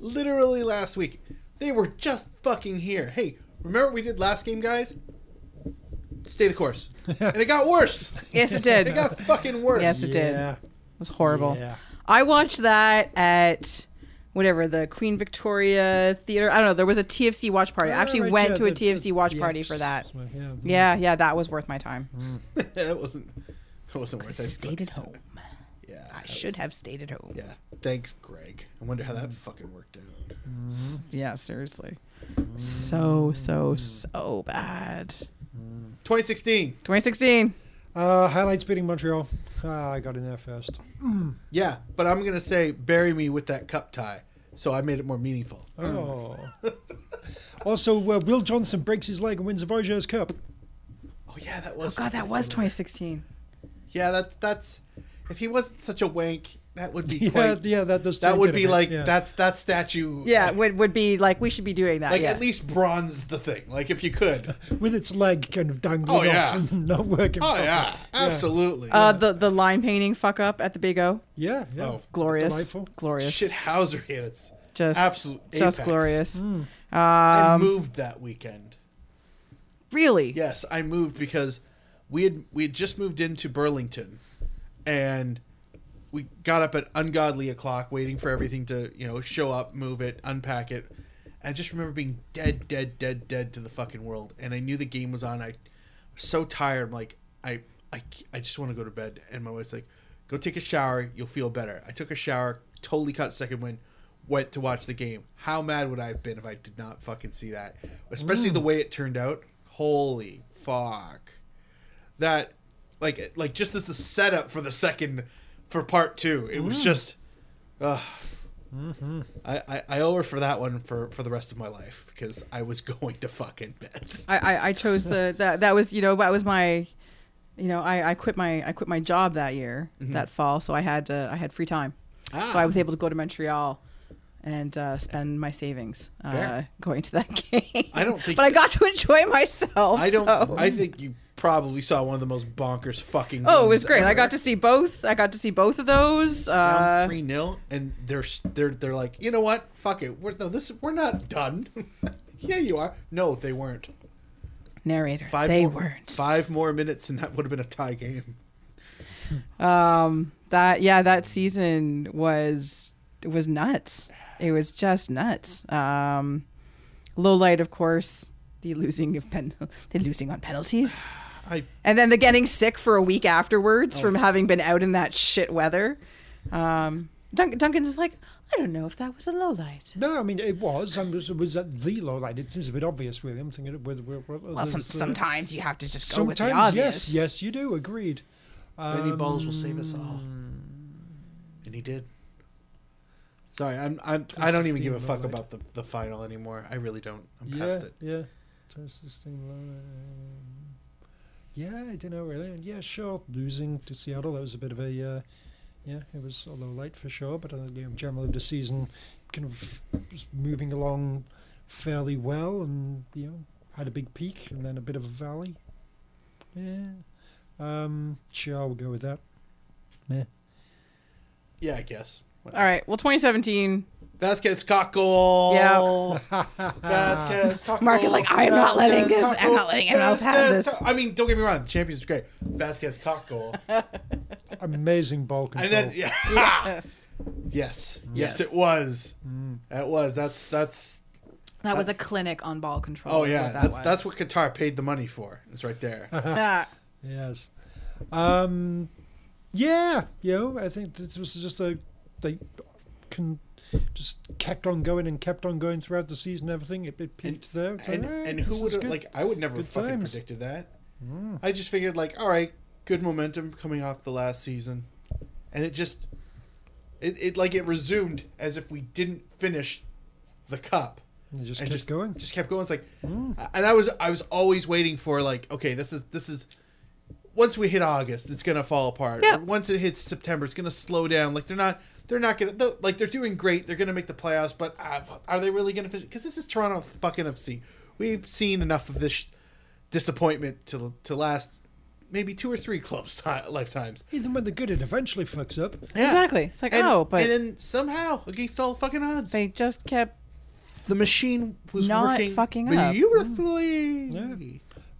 [SPEAKER 1] Literally last week. They were just fucking here. Hey, remember what we did last game, guys? Stay the course. and it got worse.
[SPEAKER 2] Yes, it did.
[SPEAKER 1] (laughs) It got fucking worse.
[SPEAKER 2] Yes, it did.
[SPEAKER 3] Yeah.
[SPEAKER 2] It was horrible.
[SPEAKER 3] Yeah.
[SPEAKER 2] I watched that at whatever the Queen Victoria Theater. I don't know. There was a TFC watch party. I actually
[SPEAKER 3] Oh, Right,
[SPEAKER 2] went
[SPEAKER 3] yeah,
[SPEAKER 2] to
[SPEAKER 3] the-
[SPEAKER 2] a
[SPEAKER 3] the-
[SPEAKER 2] TFC watch
[SPEAKER 3] the
[SPEAKER 2] party
[SPEAKER 3] apps.
[SPEAKER 2] for that.
[SPEAKER 3] Yeah.
[SPEAKER 2] Yeah, yeah, that was worth my time.
[SPEAKER 1] (laughs) That wasn't. That wasn't worth it.
[SPEAKER 2] Stayed at home.
[SPEAKER 1] Yeah.
[SPEAKER 2] I should have stayed at home.
[SPEAKER 1] Yeah. Thanks, Greg. I wonder how that fucking worked out.
[SPEAKER 2] Yeah, seriously. So, so, so bad.
[SPEAKER 1] 2016.
[SPEAKER 2] 2016.
[SPEAKER 3] Uh, highlights beating Montreal. Ah, I got in there
[SPEAKER 2] (clears throat)
[SPEAKER 3] first.
[SPEAKER 1] Yeah, but I'm gonna say bury me with that cup tie, so I made it more meaningful.
[SPEAKER 3] Oh. also, uh, Will Johnson breaks his leg and wins the Voyageurs Cup.
[SPEAKER 1] Oh yeah, that was.
[SPEAKER 2] God, that was 2016.
[SPEAKER 1] Yeah, that's that's. If he wasn't such a wank, that would be
[SPEAKER 3] (laughs) Yeah,
[SPEAKER 1] quite.
[SPEAKER 3] yeah, that does.
[SPEAKER 1] That
[SPEAKER 3] take
[SPEAKER 1] would
[SPEAKER 3] it a
[SPEAKER 1] be
[SPEAKER 3] bit,
[SPEAKER 1] like
[SPEAKER 3] yeah.
[SPEAKER 1] that's that statue.
[SPEAKER 2] Yeah,
[SPEAKER 1] like,
[SPEAKER 2] would would be like we should be doing that.
[SPEAKER 1] like,
[SPEAKER 2] yeah.
[SPEAKER 1] at least bronze the thing. Like if you could. (laughs)
[SPEAKER 3] with its leg kind of dangling
[SPEAKER 1] Oh,
[SPEAKER 3] off
[SPEAKER 1] yeah.
[SPEAKER 3] and (laughs) not working.
[SPEAKER 1] Oh
[SPEAKER 3] properly.
[SPEAKER 1] yeah, absolutely.
[SPEAKER 2] uh, the the line painting fuck up at the Big O.
[SPEAKER 3] yeah, yeah.
[SPEAKER 1] Oh.
[SPEAKER 2] Glorious,
[SPEAKER 3] Delightful.
[SPEAKER 2] glorious,
[SPEAKER 1] Shithousery at its
[SPEAKER 2] just
[SPEAKER 1] absolute apex.
[SPEAKER 2] just glorious.
[SPEAKER 1] I moved that weekend.
[SPEAKER 2] Really,
[SPEAKER 1] Yes, I moved because we had we had just moved into Burlington, and we got up at ungodly o'clock, waiting for everything to you know show up, move it, unpack it. I just remember being dead, dead, dead, dead to the fucking world, and I knew the game was on. I was so tired, I'm like I I I just want to go to bed. And my wife's like, "Go take a shower, you'll feel better." I took a shower, totally cut second wind. Went to watch the game. How mad would I have been if I did not fucking see that? Especially the way it turned out. Holy fuck! that like like just as the setup for the second for part two it
[SPEAKER 2] Mm.
[SPEAKER 1] was just uh,
[SPEAKER 2] Mm-hmm.
[SPEAKER 1] I, I i owe her for that one for for the rest of my life because i was (laughs) going to fucking bed
[SPEAKER 2] I, I I
[SPEAKER 1] (laughs)
[SPEAKER 2] chose the that that was you know that was my, you know I I quit my I quit my job that year that fall, so I had uh, I had free time, so
[SPEAKER 1] Mm-hmm. Ah.
[SPEAKER 2] I was able to go to Montreal. And uh, spend my savings uh,
[SPEAKER 1] Fair.
[SPEAKER 2] going to that (laughs) game.
[SPEAKER 1] I don't think-
[SPEAKER 2] but I got to enjoy myself.
[SPEAKER 1] i don't
[SPEAKER 2] so-
[SPEAKER 1] i think you probably saw one of the most bonkers fucking
[SPEAKER 2] oh, it
[SPEAKER 1] games
[SPEAKER 2] was great.
[SPEAKER 1] ever.
[SPEAKER 2] I got to see both. I got to see both of those. Uh,
[SPEAKER 1] down three 0 and they're they're they're like you know what fuck it we're no, this we're not done (laughs) yeah you are no they weren't
[SPEAKER 2] narrator.
[SPEAKER 1] five
[SPEAKER 2] they
[SPEAKER 1] more,
[SPEAKER 2] weren't.
[SPEAKER 1] five more minutes and that would have been a tie game
[SPEAKER 2] um that yeah that season was it was nuts it was just nuts um low light of course the losing of pen (laughs) the losing on penalties
[SPEAKER 1] i
[SPEAKER 2] and then the getting sick for a week afterwards from having been out in that shit weather um Dun- duncan's is like i don't know if that was a low light
[SPEAKER 3] No, I mean it was. I was was at the low light. It seems a bit obvious, really. I'm thinking of whether we're, uh,
[SPEAKER 2] well some, sometimes you have to just go with
[SPEAKER 3] sometimes
[SPEAKER 2] the obvious
[SPEAKER 3] yes, yes, you do. Agreed.
[SPEAKER 1] Benny Balls will save us all. And he did. Sorry, I'm, I'm I don't even give a
[SPEAKER 3] 2016
[SPEAKER 1] fuck
[SPEAKER 3] low light.
[SPEAKER 1] about the, the final anymore. I really don't. I'm
[SPEAKER 3] Yeah,
[SPEAKER 1] past it.
[SPEAKER 3] yeah. 2016 low light. Yeah, I don't know really. Yeah, sure. Losing to Seattle, that was a bit of a. Uh, yeah, it was a low light for sure, but uh, you know, generally the season kind of was moving along fairly well, and you know had a big peak and then a bit of a valley. Yeah, um, sure, we'll go
[SPEAKER 1] (laughs)
[SPEAKER 3] with that.
[SPEAKER 1] Yeah, I guess.
[SPEAKER 2] all right well 2017
[SPEAKER 1] Vasquez cock goal.
[SPEAKER 2] Yeah.
[SPEAKER 1] (laughs)
[SPEAKER 2] (laughs)
[SPEAKER 1] Vasquez cock
[SPEAKER 2] Mark is
[SPEAKER 1] goal.
[SPEAKER 2] like, I am not letting
[SPEAKER 1] Vasquez
[SPEAKER 2] this-
[SPEAKER 1] cock
[SPEAKER 2] I'm not
[SPEAKER 1] goal.
[SPEAKER 2] letting anyone else have
[SPEAKER 1] Vasquez
[SPEAKER 2] this.
[SPEAKER 1] cock- I mean, don't get me wrong. The champions is great. Vasquez cock goal.
[SPEAKER 3] Amazing ball control.
[SPEAKER 1] And
[SPEAKER 3] (laughs)
[SPEAKER 1] then yeah.
[SPEAKER 2] yes
[SPEAKER 1] yes. yes. it was. It was. That's that's
[SPEAKER 2] that was a clinic on ball control
[SPEAKER 1] Oh
[SPEAKER 2] is
[SPEAKER 1] yeah.
[SPEAKER 2] what that
[SPEAKER 1] that's
[SPEAKER 2] was.
[SPEAKER 1] that's what Qatar paid the money for. It's right there.
[SPEAKER 2] Yeah.
[SPEAKER 3] Yes. Um, yeah, you know, I think this was just a they can just kept on going and kept on going throughout the season. and Everything it, it peaked there. It's
[SPEAKER 1] and,
[SPEAKER 3] like, "Alright,
[SPEAKER 1] and
[SPEAKER 3] this
[SPEAKER 1] who
[SPEAKER 3] is
[SPEAKER 1] would have
[SPEAKER 3] good."
[SPEAKER 1] like I would never
[SPEAKER 3] Good
[SPEAKER 1] fucking
[SPEAKER 3] times. Hmm.
[SPEAKER 1] predicted that. I just figured like, all right, good momentum coming off the last season, and it just it, it like it resumed as if we didn't finish the cup.
[SPEAKER 3] And it just
[SPEAKER 1] and
[SPEAKER 3] kept going. Mm.
[SPEAKER 1] just kept going. It's like, and I was I was always waiting for like, okay, this is this is once we hit August, it's gonna fall apart.
[SPEAKER 2] Yeah.
[SPEAKER 1] Or Once it hits September, it's gonna slow down. Like they're not, they're not gonna they're- like they're doing great. They're gonna make the playoffs, but uh, are they really gonna finish? Because this is Toronto fucking FC. We've seen enough of this sh- disappointment to to last maybe two or three clubs ti lifetimes.
[SPEAKER 3] Even when they're good, it eventually fucks up.
[SPEAKER 1] Yeah.
[SPEAKER 2] Exactly. It's like,
[SPEAKER 1] And,
[SPEAKER 2] oh, but
[SPEAKER 1] and then somehow against all fucking odds,
[SPEAKER 2] they just kept.
[SPEAKER 1] the machine was
[SPEAKER 2] Not
[SPEAKER 1] working
[SPEAKER 2] fucking up.
[SPEAKER 1] beautifully.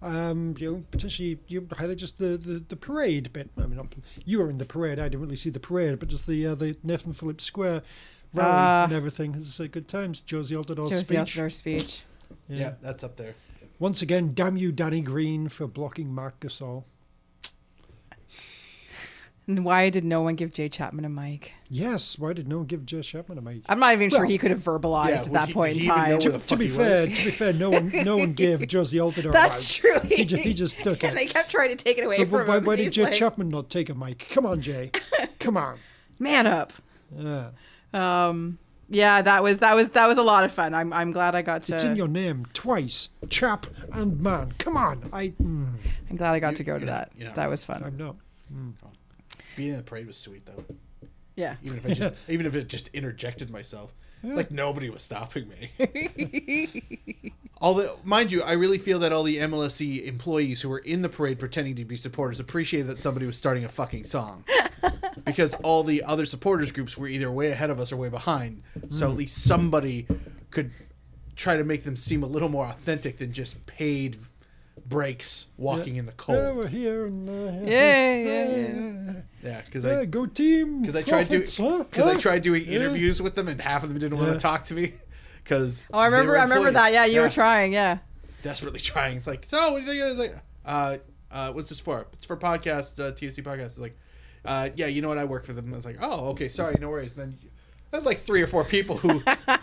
[SPEAKER 3] Um, you know, potentially you highlight just the, the, the parade bit. I mean, not, you were in the parade. I didn't really see the parade, but just the uh, the Nathan Phillips Square rally and everything. It's a good times. Josie Altidore
[SPEAKER 2] Josie
[SPEAKER 3] speech.
[SPEAKER 2] Altidore speech.
[SPEAKER 1] Yeah. that's up there.
[SPEAKER 3] Once again, damn you, Danny Green, for blocking Mark Gasol.
[SPEAKER 2] And why did no one give Jay Chapman a mic?
[SPEAKER 3] Yes, why did no one give Jess Chapman a mic?
[SPEAKER 2] I'm not even sure
[SPEAKER 3] Well,
[SPEAKER 2] he could have verbalized
[SPEAKER 1] yeah,
[SPEAKER 2] at
[SPEAKER 1] would
[SPEAKER 2] that
[SPEAKER 1] he-
[SPEAKER 2] point
[SPEAKER 1] did
[SPEAKER 2] in
[SPEAKER 1] he even know
[SPEAKER 2] time.
[SPEAKER 1] where the
[SPEAKER 3] to be
[SPEAKER 1] fuck he
[SPEAKER 3] fair,
[SPEAKER 1] was.
[SPEAKER 3] to be fair, no one no one
[SPEAKER 2] (laughs)
[SPEAKER 3] gave Josie Altidore. a
[SPEAKER 2] That's
[SPEAKER 3] mic.
[SPEAKER 2] true.
[SPEAKER 3] He just, he just took
[SPEAKER 2] (laughs) and
[SPEAKER 3] it.
[SPEAKER 2] they kept trying to take it away
[SPEAKER 3] But
[SPEAKER 2] from
[SPEAKER 3] why,
[SPEAKER 2] him.
[SPEAKER 3] why did
[SPEAKER 2] He's
[SPEAKER 3] Jay
[SPEAKER 2] like,
[SPEAKER 3] Chapman not take a mic? Come on,
[SPEAKER 2] (laughs)
[SPEAKER 3] Jay. Come on.
[SPEAKER 2] Man up.
[SPEAKER 3] Yeah.
[SPEAKER 2] Um, yeah, that was that was that was a lot of fun. I'm I'm glad I got to.
[SPEAKER 3] It's in your name twice, chap and man. Come on, I. Mm,
[SPEAKER 2] I'm glad I got to go to that.
[SPEAKER 1] you're not
[SPEAKER 2] that
[SPEAKER 1] wrong.
[SPEAKER 2] was fun.
[SPEAKER 3] I'm not.
[SPEAKER 1] Being in the parade was sweet though.
[SPEAKER 2] yeah.
[SPEAKER 1] Even if I
[SPEAKER 3] (laughs)
[SPEAKER 1] just even if it just interjected myself, like nobody was stopping me.
[SPEAKER 3] (laughs)
[SPEAKER 1] (laughs) Although, mind you, I really feel that all the MLSE E employees who were in the parade pretending to be supporters appreciated that somebody was starting a fucking
[SPEAKER 3] (laughs)
[SPEAKER 1] song, because all the other supporters groups were either way ahead of us or way behind. So
[SPEAKER 3] Hmm.
[SPEAKER 1] at least somebody could try to make them seem a little more authentic than just paid breaks walking in the
[SPEAKER 3] Yeah,
[SPEAKER 1] cold.
[SPEAKER 3] we're here and uh, yeah,
[SPEAKER 2] Oh. Yeah, yeah, yeah.
[SPEAKER 1] Yeah, because
[SPEAKER 3] yeah,
[SPEAKER 1] I
[SPEAKER 3] go team.
[SPEAKER 1] because I tried doing
[SPEAKER 3] Prophets,
[SPEAKER 2] (laughs)
[SPEAKER 3] huh?
[SPEAKER 1] because I
[SPEAKER 3] Huh?
[SPEAKER 1] tried doing
[SPEAKER 3] Yeah.
[SPEAKER 1] interviews with them, and half of them didn't want
[SPEAKER 3] Yeah.
[SPEAKER 1] to talk to me. (laughs) Because
[SPEAKER 2] Oh, I remember. I remember that. Yeah, you were trying. Yeah.
[SPEAKER 1] desperately trying. It's like, so what do you think? It's like, uh, uh, what's this for? It's for podcast, uh, TSC podcast. It's like, uh, yeah, you know what? I work for them. I was like, oh, okay, sorry, no worries. And then that's like three or four people
[SPEAKER 2] (laughs)
[SPEAKER 1] who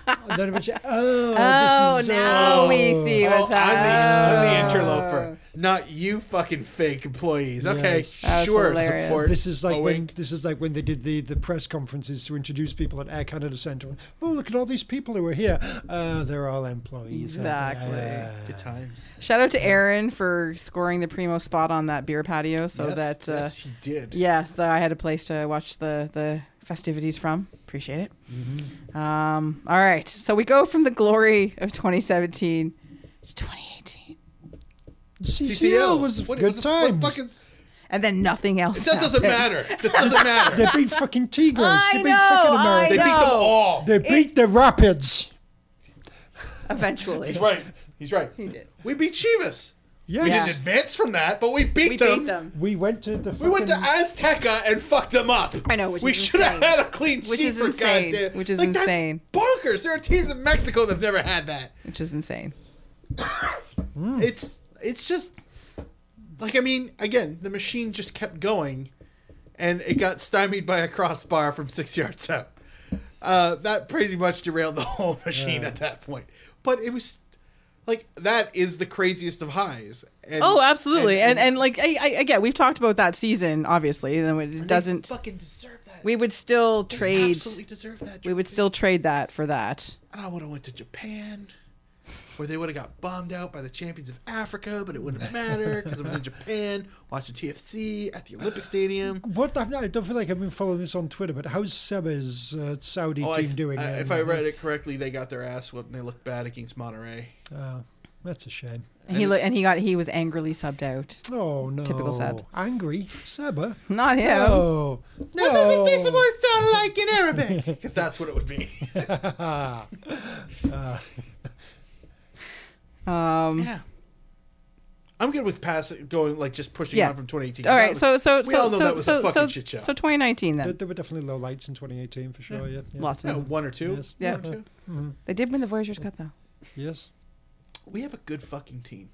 [SPEAKER 3] And then eventually, oh,
[SPEAKER 2] Oh,
[SPEAKER 3] this is,
[SPEAKER 2] now
[SPEAKER 3] oh.
[SPEAKER 2] we see
[SPEAKER 1] Oh, I'm,
[SPEAKER 2] what's
[SPEAKER 1] the,
[SPEAKER 2] happening.
[SPEAKER 1] I'm the interloper, not you fucking fake employees. Okay,
[SPEAKER 3] Yes.
[SPEAKER 2] That's
[SPEAKER 1] sure,
[SPEAKER 2] hilarious.
[SPEAKER 1] support. Oh,
[SPEAKER 3] This is like when
[SPEAKER 1] Owen.
[SPEAKER 3] this is like when they did the, the press conferences to introduce people at Air Canada Centre. Oh, look at all these people who are here. Uh, they're all employees. aren't they?
[SPEAKER 2] Exactly.
[SPEAKER 3] Ah.
[SPEAKER 1] good times.
[SPEAKER 2] Shout out to Aaron for scoring the primo spot on that beer patio, so
[SPEAKER 1] Yes,
[SPEAKER 2] that uh,
[SPEAKER 1] yes, he did.
[SPEAKER 2] Yes, that I had a place to watch the the festivities from. Appreciate it.
[SPEAKER 1] Mm-hmm.
[SPEAKER 2] Um, all right, so we go from the glory of 2017 to 2018,
[SPEAKER 3] CCL was
[SPEAKER 1] What-
[SPEAKER 3] good
[SPEAKER 1] what the- what
[SPEAKER 3] times.
[SPEAKER 1] fucking-
[SPEAKER 2] and then nothing else.
[SPEAKER 1] that doesn't
[SPEAKER 2] happened. (laughs)
[SPEAKER 1] matter. That doesn't matter.
[SPEAKER 3] they beat fucking Tigres.
[SPEAKER 2] I
[SPEAKER 3] They beat
[SPEAKER 2] know,
[SPEAKER 3] fucking
[SPEAKER 2] I
[SPEAKER 3] America.
[SPEAKER 1] They beat them
[SPEAKER 2] No.
[SPEAKER 1] all.
[SPEAKER 3] They beat the Rapids.
[SPEAKER 2] Eventually,
[SPEAKER 1] He's right. He's right. He
[SPEAKER 2] did.
[SPEAKER 1] We beat Chivas.
[SPEAKER 3] Yes.
[SPEAKER 1] We
[SPEAKER 2] Yeah.
[SPEAKER 1] didn't advance from that, but we beat
[SPEAKER 2] we
[SPEAKER 1] them.
[SPEAKER 2] beat them,
[SPEAKER 3] We went to the.
[SPEAKER 1] We went to
[SPEAKER 3] fucking-
[SPEAKER 1] Azteca and fucked them up.
[SPEAKER 2] I know, which
[SPEAKER 1] we
[SPEAKER 2] is
[SPEAKER 1] should have
[SPEAKER 2] insane.
[SPEAKER 1] had a clean sheet
[SPEAKER 2] Which is
[SPEAKER 1] for
[SPEAKER 2] insane.
[SPEAKER 1] goddamn.
[SPEAKER 2] Which is
[SPEAKER 1] like, that's
[SPEAKER 2] insane.
[SPEAKER 1] bonkers. There are teams in Mexico that've never had that.
[SPEAKER 2] which is insane.
[SPEAKER 1] It's it's just like I mean, again, the machine just kept going, and it got stymied by a crossbar from six yards out. Uh, that pretty much derailed the (laughs) whole machine at that point. But it was like that is the craziest of highs. And,
[SPEAKER 2] Oh, absolutely, and and, like I, I again, we've talked about that season. Obviously, and it doesn't.
[SPEAKER 1] they fucking deserve that.
[SPEAKER 2] We would still
[SPEAKER 1] They
[SPEAKER 2] trade.
[SPEAKER 1] absolutely deserve that.
[SPEAKER 2] We would still trade that for that.
[SPEAKER 1] And I would have went to Japan, where they would have got bombed out by the champions of Africa, but it wouldn't matter because I was in Japan watching TFC at the Olympic Stadium. (sighs)
[SPEAKER 3] What I've not- I don't feel like I've been following this on Twitter, but how's Seba's uh, Saudi
[SPEAKER 1] Oh, I
[SPEAKER 3] team
[SPEAKER 1] th-
[SPEAKER 3] doing?
[SPEAKER 1] I-
[SPEAKER 3] uh,
[SPEAKER 1] if I read it correctly, they got their ass whooped and they looked bad against Monterey.
[SPEAKER 3] Oh, that's a shame.
[SPEAKER 2] And he lo- and he got he was angrily subbed out.
[SPEAKER 3] Oh no!
[SPEAKER 2] Typical Seb.
[SPEAKER 3] Angry Seba.
[SPEAKER 2] Not him.
[SPEAKER 3] Oh no!
[SPEAKER 1] sound like in Arabic? (laughs) Because that's what it would be.
[SPEAKER 2] Um,
[SPEAKER 1] yeah. I'm good with passing, going like just pushing
[SPEAKER 2] Yeah.
[SPEAKER 1] on from 2018.
[SPEAKER 2] All
[SPEAKER 1] That
[SPEAKER 2] right,
[SPEAKER 1] was-
[SPEAKER 2] so so
[SPEAKER 1] we
[SPEAKER 2] so
[SPEAKER 1] all know
[SPEAKER 2] so
[SPEAKER 1] that was
[SPEAKER 2] so
[SPEAKER 1] a fucking
[SPEAKER 2] so,
[SPEAKER 1] shit show.
[SPEAKER 2] so 2019 then.
[SPEAKER 3] There, there were definitely low lights in 2018 for sure. Yeah. yeah.
[SPEAKER 2] Lots of
[SPEAKER 1] Yeah,
[SPEAKER 2] them.
[SPEAKER 1] one or two.
[SPEAKER 3] Yes.
[SPEAKER 2] Yeah.
[SPEAKER 1] One or two.
[SPEAKER 2] They did win the Voyagers Cup though.
[SPEAKER 3] Yes.
[SPEAKER 1] We have a good fucking team.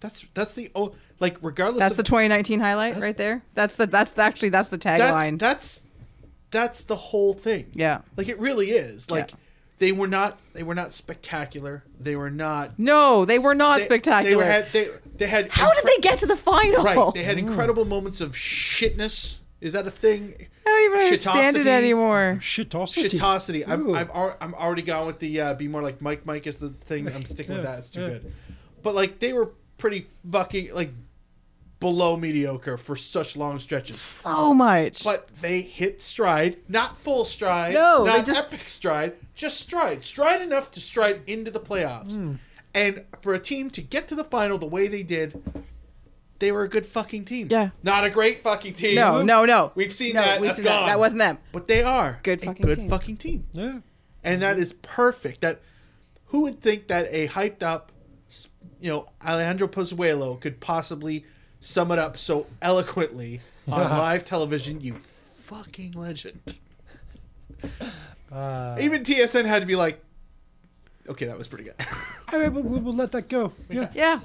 [SPEAKER 1] That's that's the oh like regardless.
[SPEAKER 2] That's
[SPEAKER 1] of,
[SPEAKER 2] the 2019 highlight
[SPEAKER 1] that's-
[SPEAKER 2] right there. That's the that's the, actually that's the
[SPEAKER 1] that's,
[SPEAKER 2] tagline.
[SPEAKER 1] that's that's the whole thing.
[SPEAKER 2] Yeah.
[SPEAKER 1] Like it really is. Like
[SPEAKER 2] Yeah.
[SPEAKER 1] they were not they were not spectacular. They were not
[SPEAKER 2] No, they were not
[SPEAKER 1] they-
[SPEAKER 2] spectacular.
[SPEAKER 1] They, were, had, they, they had
[SPEAKER 2] How did they get to the final?
[SPEAKER 1] Right. They had incredible moments of shitness. Is that a thing?
[SPEAKER 2] (laughs) I don't even understand
[SPEAKER 1] Shitosity.
[SPEAKER 2] it anymore.
[SPEAKER 3] Shitosity.
[SPEAKER 1] Shitosity. I'm,
[SPEAKER 3] Ooh.
[SPEAKER 1] I've, al- I'm already gone with the uh, be more like Mike. Mike is the thing. I'm sticking with
[SPEAKER 3] Yeah,
[SPEAKER 1] that. It's too
[SPEAKER 3] yeah.
[SPEAKER 1] good. But like they were pretty fucking like below mediocre for such long stretches.
[SPEAKER 2] so much.
[SPEAKER 1] But they hit stride, not full stride,
[SPEAKER 2] No, they
[SPEAKER 1] not
[SPEAKER 2] just-
[SPEAKER 1] epic stride, just stride, stride enough to stride into the playoffs.
[SPEAKER 2] Hmm.
[SPEAKER 1] And for a team to get to the final the way they did, they were a good fucking team.
[SPEAKER 2] Yeah.
[SPEAKER 1] not a great fucking team.
[SPEAKER 2] no, no, no.
[SPEAKER 1] We've seen
[SPEAKER 2] no,
[SPEAKER 1] that.
[SPEAKER 2] We've
[SPEAKER 1] That's
[SPEAKER 2] seen
[SPEAKER 1] gone.
[SPEAKER 2] that. That wasn't them.
[SPEAKER 1] But they are
[SPEAKER 2] Good
[SPEAKER 1] a
[SPEAKER 2] fucking
[SPEAKER 1] good
[SPEAKER 2] team.
[SPEAKER 1] fucking team.
[SPEAKER 3] Yeah.
[SPEAKER 1] and that is perfect. That who would think that a hyped up, you know, Alejandro Pozuelo could possibly sum it up so eloquently on (laughs) live television? You fucking legend. Even TSN had to be like, okay, that was pretty good.
[SPEAKER 3] All right, we'll, we'll, we'll let that go. Yeah.
[SPEAKER 7] Yeah.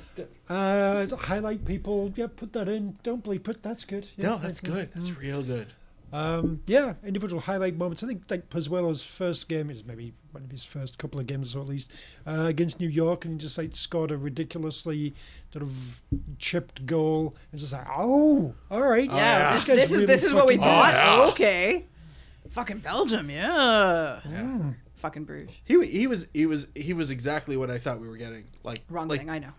[SPEAKER 3] Uh, highlight people. Yeah, put that in. Don't bleep it. That's good. Yeah,
[SPEAKER 1] no, that's good. Mm. That's real good.
[SPEAKER 3] Um, yeah, individual highlight moments. I think like Pozuelo's first game is maybe one of his first couple of games, or at least uh, against New York, and he just like scored a ridiculously sort of chipped goal, and just like, oh, all right,
[SPEAKER 2] Yeah,
[SPEAKER 3] this
[SPEAKER 2] this,
[SPEAKER 3] guy's
[SPEAKER 2] this
[SPEAKER 3] really
[SPEAKER 2] is this is what we
[SPEAKER 3] fucking
[SPEAKER 2] bought. Oh,
[SPEAKER 3] good."
[SPEAKER 2] Okay, fucking Belgium, yeah. Fucking Bruges.
[SPEAKER 1] He, he was he was he was exactly what I thought we were getting. Like
[SPEAKER 2] Wrong
[SPEAKER 1] like,
[SPEAKER 2] thing, I know.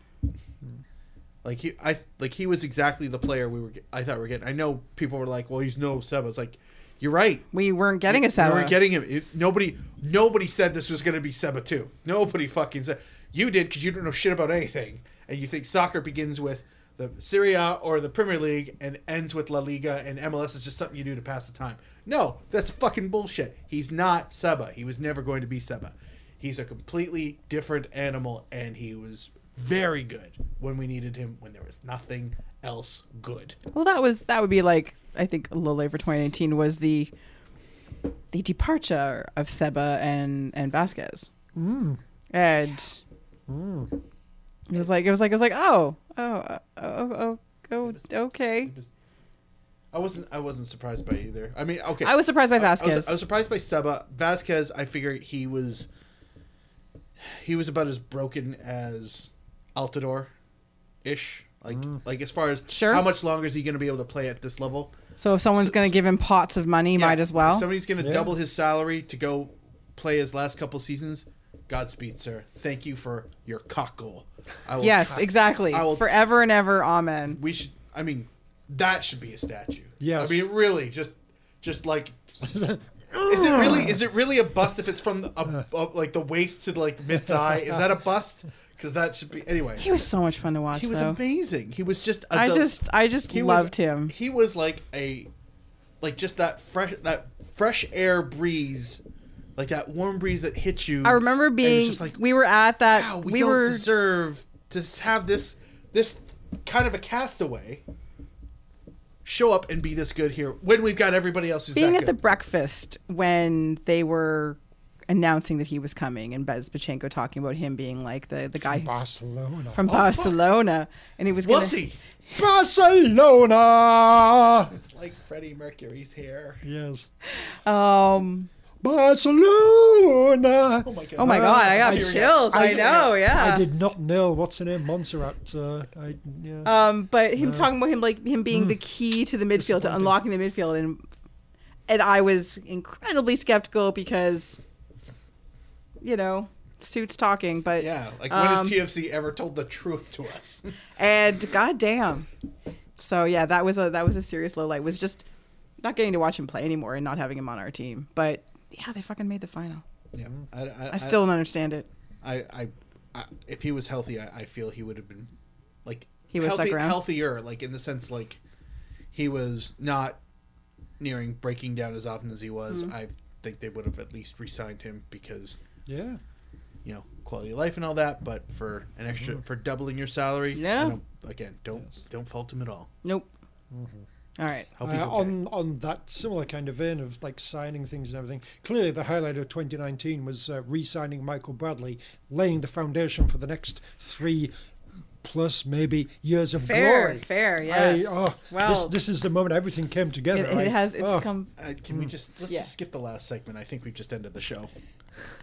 [SPEAKER 1] Like he, I like he was exactly the player we were. ge- I thought we were getting. I know people were like, "Well, he's no sub." I was like, "You're right.
[SPEAKER 2] We weren't getting a
[SPEAKER 1] We
[SPEAKER 2] Sauer.
[SPEAKER 1] were getting him. It- nobody, nobody said this was going to be Seba two. Nobody fucking said. You did because you don't know shit about anything, and you think soccer begins with the Serie A or the Premier League and ends with La Liga and MLS is just something you do to pass the time. No, that's fucking bullshit. He's not Seba. He was never going to be Seba. He's a completely different animal, and he was very good when we needed him when there was nothing else good.
[SPEAKER 2] Well, that was that would be like I think Lole for 2019 was the the departure of Seba and and Vasquez. Mm. And it was like it was like it was like oh oh uh, oh oh, oh okay.
[SPEAKER 1] I wasn't. I wasn't surprised by either. I mean, okay.
[SPEAKER 2] I was surprised by
[SPEAKER 1] I- I was- I
[SPEAKER 2] Vasquez.
[SPEAKER 1] was, surprised by Seba. Vasquez, I figure he was he was about as broken as Altador ish. Like like as far as
[SPEAKER 2] Sure.
[SPEAKER 1] how much longer is he gonna be able to play at this level?
[SPEAKER 2] So if someone's going to give him pots of money, might
[SPEAKER 1] Yeah,
[SPEAKER 2] as well.
[SPEAKER 1] if somebody's gonna double his salary to go play his last couple seasons. Godspeed, sir. Thank you for your cock goal. I will
[SPEAKER 2] yes,
[SPEAKER 1] try-
[SPEAKER 2] exactly.
[SPEAKER 1] I will-
[SPEAKER 2] Forever and ever, amen.
[SPEAKER 1] we should I mean, that should be a statue.
[SPEAKER 3] Yes.
[SPEAKER 1] I mean really just just like Is it really? Is it really a bust if it's from the, up, up, like the waist to like mid thigh? Is that a bust? Because that should be anyway.
[SPEAKER 2] He was so much fun to watch,
[SPEAKER 1] He was
[SPEAKER 2] though.
[SPEAKER 1] amazing. He was just. I
[SPEAKER 2] I just, I just loved him.
[SPEAKER 1] He was like a, like just that fresh that fresh air breeze, like that warm breeze that hits you.
[SPEAKER 2] I remember
[SPEAKER 1] and it's
[SPEAKER 2] being. we were at that.
[SPEAKER 1] wow, we,
[SPEAKER 2] we
[SPEAKER 1] don't
[SPEAKER 2] were.
[SPEAKER 1] deserve to have this this kind of a castaway show up and be this good here when we've got everybody else who's
[SPEAKER 2] being
[SPEAKER 1] that
[SPEAKER 2] at the
[SPEAKER 1] good.
[SPEAKER 2] breakfast when they were announcing that he was coming and Bez Pachenko talking about him being like the, the guy from,
[SPEAKER 3] Barcelona.
[SPEAKER 2] Barcelona and he was gonna,
[SPEAKER 1] was he?
[SPEAKER 3] Barcelona.
[SPEAKER 1] It's like Freddie Mercury's hair.
[SPEAKER 3] Yes.
[SPEAKER 2] um
[SPEAKER 3] Barcelona. Oh my god.
[SPEAKER 2] oh my god I got
[SPEAKER 1] Uh, I-
[SPEAKER 2] chills I,
[SPEAKER 1] I-
[SPEAKER 2] know yeah
[SPEAKER 3] I did not know what's her name Montserrat. Uh, I, yeah.
[SPEAKER 2] um but him talking about him like him being the key to the midfield to unlocking the midfield and and I was incredibly skeptical because you know suits talking but
[SPEAKER 1] Yeah, like when
[SPEAKER 2] Um,
[SPEAKER 1] has TFC ever told the truth to us? (laughs)
[SPEAKER 2] and goddamn. So yeah, that was a that was a serious low light. Was just not getting to watch him play anymore and not having him on our team. But yeah, they fucking made the final.
[SPEAKER 1] yeah, I, I,
[SPEAKER 2] I still don't understand it.
[SPEAKER 1] I, I, I, if he was healthy, I, I feel he would have been, like,
[SPEAKER 2] He would've stuck
[SPEAKER 1] healthy,
[SPEAKER 2] around?
[SPEAKER 1] healthier, like in the sense like he was not nearing breaking down as often as he was.
[SPEAKER 2] Mm-hmm.
[SPEAKER 1] I think they would have at least re-signed him because
[SPEAKER 3] yeah.
[SPEAKER 1] you know quality of life and all that. But for an extra
[SPEAKER 3] Mm-hmm.
[SPEAKER 1] for doubling your salary, I
[SPEAKER 2] Yeah.
[SPEAKER 1] don't- again, don't don't fault him at all.
[SPEAKER 2] Nope. All right.
[SPEAKER 1] Hope he's
[SPEAKER 3] Uh,
[SPEAKER 1] okay.
[SPEAKER 3] on on that similar kind of vein of like signing things and everything. Clearly, the highlight of 2019 was uh, re-signing Michael Bradley, laying the foundation for the next three plus maybe years of
[SPEAKER 2] Fair,
[SPEAKER 3] glory.
[SPEAKER 2] fair,
[SPEAKER 3] I-
[SPEAKER 2] yes.
[SPEAKER 3] oh, this,
[SPEAKER 2] Well-
[SPEAKER 3] this is the moment everything came
[SPEAKER 2] It,
[SPEAKER 3] together.
[SPEAKER 2] it
[SPEAKER 3] I-
[SPEAKER 2] has. It's
[SPEAKER 3] oh,
[SPEAKER 2] come.
[SPEAKER 1] Uh, can we just let's
[SPEAKER 2] Yeah.
[SPEAKER 1] just skip the last segment? I think we've just ended the show.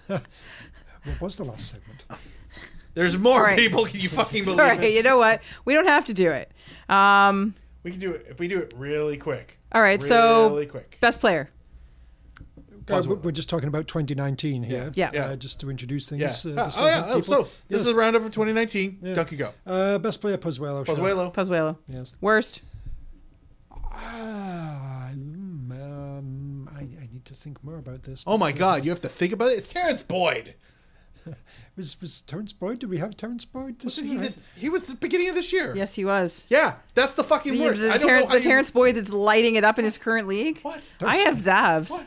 [SPEAKER 3] What was the last segment?
[SPEAKER 1] There's more
[SPEAKER 2] right.
[SPEAKER 1] people. Can you fucking
[SPEAKER 2] (laughs)
[SPEAKER 1] believe
[SPEAKER 2] All right.
[SPEAKER 1] it?
[SPEAKER 2] You know what? We don't have to do it. Um.
[SPEAKER 1] We can do it if we do it really quick.
[SPEAKER 2] All right.
[SPEAKER 1] Really
[SPEAKER 2] so
[SPEAKER 1] quick.
[SPEAKER 2] best player.
[SPEAKER 3] Uh,
[SPEAKER 1] Possibly.
[SPEAKER 3] we- we're just talking about 2019 here.
[SPEAKER 2] Yeah. Yeah.
[SPEAKER 3] Uh, just to introduce things.
[SPEAKER 1] Yeah.
[SPEAKER 3] uh,
[SPEAKER 1] Ah,
[SPEAKER 3] to
[SPEAKER 1] oh, yeah.
[SPEAKER 3] certain
[SPEAKER 1] Oh,
[SPEAKER 3] people.
[SPEAKER 1] so this
[SPEAKER 3] Yes.
[SPEAKER 1] is a roundup for 2019. Donkey Go.
[SPEAKER 3] Uh, best player Pozuelo. sure.
[SPEAKER 1] Pozuelo.
[SPEAKER 2] Pozuelo.
[SPEAKER 3] Yes.
[SPEAKER 2] Worst.
[SPEAKER 3] Ah, mm, um, I, I need to think more about this.
[SPEAKER 1] Oh, my God. You have to think about it. It's Terrence Boyd.
[SPEAKER 3] Was was Terrence Boyd? Did we have Terrence Boyd this
[SPEAKER 1] Wasn't
[SPEAKER 3] year?
[SPEAKER 1] he,
[SPEAKER 3] I-
[SPEAKER 1] this, he was the beginning of this year.
[SPEAKER 2] Yes, he was.
[SPEAKER 1] Yeah, that's the fucking
[SPEAKER 2] The,
[SPEAKER 1] worst.
[SPEAKER 2] the
[SPEAKER 1] I don't
[SPEAKER 2] Terrence,
[SPEAKER 1] know how
[SPEAKER 2] the
[SPEAKER 1] you-
[SPEAKER 2] Terrence Boyd that's lighting it up in his current league.
[SPEAKER 1] What?
[SPEAKER 2] I have Zavs.
[SPEAKER 1] What?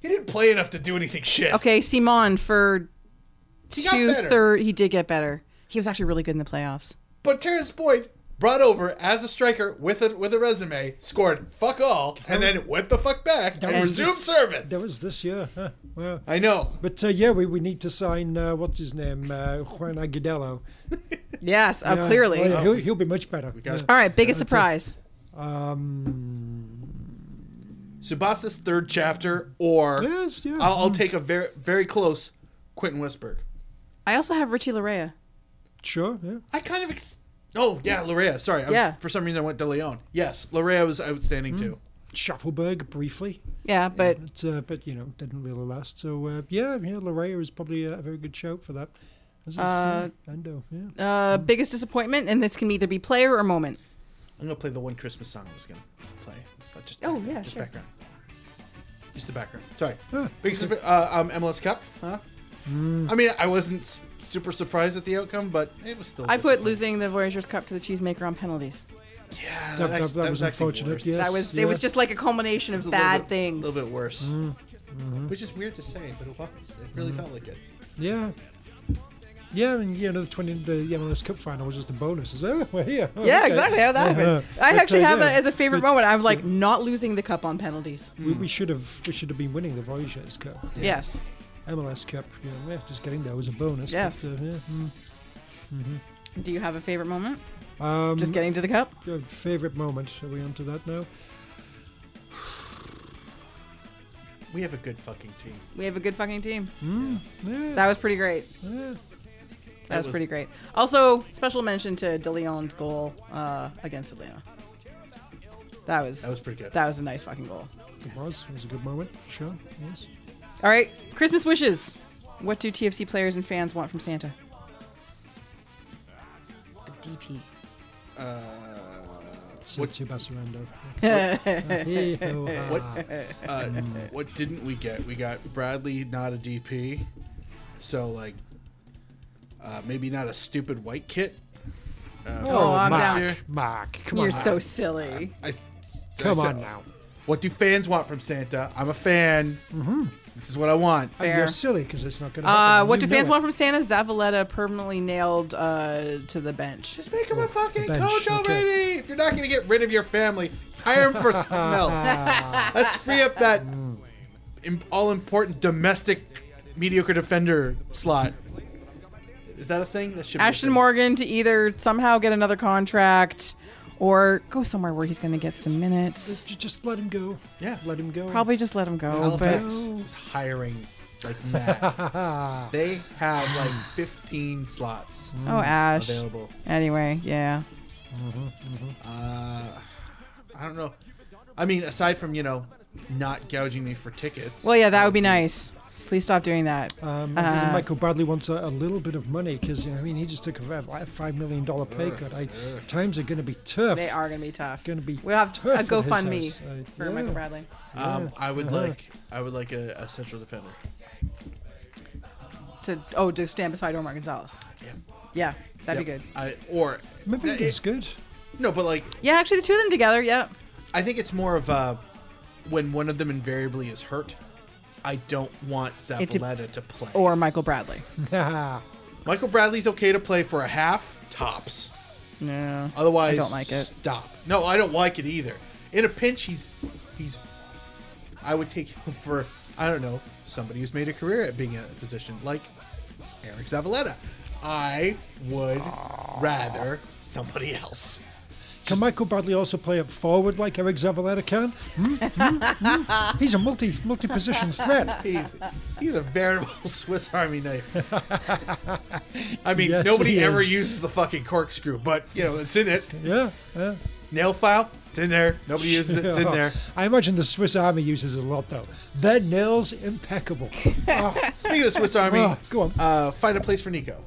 [SPEAKER 1] He didn't play enough to do anything shit.
[SPEAKER 2] Okay, Simon for
[SPEAKER 1] He got
[SPEAKER 2] two
[SPEAKER 1] better.
[SPEAKER 2] third. He did get better. He was actually really good in the playoffs.
[SPEAKER 1] But Terrence Boyd brought over as a striker with a with a resume, scored fuck all, and then went the fuck back and
[SPEAKER 3] was-
[SPEAKER 1] resumed service.
[SPEAKER 3] That was this year. Huh. Wow.
[SPEAKER 1] I know.
[SPEAKER 3] But uh, yeah, we, we need to sign uh, what's his name, uh, Juan Agudelo.
[SPEAKER 2] Yes, uh,
[SPEAKER 3] Yeah.
[SPEAKER 2] (laughs) clearly.
[SPEAKER 3] Oh, yeah, he'll, he'll be much better. Um,
[SPEAKER 1] got-
[SPEAKER 2] All right, biggest surprise.
[SPEAKER 1] Subasa's third chapter, or
[SPEAKER 3] Yes, yeah.
[SPEAKER 1] I'll, I'll take a very very close Quentin Westberg.
[SPEAKER 2] I also have Richie Larea.
[SPEAKER 3] Sure. Yeah.
[SPEAKER 1] I kind of. Ex- oh yeah, Larea. Sorry, I was,
[SPEAKER 2] Yeah. Hmm.
[SPEAKER 1] For some reason, I went De Leon. Yes, Larea was outstanding too.
[SPEAKER 3] Schaffelberg briefly,
[SPEAKER 2] Yeah, but
[SPEAKER 3] but, uh, but you know didn't really last. So uh, yeah, yeah, Larea is probably a, a very good shout for that. This is, uh, Endo, yeah.
[SPEAKER 2] uh, biggest disappointment, and this can either be player or moment.
[SPEAKER 1] I'm gonna play the one Christmas song I was gonna play. But just
[SPEAKER 2] Oh,
[SPEAKER 1] background,
[SPEAKER 2] yeah,
[SPEAKER 1] just
[SPEAKER 2] sure.
[SPEAKER 1] background. Just the background. Sorry.
[SPEAKER 3] Ah,
[SPEAKER 1] Biggest uh, um, MLS Cup, huh?
[SPEAKER 2] Hmm.
[SPEAKER 1] I mean, I wasn't s- super surprised at the outcome, but it was still.
[SPEAKER 2] I put
[SPEAKER 1] disappointing.
[SPEAKER 2] losing the Voyagers Cup to the Cheesemaker on penalties.
[SPEAKER 1] Yeah, that,
[SPEAKER 3] That-
[SPEAKER 1] act-
[SPEAKER 3] that- that
[SPEAKER 1] that
[SPEAKER 3] was
[SPEAKER 1] was actually
[SPEAKER 3] unfortunate,
[SPEAKER 1] worse.
[SPEAKER 3] yeah.
[SPEAKER 1] That
[SPEAKER 3] Yes,
[SPEAKER 2] That was
[SPEAKER 3] yeah.
[SPEAKER 2] it. Was just like a culmination
[SPEAKER 1] was
[SPEAKER 2] of
[SPEAKER 1] a
[SPEAKER 2] bad
[SPEAKER 1] little bit-
[SPEAKER 2] things. Hmm. Mm-hmm.
[SPEAKER 1] A little bit worse, which is weird to say, but it was. It really felt like it.
[SPEAKER 3] yeah. Yeah, and you know the twenty the MLS Cup final was just a bonus. It's, (laughs) oh, we're here. Oh,
[SPEAKER 2] Yeah,
[SPEAKER 3] okay.
[SPEAKER 2] exactly. How did that happen?
[SPEAKER 3] (laughs) Uh-huh.
[SPEAKER 2] I
[SPEAKER 3] But,
[SPEAKER 2] actually
[SPEAKER 3] uh,
[SPEAKER 2] have
[SPEAKER 3] yeah.
[SPEAKER 2] that as a favorite
[SPEAKER 3] But
[SPEAKER 2] moment. I'm like not losing the cup on penalties.
[SPEAKER 3] We, we should have we should have been winning the Voyagers Cup.
[SPEAKER 2] Yes.
[SPEAKER 3] MLS Cup, you know, yeah, just getting there was a bonus.
[SPEAKER 2] Yes.
[SPEAKER 3] But, uh, yeah, mm.
[SPEAKER 2] Do you have a favorite moment?
[SPEAKER 3] Um,
[SPEAKER 2] Just getting to the cup.
[SPEAKER 3] your favorite moment. Are we onto that now?
[SPEAKER 1] We have a good fucking team.
[SPEAKER 2] We have a good fucking team.
[SPEAKER 3] Yeah,
[SPEAKER 2] That was pretty great.
[SPEAKER 3] yeah.
[SPEAKER 2] That,
[SPEAKER 1] That
[SPEAKER 2] was,
[SPEAKER 1] was-
[SPEAKER 2] pretty great. Also, special mention to De Leon's goal uh, against Atlanta. That was
[SPEAKER 1] That was pretty good.
[SPEAKER 2] That was a nice fucking goal.
[SPEAKER 3] It was. It was a good moment. for Sure. Yes.
[SPEAKER 2] All right, Christmas wishes. What do TFC players and fans want from Santa? A DP.
[SPEAKER 1] Uh,
[SPEAKER 3] So
[SPEAKER 1] What-
[SPEAKER 3] to
[SPEAKER 2] (laughs)
[SPEAKER 3] Basurando. Hey-ho-ha. (laughs)
[SPEAKER 1] What uh, what didn't we get? We got Bradley not a DP, so like uh, maybe not a stupid white kit. Uh,
[SPEAKER 2] Oh, I'm
[SPEAKER 3] Mark,
[SPEAKER 2] down.
[SPEAKER 3] Mark, come
[SPEAKER 2] You're
[SPEAKER 3] on.
[SPEAKER 2] so silly.
[SPEAKER 1] I,
[SPEAKER 3] come
[SPEAKER 1] I
[SPEAKER 3] on
[SPEAKER 1] said-
[SPEAKER 3] now.
[SPEAKER 1] What do fans want from Santa? I'm a fan. Mm-hmm. This is what I want.
[SPEAKER 3] And
[SPEAKER 2] Fair.
[SPEAKER 3] You're silly because it's not going to
[SPEAKER 2] Uh,
[SPEAKER 3] happen.
[SPEAKER 2] what
[SPEAKER 3] You
[SPEAKER 2] do
[SPEAKER 3] know
[SPEAKER 2] fans
[SPEAKER 3] it.
[SPEAKER 2] want from Santa? Zavaleta permanently nailed uh, to the bench.
[SPEAKER 1] Just make him a fucking
[SPEAKER 3] bench,
[SPEAKER 1] coach
[SPEAKER 3] okay.
[SPEAKER 1] already. If you're not going to get rid of your family, hire him
[SPEAKER 3] (laughs)
[SPEAKER 1] for something else. Let's free up that im- all important domestic mediocre defender slot. Is that a thing? That should be a
[SPEAKER 2] Ashton
[SPEAKER 1] thing.
[SPEAKER 2] Morgan to either somehow get another contract or go somewhere where he's going to get some minutes.
[SPEAKER 3] J- Just let him go.
[SPEAKER 1] Yeah.
[SPEAKER 3] Let him go.
[SPEAKER 2] Probably just let him go.
[SPEAKER 1] Halifax
[SPEAKER 2] But
[SPEAKER 1] is hiring like mad. they have like 15 slots
[SPEAKER 2] oh, Ash.
[SPEAKER 1] available.
[SPEAKER 2] Anyway, yeah.
[SPEAKER 1] I don't know. I mean, aside from you know, not gouging me for tickets.
[SPEAKER 2] Well, yeah, that would be nice. Please stop doing that.
[SPEAKER 3] Um,
[SPEAKER 2] uh,
[SPEAKER 3] the reason Michael Bradley wants a, a little bit of money because I mean he just took a five- like a five million dollar pay cut. I, times are going to be tough.
[SPEAKER 2] (laughs) They are going to be tough.
[SPEAKER 3] Gonna be
[SPEAKER 2] We'll have
[SPEAKER 3] tough
[SPEAKER 2] a
[SPEAKER 3] in his
[SPEAKER 2] GoFundMe
[SPEAKER 3] house. I-
[SPEAKER 2] for
[SPEAKER 3] yeah.
[SPEAKER 2] Michael Bradley.
[SPEAKER 1] um, I would
[SPEAKER 3] Uh-huh.
[SPEAKER 1] like, I would like a, a central defender.
[SPEAKER 2] To oh, to stand beside Omar Gonzalez.
[SPEAKER 1] Yeah.
[SPEAKER 2] Yeah, that'd
[SPEAKER 1] Yep.
[SPEAKER 2] be good.
[SPEAKER 1] I, or eh,
[SPEAKER 3] Mavinga's good.
[SPEAKER 1] no, but like,
[SPEAKER 2] Yeah, actually, the two of them together. Yeah.
[SPEAKER 1] I think it's more of uh, when one of them invariably is hurt. I don't want
[SPEAKER 2] It de-
[SPEAKER 1] Zavaleta to play.
[SPEAKER 2] Or Michael Bradley.
[SPEAKER 1] Michael Bradley's okay to play for a half tops.
[SPEAKER 2] No.
[SPEAKER 1] Otherwise,
[SPEAKER 2] I don't like it.
[SPEAKER 1] Stop. No, I don't like it either. In a pinch, he's he's. I would take him (laughs) for I don't know somebody who's made a career at being in a position like Eric Zavaleta. I would rather somebody else.
[SPEAKER 3] Can Michael Bradley also play up forward like Eric Zavaleta can? Hmm? Hmm? Hmm? He's a multi multi position threat.
[SPEAKER 1] He's he's a veritable (laughs) Swiss Army knife. I mean,
[SPEAKER 3] Yes,
[SPEAKER 1] nobody
[SPEAKER 3] he
[SPEAKER 1] ever
[SPEAKER 3] is.
[SPEAKER 1] uses the fucking corkscrew, but you know it's in it.
[SPEAKER 3] Yeah, yeah.
[SPEAKER 1] Nail file, it's in there. Nobody uses it. It's
[SPEAKER 3] (laughs)
[SPEAKER 1] in there.
[SPEAKER 3] I imagine the Swiss Army uses it a lot though. Their nails impeccable. Ah,
[SPEAKER 1] Speaking of Swiss Army,
[SPEAKER 3] Ah, go on.
[SPEAKER 1] Uh, find a place for Nico.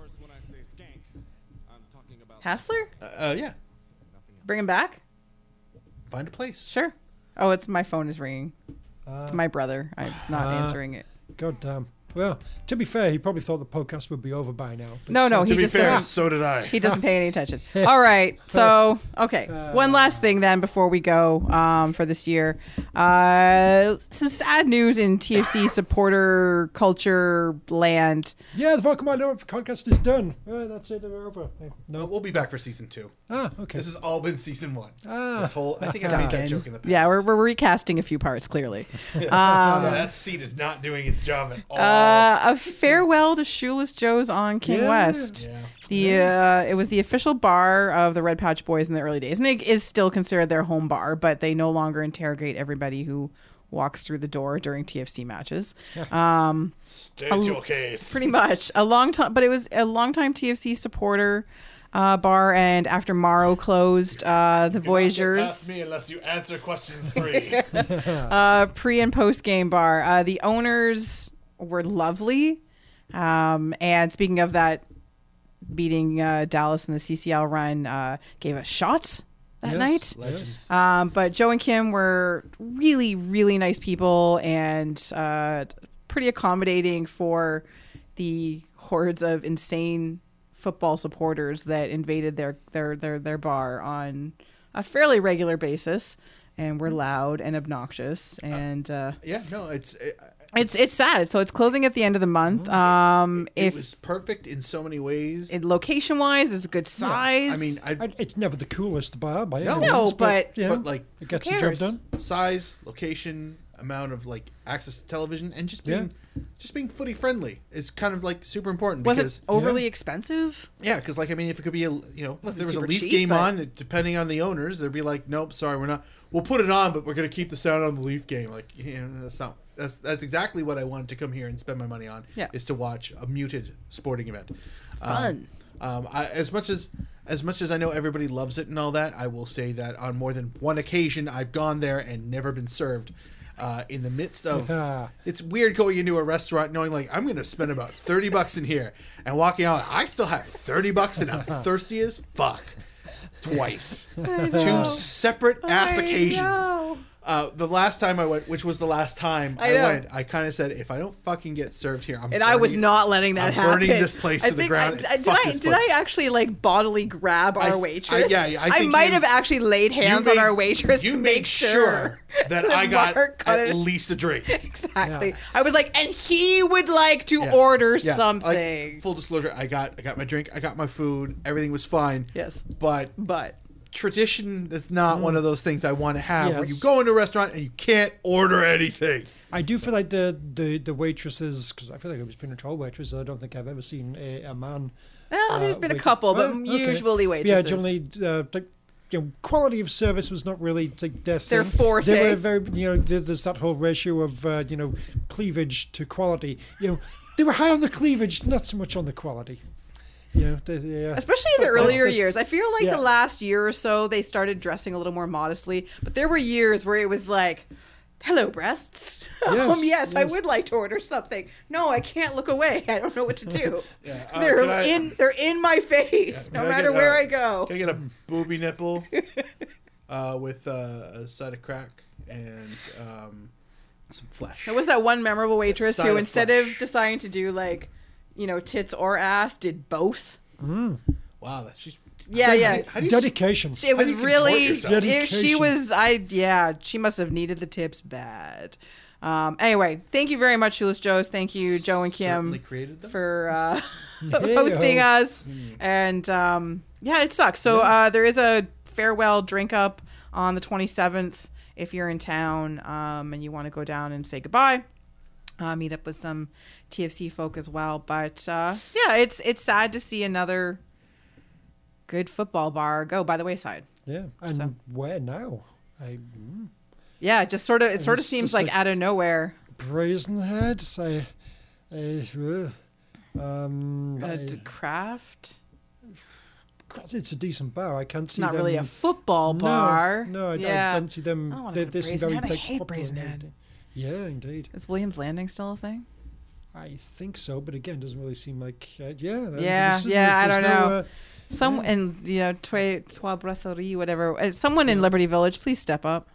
[SPEAKER 2] Hassler?
[SPEAKER 1] Uh, yeah,
[SPEAKER 2] Bring him back?
[SPEAKER 1] find a place.
[SPEAKER 2] Sure. Oh, it's my phone is ringing. it's my brother. I'm not answering it.
[SPEAKER 3] God damn. Well, to be fair, he probably thought the podcast would be over by now. but,
[SPEAKER 2] No, no,
[SPEAKER 3] uh,
[SPEAKER 2] Oh, he
[SPEAKER 1] To be
[SPEAKER 2] just
[SPEAKER 1] fair,
[SPEAKER 2] doesn't.
[SPEAKER 1] so did I.
[SPEAKER 2] He doesn't pay any attention. All right. So, okay. One last thing then before we go um, for this year. Uh, some sad news in TFC supporter culture land.
[SPEAKER 3] yeah, the Vulcan Commander podcast is done. Uh, that's it. We're over. Uh,
[SPEAKER 1] But
[SPEAKER 3] No.
[SPEAKER 1] we'll be back for season two.
[SPEAKER 2] Oh.
[SPEAKER 3] Ah, okay.
[SPEAKER 1] This has all been season one.
[SPEAKER 3] Ah.
[SPEAKER 1] This whole I think I made that joke in the past.
[SPEAKER 2] Yeah, we're, we're recasting a few
[SPEAKER 1] (laughs)
[SPEAKER 2] parts, clearly.
[SPEAKER 1] Yeah, that seat is not doing its job at all.
[SPEAKER 2] Uh, a farewell to Shoeless Joe's on King
[SPEAKER 3] Yeah.
[SPEAKER 2] West.
[SPEAKER 1] Yeah.
[SPEAKER 2] The uh, it was the official bar of the Red Pouch Boys in the early days, and it is still considered their home bar, but they no longer interrogate everybody who walks through the door during TFC matches. um,
[SPEAKER 1] State your case.
[SPEAKER 2] Pretty much a long time, but it was a long time TFC supporter uh, bar, and after Morrow closed, uh,
[SPEAKER 1] You cannot get
[SPEAKER 2] the
[SPEAKER 1] past
[SPEAKER 2] Voyagers.
[SPEAKER 1] me unless you answer question
[SPEAKER 2] (laughs)
[SPEAKER 1] three.
[SPEAKER 2] uh, pre and post game bar. Uh, the owners were lovely. Um, and speaking of that, beating uh, Dallas in the CCL run uh, gave a shot that
[SPEAKER 3] Yes,
[SPEAKER 2] night.
[SPEAKER 3] Legends.
[SPEAKER 2] Um, but Joe and Kim were really, really nice people and uh, pretty accommodating for the hordes of insane football supporters that invaded their their their, their bar on a fairly regular basis and were loud and obnoxious and uh,
[SPEAKER 1] yeah, no, it's it,
[SPEAKER 2] it's it's sad so it's closing at the end of the month um
[SPEAKER 1] Mm-hmm. it
[SPEAKER 2] if
[SPEAKER 1] was perfect in so many ways.
[SPEAKER 2] location wise it's a good size
[SPEAKER 1] I mean, I,
[SPEAKER 3] I, it's never the coolest bar by any
[SPEAKER 2] No,
[SPEAKER 3] means,
[SPEAKER 2] but-
[SPEAKER 3] you know,
[SPEAKER 1] but like
[SPEAKER 3] it gets
[SPEAKER 2] who
[SPEAKER 3] the job
[SPEAKER 2] cares?
[SPEAKER 3] done.
[SPEAKER 1] size, location, amount of like access to television, and just being just being footy friendly is kind of like super important
[SPEAKER 2] was
[SPEAKER 1] because
[SPEAKER 2] it overly expensive
[SPEAKER 1] yeah, because like I mean, if it could be a you know if
[SPEAKER 2] Wasn't
[SPEAKER 1] there was a
[SPEAKER 2] super
[SPEAKER 1] Leaf
[SPEAKER 2] cheap,
[SPEAKER 1] game
[SPEAKER 2] but-
[SPEAKER 1] on, it- depending on the owners, they'd be like, nope, sorry, we're not. We'll put it on, but we're gonna keep the sound on the Leaf game. Like (laughs) yeah, that's not. That's, that's exactly what I wanted to come here and spend my money on.
[SPEAKER 2] Yeah.
[SPEAKER 1] is to watch a muted sporting event. Um,
[SPEAKER 2] Fun.
[SPEAKER 1] um, I, as much as as much as I know everybody loves it and all that, I will say that on more than one occasion I've gone there and never been served. Uh, in the midst of,
[SPEAKER 3] Yeah.
[SPEAKER 1] (sighs) it's weird going into a restaurant knowing like I'm going to spend about thirty bucks in here, and walking out, I still have thirty bucks and I'm
[SPEAKER 2] (laughs)
[SPEAKER 1] thirsty as fuck. Twice, two separate ass
[SPEAKER 2] I
[SPEAKER 1] occasions.
[SPEAKER 2] know.
[SPEAKER 1] Uh, the last time I went, which was the last time
[SPEAKER 2] I
[SPEAKER 1] I,
[SPEAKER 2] know.
[SPEAKER 1] went, I kind of said, if I don't fucking get served here, I'm
[SPEAKER 2] and I was
[SPEAKER 1] burning-
[SPEAKER 2] not letting that
[SPEAKER 1] I'm
[SPEAKER 2] happen.
[SPEAKER 1] burning this place
[SPEAKER 2] I
[SPEAKER 1] to the
[SPEAKER 2] think
[SPEAKER 1] ground.
[SPEAKER 2] I, I- did
[SPEAKER 1] Fuck
[SPEAKER 2] I
[SPEAKER 1] this
[SPEAKER 2] did
[SPEAKER 1] place.
[SPEAKER 2] I actually like bodily grab
[SPEAKER 1] I- I-
[SPEAKER 2] our waitress?
[SPEAKER 1] yeah, yeah, I think
[SPEAKER 2] might
[SPEAKER 1] you-
[SPEAKER 2] have actually laid
[SPEAKER 1] You
[SPEAKER 2] hands
[SPEAKER 1] made-
[SPEAKER 2] on our waitress
[SPEAKER 1] you
[SPEAKER 2] to
[SPEAKER 1] made
[SPEAKER 2] make (laughs) sure
[SPEAKER 1] that
[SPEAKER 2] the
[SPEAKER 1] I got
[SPEAKER 2] bar cut
[SPEAKER 1] at
[SPEAKER 2] it.
[SPEAKER 1] least a
[SPEAKER 2] (laughs)
[SPEAKER 1] drink.
[SPEAKER 2] Exactly.
[SPEAKER 3] Yeah.
[SPEAKER 2] I was like, and he would like to
[SPEAKER 1] Yeah.
[SPEAKER 2] order
[SPEAKER 1] Yeah.
[SPEAKER 2] something.
[SPEAKER 1] Like, full disclosure, I got I got my drink, I got my food, everything was fine.
[SPEAKER 2] Yes.
[SPEAKER 1] But
[SPEAKER 2] but
[SPEAKER 1] tradition is not
[SPEAKER 2] Mm.
[SPEAKER 1] one of those things I want to have where you
[SPEAKER 3] Yes.
[SPEAKER 1] go into a restaurant and you can't order anything.
[SPEAKER 3] I do feel like the the, the waitresses, because I feel like it was pretty much all waitresses. I don't think I've ever seen a, a man.
[SPEAKER 1] Uh,
[SPEAKER 2] Well,
[SPEAKER 3] Uh,
[SPEAKER 2] there's been a couple, but usually
[SPEAKER 3] Yeah,
[SPEAKER 2] waitresses.
[SPEAKER 3] generally, uh, like, you know, quality of service was not really like their thing.
[SPEAKER 2] Their forte.
[SPEAKER 3] They were very, you know, there- there's that whole ratio of uh, you know cleavage to quality. You know, they were high on the cleavage, not so much on the quality. You know, they, they, uh,
[SPEAKER 2] especially in the
[SPEAKER 3] but-
[SPEAKER 2] earlier
[SPEAKER 3] but-
[SPEAKER 2] years, I feel like
[SPEAKER 3] yeah.
[SPEAKER 2] the last year or so they started dressing a little more modestly. But there were years where it was like. Hello, breasts. (laughs) um, yes,
[SPEAKER 3] Yes,
[SPEAKER 2] I
[SPEAKER 3] yes.
[SPEAKER 2] would like to order something. No, I can't look away. (laughs) I don't know what
[SPEAKER 1] (laughs)
[SPEAKER 2] to do.
[SPEAKER 1] uh,
[SPEAKER 2] they're
[SPEAKER 1] can I-
[SPEAKER 2] in. They're in my face,
[SPEAKER 1] Can
[SPEAKER 2] no
[SPEAKER 1] I
[SPEAKER 2] matter
[SPEAKER 1] get
[SPEAKER 2] where
[SPEAKER 1] a-
[SPEAKER 2] I go.
[SPEAKER 1] Can I get a booby
[SPEAKER 2] (laughs)
[SPEAKER 1] nipple uh, with uh, a side of crack and um, some flesh?
[SPEAKER 2] There was that one memorable waitress
[SPEAKER 1] side
[SPEAKER 2] who,
[SPEAKER 1] of
[SPEAKER 2] instead
[SPEAKER 1] flesh.
[SPEAKER 2] of deciding to do like, you know, tits or ass, did both.
[SPEAKER 1] wow, that, she's
[SPEAKER 2] Yeah, yeah.
[SPEAKER 1] How do you-
[SPEAKER 3] dedication.
[SPEAKER 2] It was
[SPEAKER 1] do you contort
[SPEAKER 2] really.
[SPEAKER 1] yourself?
[SPEAKER 2] it- she
[SPEAKER 3] Dedication.
[SPEAKER 2] was. I yeah. She must have needed the tips bad. Um, anyway, thank you very much, Shoeless Joes. Thank you, Joe and
[SPEAKER 1] certainly
[SPEAKER 2] Kim,
[SPEAKER 1] created them.
[SPEAKER 2] um,
[SPEAKER 3] (laughs)
[SPEAKER 2] for uh, (laughs) hosting
[SPEAKER 3] Hey-ho.
[SPEAKER 2] us. And um, yeah, it sucks. So uh, there is a farewell drink up on the 27th if you're in town um, and you want to go down and say goodbye uh, meet up with some TFC folk as well. But uh, yeah, it's it's sad to see another good football bar go by the wayside.
[SPEAKER 3] Yeah, and
[SPEAKER 2] So.
[SPEAKER 3] where now? I
[SPEAKER 2] Yeah, it just sort of it sort of
[SPEAKER 3] It's
[SPEAKER 2] seems
[SPEAKER 3] just
[SPEAKER 2] like
[SPEAKER 3] like-
[SPEAKER 2] out of nowhere.
[SPEAKER 3] Brazenhead. I, I, uh, um,
[SPEAKER 2] Uh,
[SPEAKER 3] I-
[SPEAKER 2] d- Kraft,
[SPEAKER 3] God, it's a decent bar. I can't see
[SPEAKER 7] not
[SPEAKER 3] them.
[SPEAKER 7] really a football
[SPEAKER 3] No,
[SPEAKER 7] bar.
[SPEAKER 3] No, I,
[SPEAKER 7] yeah.
[SPEAKER 3] I don't see them.
[SPEAKER 2] I don't wanna
[SPEAKER 3] they're,
[SPEAKER 2] go to
[SPEAKER 3] they're some
[SPEAKER 2] Brazenhead.
[SPEAKER 3] very
[SPEAKER 2] I
[SPEAKER 3] like,
[SPEAKER 2] hate
[SPEAKER 3] popular and
[SPEAKER 2] Brazenhead.
[SPEAKER 3] everything. Yeah, indeed.
[SPEAKER 2] Is Williams Landing still a thing?
[SPEAKER 3] I think so, but again, doesn't really seem like. Uh, yeah. uh,
[SPEAKER 7] Yeah,
[SPEAKER 3] this is-
[SPEAKER 7] yeah, I
[SPEAKER 3] there's
[SPEAKER 7] don't
[SPEAKER 3] no,
[SPEAKER 7] know.
[SPEAKER 3] uh,
[SPEAKER 2] Some and you know Trois Trois Brasserie, whatever. uh, Someone in Liberty Village, please step up,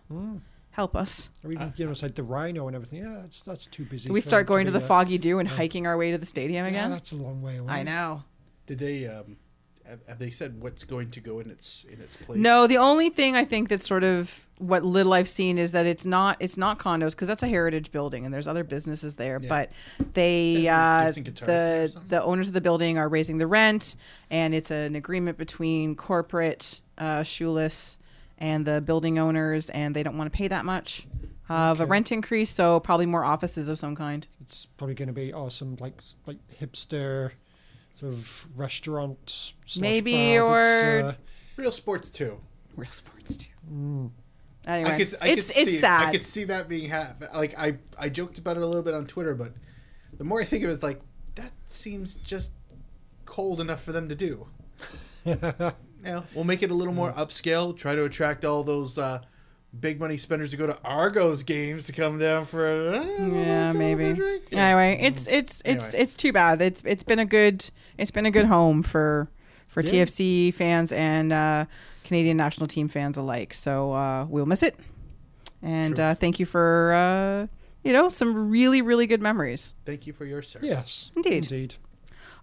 [SPEAKER 2] help us.
[SPEAKER 3] or
[SPEAKER 1] Uh,
[SPEAKER 3] even, you know, it's like the Rhino and everything. Yeah, that's that's too busy.
[SPEAKER 2] Do we
[SPEAKER 3] for
[SPEAKER 2] start
[SPEAKER 3] them
[SPEAKER 2] going to
[SPEAKER 3] do
[SPEAKER 2] the
[SPEAKER 3] that.
[SPEAKER 2] Foggy Dew and hiking our way to the stadium
[SPEAKER 3] uh, Yeah,
[SPEAKER 2] again?
[SPEAKER 3] that's a long way away.
[SPEAKER 2] I know.
[SPEAKER 1] Did they um have, have they said what's going to go in its in its place?
[SPEAKER 2] No, the only thing I think that's sort of what little I've seen is that it's not it's not condos because that's a heritage building and there's other businesses there, but they
[SPEAKER 1] Yeah,
[SPEAKER 2] uh,
[SPEAKER 1] gives and guitars there or
[SPEAKER 2] the the owners of the building are raising the rent and it's an agreement between corporate uh, shoeless and the building owners and they don't want to pay that much of a rent increase, so probably more offices of some kind.
[SPEAKER 3] It's probably going to be awesome, like s- like hipster, sort of restaurant. slash
[SPEAKER 2] Maybe,
[SPEAKER 3] bar that's,
[SPEAKER 2] or-
[SPEAKER 3] uh,
[SPEAKER 1] Real sports too.
[SPEAKER 2] Real sports too. Anyway,
[SPEAKER 1] I could, I
[SPEAKER 2] it's
[SPEAKER 1] could see,
[SPEAKER 2] it's sad.
[SPEAKER 1] I could see that being ha- like I I joked about it a little bit on Twitter, but the more I think of it, it's like that seems just cold enough for them to
[SPEAKER 2] (laughs)
[SPEAKER 1] do. yeah, we'll make it a little
[SPEAKER 2] Mm.
[SPEAKER 1] more upscale. Try to attract all those uh, big money spenders who go to Argos games to come down for uh, a
[SPEAKER 2] Yeah, Mm-hmm. maybe. Anyway, it's it's it's
[SPEAKER 1] Anyway.
[SPEAKER 2] it's too bad. It's it's been a good it's been a good home for for TFC fans and uh, Canadian national team fans alike. So uh, we'll miss it. And uh, thank you for uh, you know some really really good memories.
[SPEAKER 1] Thank you for your service.
[SPEAKER 3] yes,
[SPEAKER 2] Indeed.
[SPEAKER 3] indeed.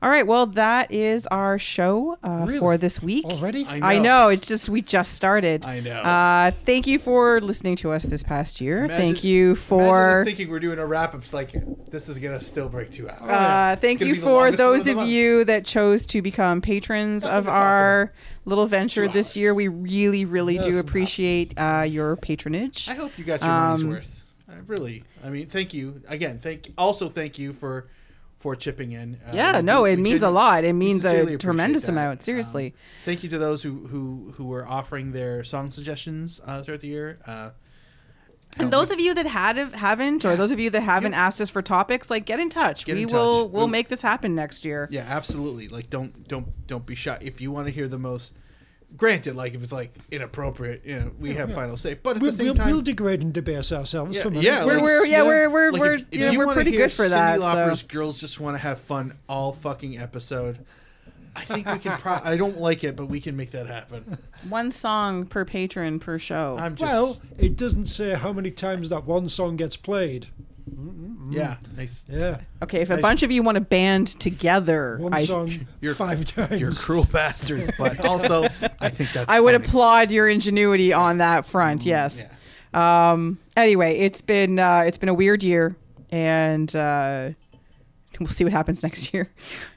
[SPEAKER 2] All right, well that is our show uh,
[SPEAKER 3] Really?
[SPEAKER 2] for this week.
[SPEAKER 3] Already,
[SPEAKER 1] I
[SPEAKER 2] I
[SPEAKER 1] No.
[SPEAKER 2] know. It's just we just started.
[SPEAKER 1] I know.
[SPEAKER 2] Uh, thank you for listening to us this past year.
[SPEAKER 1] Imagine-
[SPEAKER 2] thank you
[SPEAKER 1] Imagine
[SPEAKER 2] for
[SPEAKER 1] us thinking we're doing a wrap up. It's like this is gonna still break two hours.
[SPEAKER 2] Uh,
[SPEAKER 1] Oh, It's
[SPEAKER 2] thank
[SPEAKER 1] gonna
[SPEAKER 2] you
[SPEAKER 1] be the
[SPEAKER 2] for
[SPEAKER 1] longest one
[SPEAKER 2] those
[SPEAKER 1] the
[SPEAKER 2] of
[SPEAKER 1] month.
[SPEAKER 2] you that chose to become patrons
[SPEAKER 1] Nothing
[SPEAKER 2] of
[SPEAKER 1] to talk
[SPEAKER 2] our little venture this
[SPEAKER 1] hours.
[SPEAKER 2] year. We really, really do appreciate uh, your patronage.
[SPEAKER 1] I hope you got your money's
[SPEAKER 2] Um,
[SPEAKER 1] worth. I really, I mean, thank you again. Thank also thank you for for chipping in. Uh,
[SPEAKER 2] Yeah,
[SPEAKER 1] we
[SPEAKER 2] no,
[SPEAKER 1] do-
[SPEAKER 2] it
[SPEAKER 1] we
[SPEAKER 2] means a
[SPEAKER 1] genu-
[SPEAKER 2] lot. It
[SPEAKER 1] we
[SPEAKER 2] means a
[SPEAKER 1] sincerely appreciate
[SPEAKER 2] tremendous
[SPEAKER 1] that.
[SPEAKER 2] amount, seriously.
[SPEAKER 1] Um, thank you to those who who who were offering their song suggestions uh, throughout the year. Uh,
[SPEAKER 2] and those of you that had haven't, or those of you that haven't asked us for topics, like get in touch.
[SPEAKER 1] Get
[SPEAKER 2] we
[SPEAKER 1] in
[SPEAKER 2] will
[SPEAKER 1] touch.
[SPEAKER 2] we'll
[SPEAKER 1] We-
[SPEAKER 2] make this happen next year.
[SPEAKER 1] yeah, absolutely. Like, don't don't don't be shy if you want to hear the most. Granted, like if it's like inappropriate, you know, we have final say. But at
[SPEAKER 3] we'll,
[SPEAKER 1] the same
[SPEAKER 3] we'll,
[SPEAKER 1] time,
[SPEAKER 3] we'll degrade and debase ourselves.
[SPEAKER 1] Yeah,
[SPEAKER 3] for a
[SPEAKER 1] yeah,
[SPEAKER 3] minute.
[SPEAKER 1] like-
[SPEAKER 2] We're, we're yeah,
[SPEAKER 3] Yeah.
[SPEAKER 2] we're we're
[SPEAKER 1] Like,
[SPEAKER 2] we're,
[SPEAKER 1] if, if
[SPEAKER 2] you know,
[SPEAKER 1] you
[SPEAKER 2] we're
[SPEAKER 1] want to
[SPEAKER 2] pretty
[SPEAKER 1] hear
[SPEAKER 2] good for
[SPEAKER 1] Cyndi
[SPEAKER 2] that.
[SPEAKER 1] Lauper's
[SPEAKER 2] so.
[SPEAKER 1] "Girls Just Want to Have Fun" all fucking episode. I think we can. Pro- I don't like it, but we can make that happen.
[SPEAKER 2] One song per patron per show.
[SPEAKER 1] I'm just
[SPEAKER 3] Well, it doesn't say how many times that one song gets played.
[SPEAKER 1] yeah, nice.
[SPEAKER 3] Yeah,
[SPEAKER 2] okay, if a bunch of you want to band together,
[SPEAKER 3] one
[SPEAKER 2] I
[SPEAKER 3] song five times.
[SPEAKER 1] You're cruel bastards,
[SPEAKER 2] (laughs)
[SPEAKER 1] but also I think that's.
[SPEAKER 2] I would
[SPEAKER 1] funny. Mm,
[SPEAKER 2] applaud your ingenuity on that front. Yes. Um, anyway, it's been uh, it's been a weird year, and uh, we'll see what happens (laughs) next year.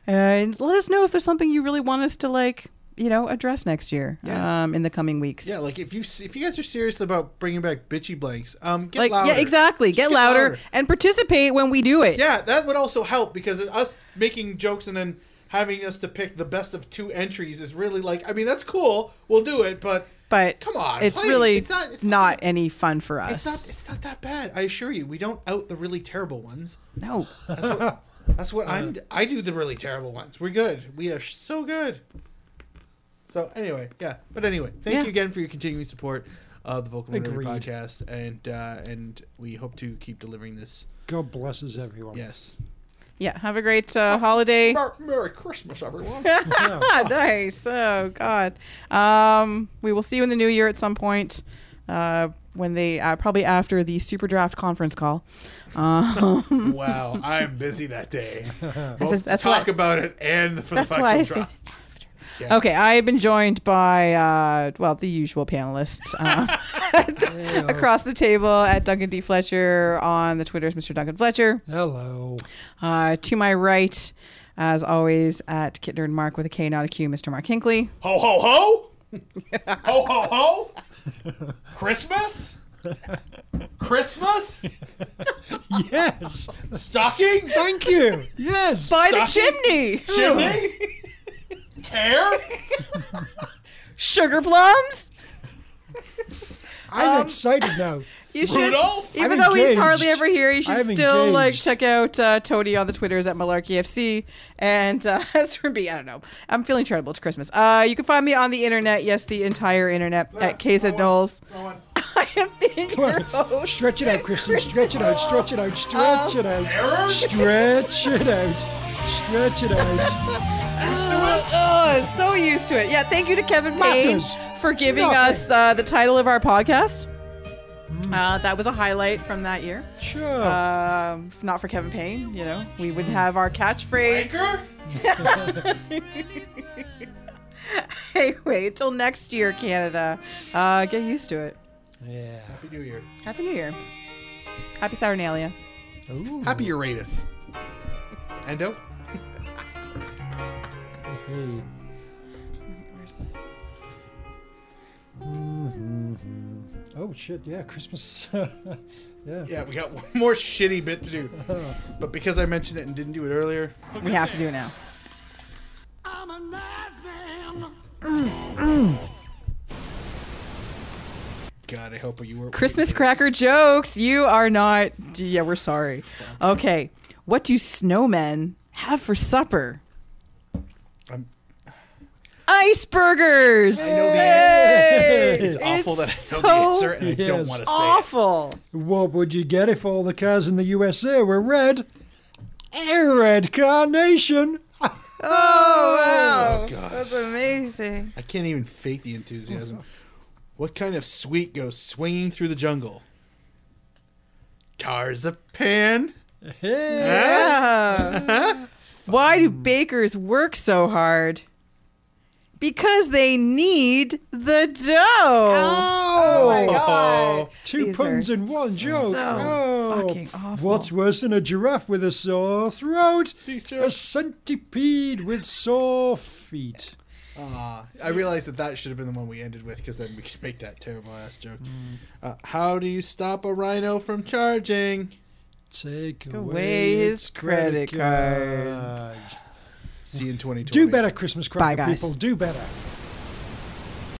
[SPEAKER 2] And let us know if there's something you really want us to like, you know, address next year.
[SPEAKER 1] Yeah.
[SPEAKER 2] Um, in the coming weeks.
[SPEAKER 1] Yeah, like if you if you guys are serious about bringing back bitchy blanks, um, get
[SPEAKER 2] Like
[SPEAKER 1] louder.
[SPEAKER 2] yeah, exactly.
[SPEAKER 1] Just
[SPEAKER 2] Get, louder, and participate when we do it.
[SPEAKER 1] Yeah, that would also help because us making jokes and then having us to pick the best of two entries is really like. I mean, that's cool. We'll do it, but
[SPEAKER 2] But
[SPEAKER 1] come on,
[SPEAKER 2] it's
[SPEAKER 1] play.
[SPEAKER 2] really
[SPEAKER 1] It's not-
[SPEAKER 2] not,
[SPEAKER 1] it's not-
[SPEAKER 2] any fun for us.
[SPEAKER 1] It's not. It's not that bad. I assure you. We don't out the really terrible ones.
[SPEAKER 2] no.
[SPEAKER 1] That's what
[SPEAKER 2] Uh-huh.
[SPEAKER 1] I'm. I do the really terrible ones. We're good. We are so good. So anyway, yeah. But anyway, thank
[SPEAKER 2] Yeah.
[SPEAKER 1] you again for your continuing support of the Vocal Minority
[SPEAKER 3] Agreed.
[SPEAKER 1] Podcast, and uh, and we hope to keep delivering this.
[SPEAKER 3] God blesses everyone.
[SPEAKER 1] Yes.
[SPEAKER 2] Yeah. Have a great uh, holiday.
[SPEAKER 1] Mer- Merry Christmas, everyone.
[SPEAKER 2] Ah, (laughs) nice. Oh God. Um, we will see you in the new year at some point. Uh, when they uh, probably after the super draft conference call. Um,
[SPEAKER 1] wow, I'm busy that day.
[SPEAKER 2] (laughs)
[SPEAKER 1] Both
[SPEAKER 2] is-
[SPEAKER 1] to
[SPEAKER 2] that's
[SPEAKER 1] talk
[SPEAKER 2] why-
[SPEAKER 1] about it and for
[SPEAKER 2] (laughs) that's
[SPEAKER 1] the
[SPEAKER 2] why I
[SPEAKER 1] actual
[SPEAKER 2] say.
[SPEAKER 1] drop.
[SPEAKER 2] after. Okay, I've been joined by uh, well the usual panelists uh, (laughs) across the table at Duncan D Fletcher on the Twitter's Mr. Duncan Fletcher.
[SPEAKER 3] Hello. (laughs)
[SPEAKER 2] Uh, to my right, as always, at Kittner and Mark with a K, not a Q, Mr. Mark Hinkley.
[SPEAKER 1] Ho ho ho! ho ho ho! Christmas? Christmas?
[SPEAKER 3] Yes.
[SPEAKER 1] Stockings?
[SPEAKER 3] Thank you. Yes.
[SPEAKER 2] By the
[SPEAKER 1] Saki?
[SPEAKER 2] chimney,
[SPEAKER 1] Chimney? Care?
[SPEAKER 2] sugar plums.
[SPEAKER 3] um, I'm excited now.
[SPEAKER 2] You should,
[SPEAKER 1] Rudolph?
[SPEAKER 2] even
[SPEAKER 3] I'm
[SPEAKER 2] though he's
[SPEAKER 3] engaged.
[SPEAKER 2] hardly ever here, you should
[SPEAKER 3] I'm
[SPEAKER 2] still like
[SPEAKER 3] engaged.
[SPEAKER 2] check out uh, Tony on the Twitters at MalarkeyFC. And uh, (laughs) as for me, I don't know. I'm feeling charitable. It's Christmas. Uh, you can find me on the internet. Yes, the entire internet at KZ Knowles. (laughs) I have been your host.
[SPEAKER 3] Stretch it out, Christian. Stretch it out. Stretch it out. Stretch it out. Stretch it out. Stretch it out.
[SPEAKER 2] Oh, so used to it. Yeah, thank you to Kevin Payne
[SPEAKER 3] Matters.
[SPEAKER 2] for giving
[SPEAKER 3] Nothing. Mm.
[SPEAKER 2] us uh, the title of our podcast. Uh, that was a highlight from that year.
[SPEAKER 3] (laughs) Sure.
[SPEAKER 2] Um, if not for Kevin Payne, you know, we would have our catchphrase. (laughs) Anyway, until next year, Canada, uh, get used to it.
[SPEAKER 3] yeah.
[SPEAKER 1] Happy New Year.
[SPEAKER 2] Happy New Year. Happy Saturnalia.
[SPEAKER 3] Ooh.
[SPEAKER 1] Happy Uranus. Endo?
[SPEAKER 3] Hey.
[SPEAKER 2] Where's the-
[SPEAKER 3] Oh shit. Yeah. Christmas. (laughs) yeah.
[SPEAKER 1] Yeah, we got (laughs) one more shitty bit to do. But because I mentioned it and didn't do it earlier,
[SPEAKER 8] We have to do it now.
[SPEAKER 9] I'm a nice man.
[SPEAKER 1] God, I hope you were.
[SPEAKER 2] Christmas cracker jokes. You are not. Yeah, we're sorry. Okay. What do snowmen have for supper?
[SPEAKER 1] I'm-
[SPEAKER 2] Ice burgers.
[SPEAKER 1] Um, I know the
[SPEAKER 2] Hey!
[SPEAKER 1] It's awful that
[SPEAKER 2] It's
[SPEAKER 1] I know
[SPEAKER 2] so
[SPEAKER 1] the answer and I
[SPEAKER 3] Yes.
[SPEAKER 1] don't want to say it.
[SPEAKER 2] Awful.
[SPEAKER 3] What would you get if all the cars in the USA were red? A red carnation.
[SPEAKER 2] Oh,
[SPEAKER 1] gosh.
[SPEAKER 2] That's amazing.
[SPEAKER 1] I can't even fake the enthusiasm. What kind of sweet goes swinging through the jungle? Tarzapan?
[SPEAKER 3] Hey.
[SPEAKER 2] Why do bakers work so hard? Because they need the dough.
[SPEAKER 1] Oh,
[SPEAKER 3] Two
[SPEAKER 2] These
[SPEAKER 3] puns
[SPEAKER 2] are
[SPEAKER 3] in one joke. oh,
[SPEAKER 8] fucking awful.
[SPEAKER 3] What's worse than a giraffe with a sore throat?
[SPEAKER 1] These
[SPEAKER 3] A
[SPEAKER 1] jokes.
[SPEAKER 3] centipede with sore feet.
[SPEAKER 1] Ah, I realized that that should have been the one we ended with because then we could make that terrible ass joke. Uh, how do you stop a rhino from charging?
[SPEAKER 3] Take away,
[SPEAKER 2] away his
[SPEAKER 3] its
[SPEAKER 2] credit
[SPEAKER 3] credit cards.
[SPEAKER 1] See you in 2020.
[SPEAKER 3] Do better, Christmas
[SPEAKER 8] Bye,
[SPEAKER 3] cracker
[SPEAKER 8] guys.
[SPEAKER 3] people. Do better.